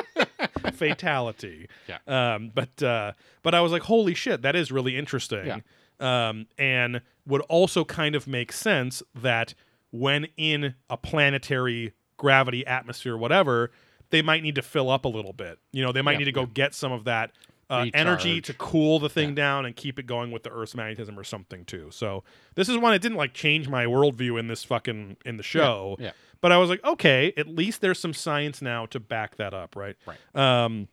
S2: fatality.
S3: Yeah.
S2: Um, but uh, but I was like, holy shit, that is really interesting. Um, and would also kind of make sense that when in a planetary gravity atmosphere, whatever, they might need to fill up a little bit. You know, they might
S3: Yeah,
S2: need to go get some of that uh, energy
S3: Recharge.
S2: to cool the thing down and keep it going with the Earth's magnetism or something too. So this is one that didn't like change my worldview in this fucking in the show.
S3: yeah.
S2: But I was like, okay, at least there's some science now to back that up, right?
S3: Right.
S2: Um,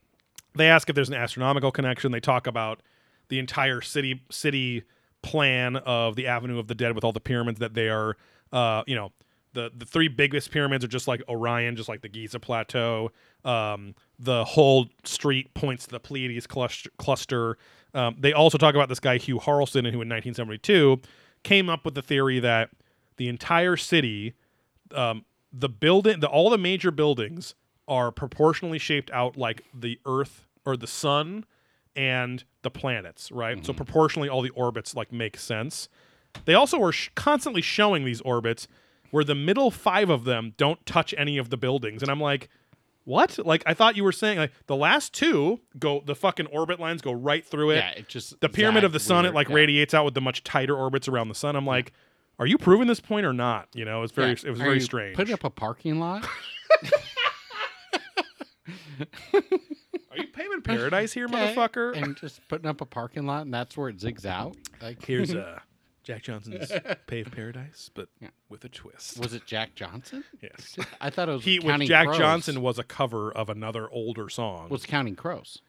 S2: they ask if there's an astronomical connection. They talk about the entire city city plan of the Avenue of the Dead with all the pyramids that they are. Uh, you know, the the three biggest pyramids are just like Orion, just like the Giza Plateau. Um, the whole street points to the Pleiades cluster. cluster. Um, they also talk about this guy Hugh Harrelson, who in 1972 came up with the theory that the entire city um, the building, the, all the major buildings are proportionally shaped out like the Earth or the Sun and the planets, right? So
S3: Mm-hmm.
S2: proportionally, all the orbits like make sense. They also were sh- constantly showing these orbits where the middle five of them don't touch any of the buildings, and I'm like. What? Like I thought you were saying like the last two go the fucking orbit lines go right through it.
S3: Yeah, it just
S2: the pyramid
S3: zagged
S2: of the sun
S3: weird,
S2: it like
S3: yeah.
S2: radiates out with the much tighter orbits around the sun. I'm like, are you proving this point or not? You know, it's very
S3: Yeah.
S2: it was
S3: Are
S2: very
S3: you
S2: strange.
S3: Put up a parking lot.
S2: Are you payment paradise here,
S3: Okay.
S2: motherfucker?
S3: and just putting up a parking lot, and that's where it zigs out. Like,
S2: Here's uh, Jack Johnson's Pave Paradise, but with a twist.
S3: was it Jack Johnson?
S2: yes.
S3: I thought it was
S2: He with
S3: Counting
S2: Jack
S3: Crows.
S2: Johnson was a cover of another older song.
S3: was Counting Crows.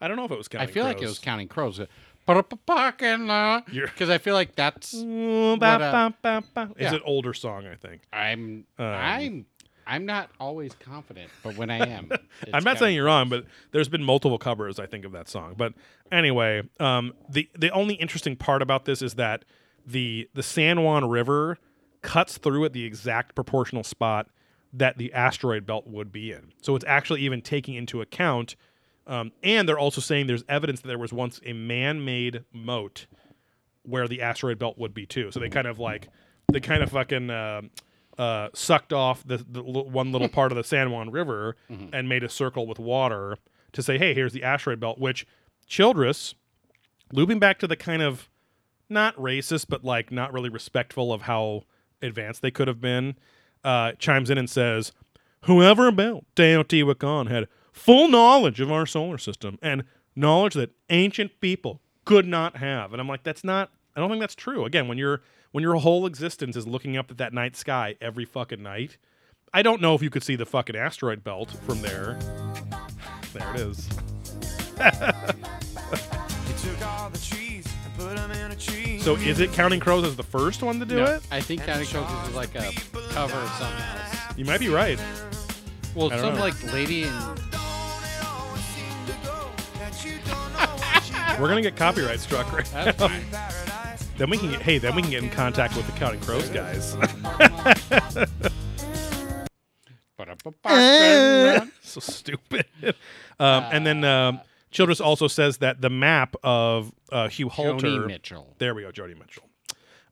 S2: I don't know if it was
S3: I
S2: Counting
S3: feel like it
S2: Crows.
S3: was Counting Crows. Uh, Put up a parking lot
S2: You're- Mm.
S3: because I feel like that's
S2: Ooh,
S3: What,
S2: ba,
S3: uh,
S2: ba, ba, ba. It's
S3: yeah.
S2: an older song, I think.
S3: I'm
S2: Um,
S3: I'm I'm not always confident, but when I am, it's
S2: I'm not
S3: Counting
S2: saying you're wrong, but there's been multiple covers, I think, of that song. But anyway, um, the the only interesting part about this is that the the San Juan River cuts through at the exact proportional spot that the asteroid belt would be in. So it's actually even taking into account. Um, and they're also saying there's evidence that there was once a man-made moat where the asteroid belt would be too. So they kind of like they kind of fucking uh, uh, sucked off the, the l- one little part of the San Juan River and made a circle with water to say, hey, here's the asteroid belt. Which Childress, looping back to the kind of not racist but like not really respectful of how advanced they could have been, uh, chimes in and says, "Whoever built Teotihuacan had full knowledge of our solar system and knowledge that ancient people could not have." And I'm like, "That's not. I don't think that's true." Again, when your when your whole existence is looking up at that night sky every fucking night, I don't know if you could see the fucking asteroid belt from there. There it is.
S5: You took all the trees and put 'em in a tree.
S2: So is it Counting Crows as the first one to do
S3: No,
S2: it?
S3: I think Counting Crows is like a cover of something else.
S2: You might be right.
S3: Well,
S2: I don't
S3: some
S2: know.
S3: like lady in
S5: Don't it always seem to go that you don't know what you got?
S2: We're gonna get copyright struck right now.
S3: that's fine.
S5: Paradise.
S2: Then we can get hey, then we can get in contact with the Counting Crows guys.
S3: Put up a
S2: Eh.
S3: parking lot.
S2: so stupid. Um, and then um, Childress also says that the map of uh, Hugh Halter,
S3: Joni Mitchell.
S2: there we go, Jody Mitchell,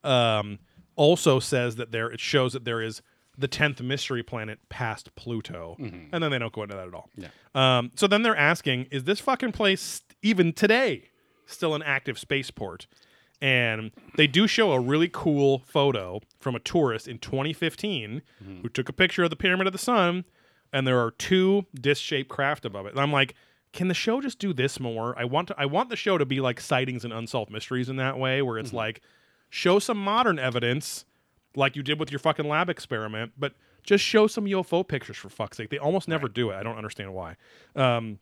S2: um, also says that there it shows that there is the tenth mystery planet past Pluto, and then they don't go into that at all.
S3: Mm-hmm. Yeah.
S2: Um, so then they're asking, is this fucking place even today still an active spaceport? And they do show a really cool photo from a tourist in 2015
S3: Mm-hmm.
S2: who took a picture of the Pyramid of the Sun, and there are two disc-shaped craft above it. And I'm like, can the show just do this more? I want to. I want the show to be like sightings and unsolved mysteries in that way, where it's like, show some modern evidence, like you did with your fucking lab experiment, but just show some UFO pictures for fuck's sake. They almost never do it. I don't understand why. Um,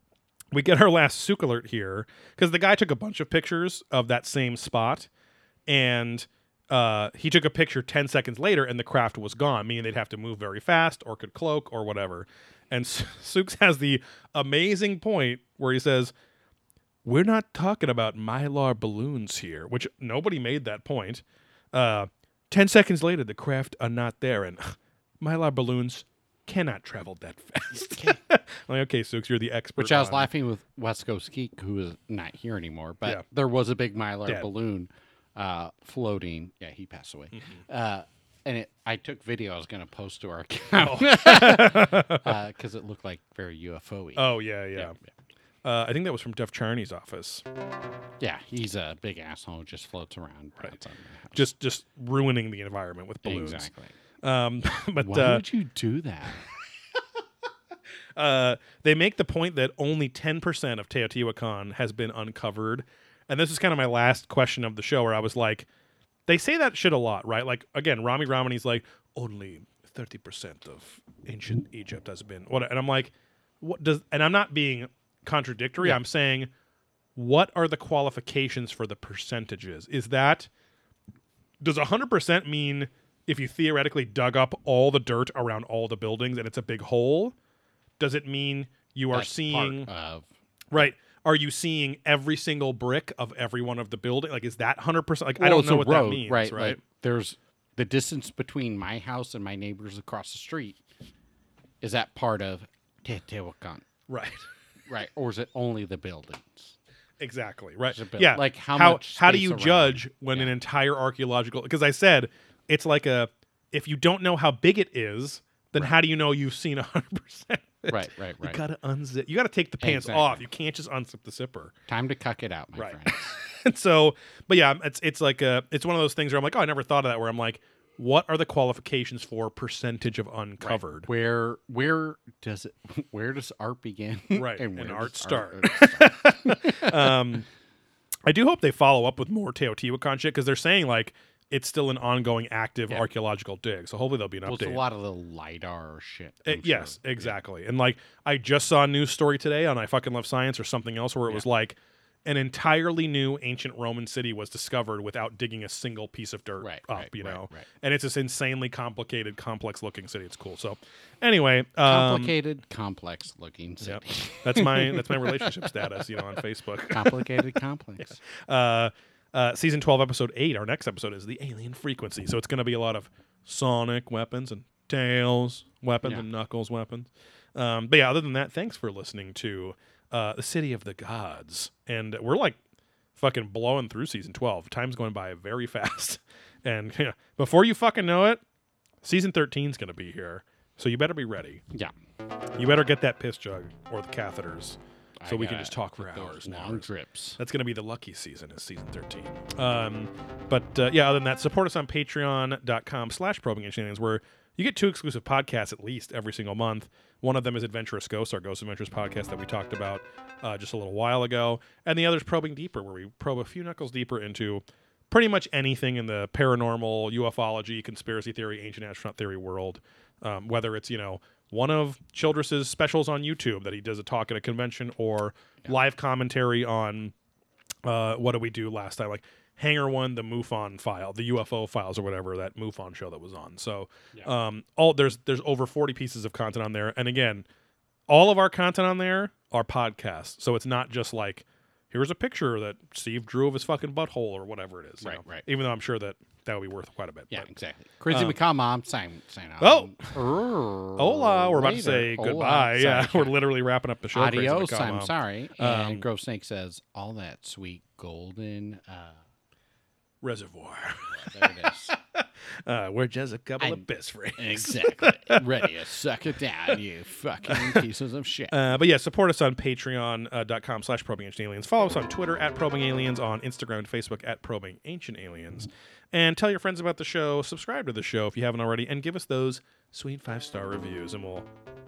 S2: we get our last souk alert here because the guy took a bunch of pictures of that same spot and uh, he took a picture 10 seconds later and the craft was gone meaning they'd have to move very fast or could cloak or whatever and Sooks has the amazing point where he says we're not talking about mylar balloons here which nobody made that point uh, 10 seconds later the craft are not there and mylar balloons cannot travel that fast I'm like okay Sooks you're the expert
S3: Which I was
S2: on-
S3: laughing with Wesco Skeek, who is not here anymore, but
S2: Yeah.
S3: there was a big mylar
S2: Dead.
S3: balloon uh, floating. Yeah, he passed away.
S2: Mm-hmm.
S3: Uh, and it, I took video I was going to post to our account because it looked like very UFO y.
S2: oh yeah yeah, Uh, I think that was from Jeff Charney's office.
S3: yeah, he's a big asshole who just floats around. Right.
S2: just just ruining the environment with balloons.
S3: Exactly.
S2: Um, but
S3: Why
S2: uh,
S3: would you do that?
S2: uh, they make the point that only 10% of Teotihuacan has been uncovered. And this is kind of my last question of the show where I was like, they say that shit a lot, right? Like, again, Rami Ramani's like, only 30% of ancient Egypt has been. What? And I'm like, what does. And I'm not being contradictory. I'm saying, what are the qualifications for the percentages? Is that. Does 100% mean if you theoretically dug up all the dirt around all the buildings and it's a big hole? does it mean you are
S3: That's
S2: seeing
S3: part of
S2: right are you seeing every single brick of every one of the building like is that 100% like i
S3: Well,
S2: don't
S3: it's
S2: know
S3: a
S2: what that
S3: road,
S2: means
S3: right?
S2: right
S3: Like, there's the distance between my house and my neighbors across the street. Is that part of Teotihuacan?
S2: right
S3: Right, or is it only the buildings?
S2: exactly right
S3: a bit-
S2: yeah
S3: like, how much
S2: how do
S3: space
S2: you
S3: around?
S2: judge when an entire archaeological because i said it's like a if you don't know how big it is then how do you know you've seen 100%
S3: Right, right,
S2: you
S3: right.
S2: gotta unzip you gotta take the pants
S3: Exactly.
S2: off you can't just unzip the zipper
S3: Time to cuck it out, my
S2: Right.
S3: friends.
S2: and so but yeah it's it's like a it's one of those things where i'm like oh i never thought of that where i'm like what are the qualifications for percentage of uncovered
S3: Where where does it where does art begin?
S2: Right, and
S3: where
S2: art
S3: does
S2: start. Um, i do hope they follow up with more teotihuacan shit because they're saying like it's still an ongoing active archaeological dig so hopefully there'll be an
S3: well, it's a
S2: update
S3: lot of the lidar shit.
S2: Uh,
S3: I'm sure.
S2: yes exactly and like i just saw a news story today on i fucking love science or something else where it was like an entirely new ancient roman city was discovered without digging a single piece of dirt
S3: Right,
S2: up
S3: right,
S2: you
S3: right,
S2: know
S3: right.
S2: and it's this insanely complicated complex looking city it's cool so anyway um,
S3: Complicated, complex looking city.
S2: Yep. That's my that's my relationship status, you know, on Facebook.
S3: Complicated, complex.
S2: Uh, uh, season twelve, episode eight. Our next episode is the alien frequency, so it's going to be a lot of sonic weapons and tails weapons
S3: Yeah.
S2: and knuckles weapons. Um, but yeah, other than that, thanks for listening to uh, the City of the Gods, and we're like fucking blowing through season twelve. Time's going by very fast, and yeah, before you fucking know it, season thirteen's going to be here. So you better be ready.
S3: Yeah.
S2: You better get that piss jug or the catheters, so
S3: I
S2: we can
S3: gotta
S2: just talk for
S3: put those
S2: hours and
S3: long
S2: hours.
S3: drips.
S2: That's going to be the lucky season is season 13. Um, but uh, yeah, other than that, support us on patreon.com slash probing engineerings where you get two exclusive podcasts at least every single month. One of them is Adventurous Ghosts, our Ghost Adventures podcast that we talked about uh, just a little while ago. And the other is Probing Deeper, where we probe a few knuckles deeper into pretty much anything in the paranormal, ufology, conspiracy theory, ancient astronaut theory world. Um, whether it's you know one of Childress's specials on YouTube that he does a talk at a convention, or live commentary on uh, what did we do last time? Like Hanger One, the MUFON file, the UFO files, or whatever that MUFON show that was on. So, um, all there's there's over forty pieces of content on there, and again, all of our content on there are podcasts. So it's not just like here's a picture that Steve drew of his fucking butthole or whatever it is. you
S3: Right,
S2: know?
S3: right.
S2: Even though I'm sure that that would be worth quite a bit.
S3: Yeah,
S2: but- um,
S3: exactly. Crazy McCall mom, Um, sign sign off.
S2: Oh.
S3: Oh,
S2: Hola, we're about to say goodbye. yeah, we're literally wrapping up the show. Crazy
S3: Adios,
S2: Macau
S3: I'm
S2: Mom. Um,
S3: sorry. And Grove Snake says, all that sweet golden. Uh,
S2: Reservoir.
S3: there it is.
S2: Uh, we're just a couple
S3: I'm-
S2: of best friends.
S3: exactly. Ready to suck it down, you fucking pieces of shit.
S2: Uh, but yeah, support us on patreon.com slash probing ancient aliens. Follow us on Twitter at probing aliens, on Instagram and Facebook at probing ancient aliens. And tell your friends about the show, subscribe to the show if you haven't already, and give us those sweet five star reviews, and we'll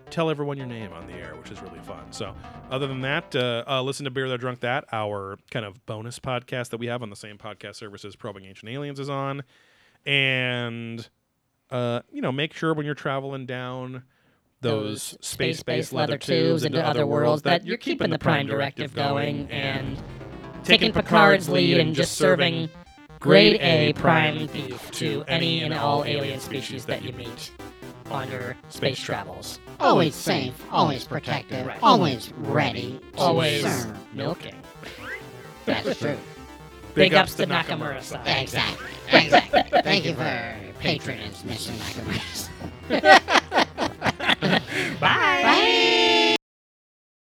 S2: tell everyone your name on the air, which is really fun. So, other than that, uh, uh, listen to Beer That Drunk That, our kind of bonus podcast that we have on the same podcast services Probing Ancient Aliens is on. And, uh, you know, make sure when you're traveling down those space
S6: space-based
S2: based leather tubes into other worlds that you're keeping the Prime Directive going and
S6: taking Picard's lead and just serving grade A prime beef to any and all alien species that you meet on your space travels.
S1: Always safe, always protective,
S6: Right.
S1: always ready. to
S6: Always
S1: serve.
S6: milking.
S1: That's true.
S6: Big ups to Nakamura side.
S1: Exactly. Exactly. Thank you for patronage, Mr. Nakamura.
S6: Bye.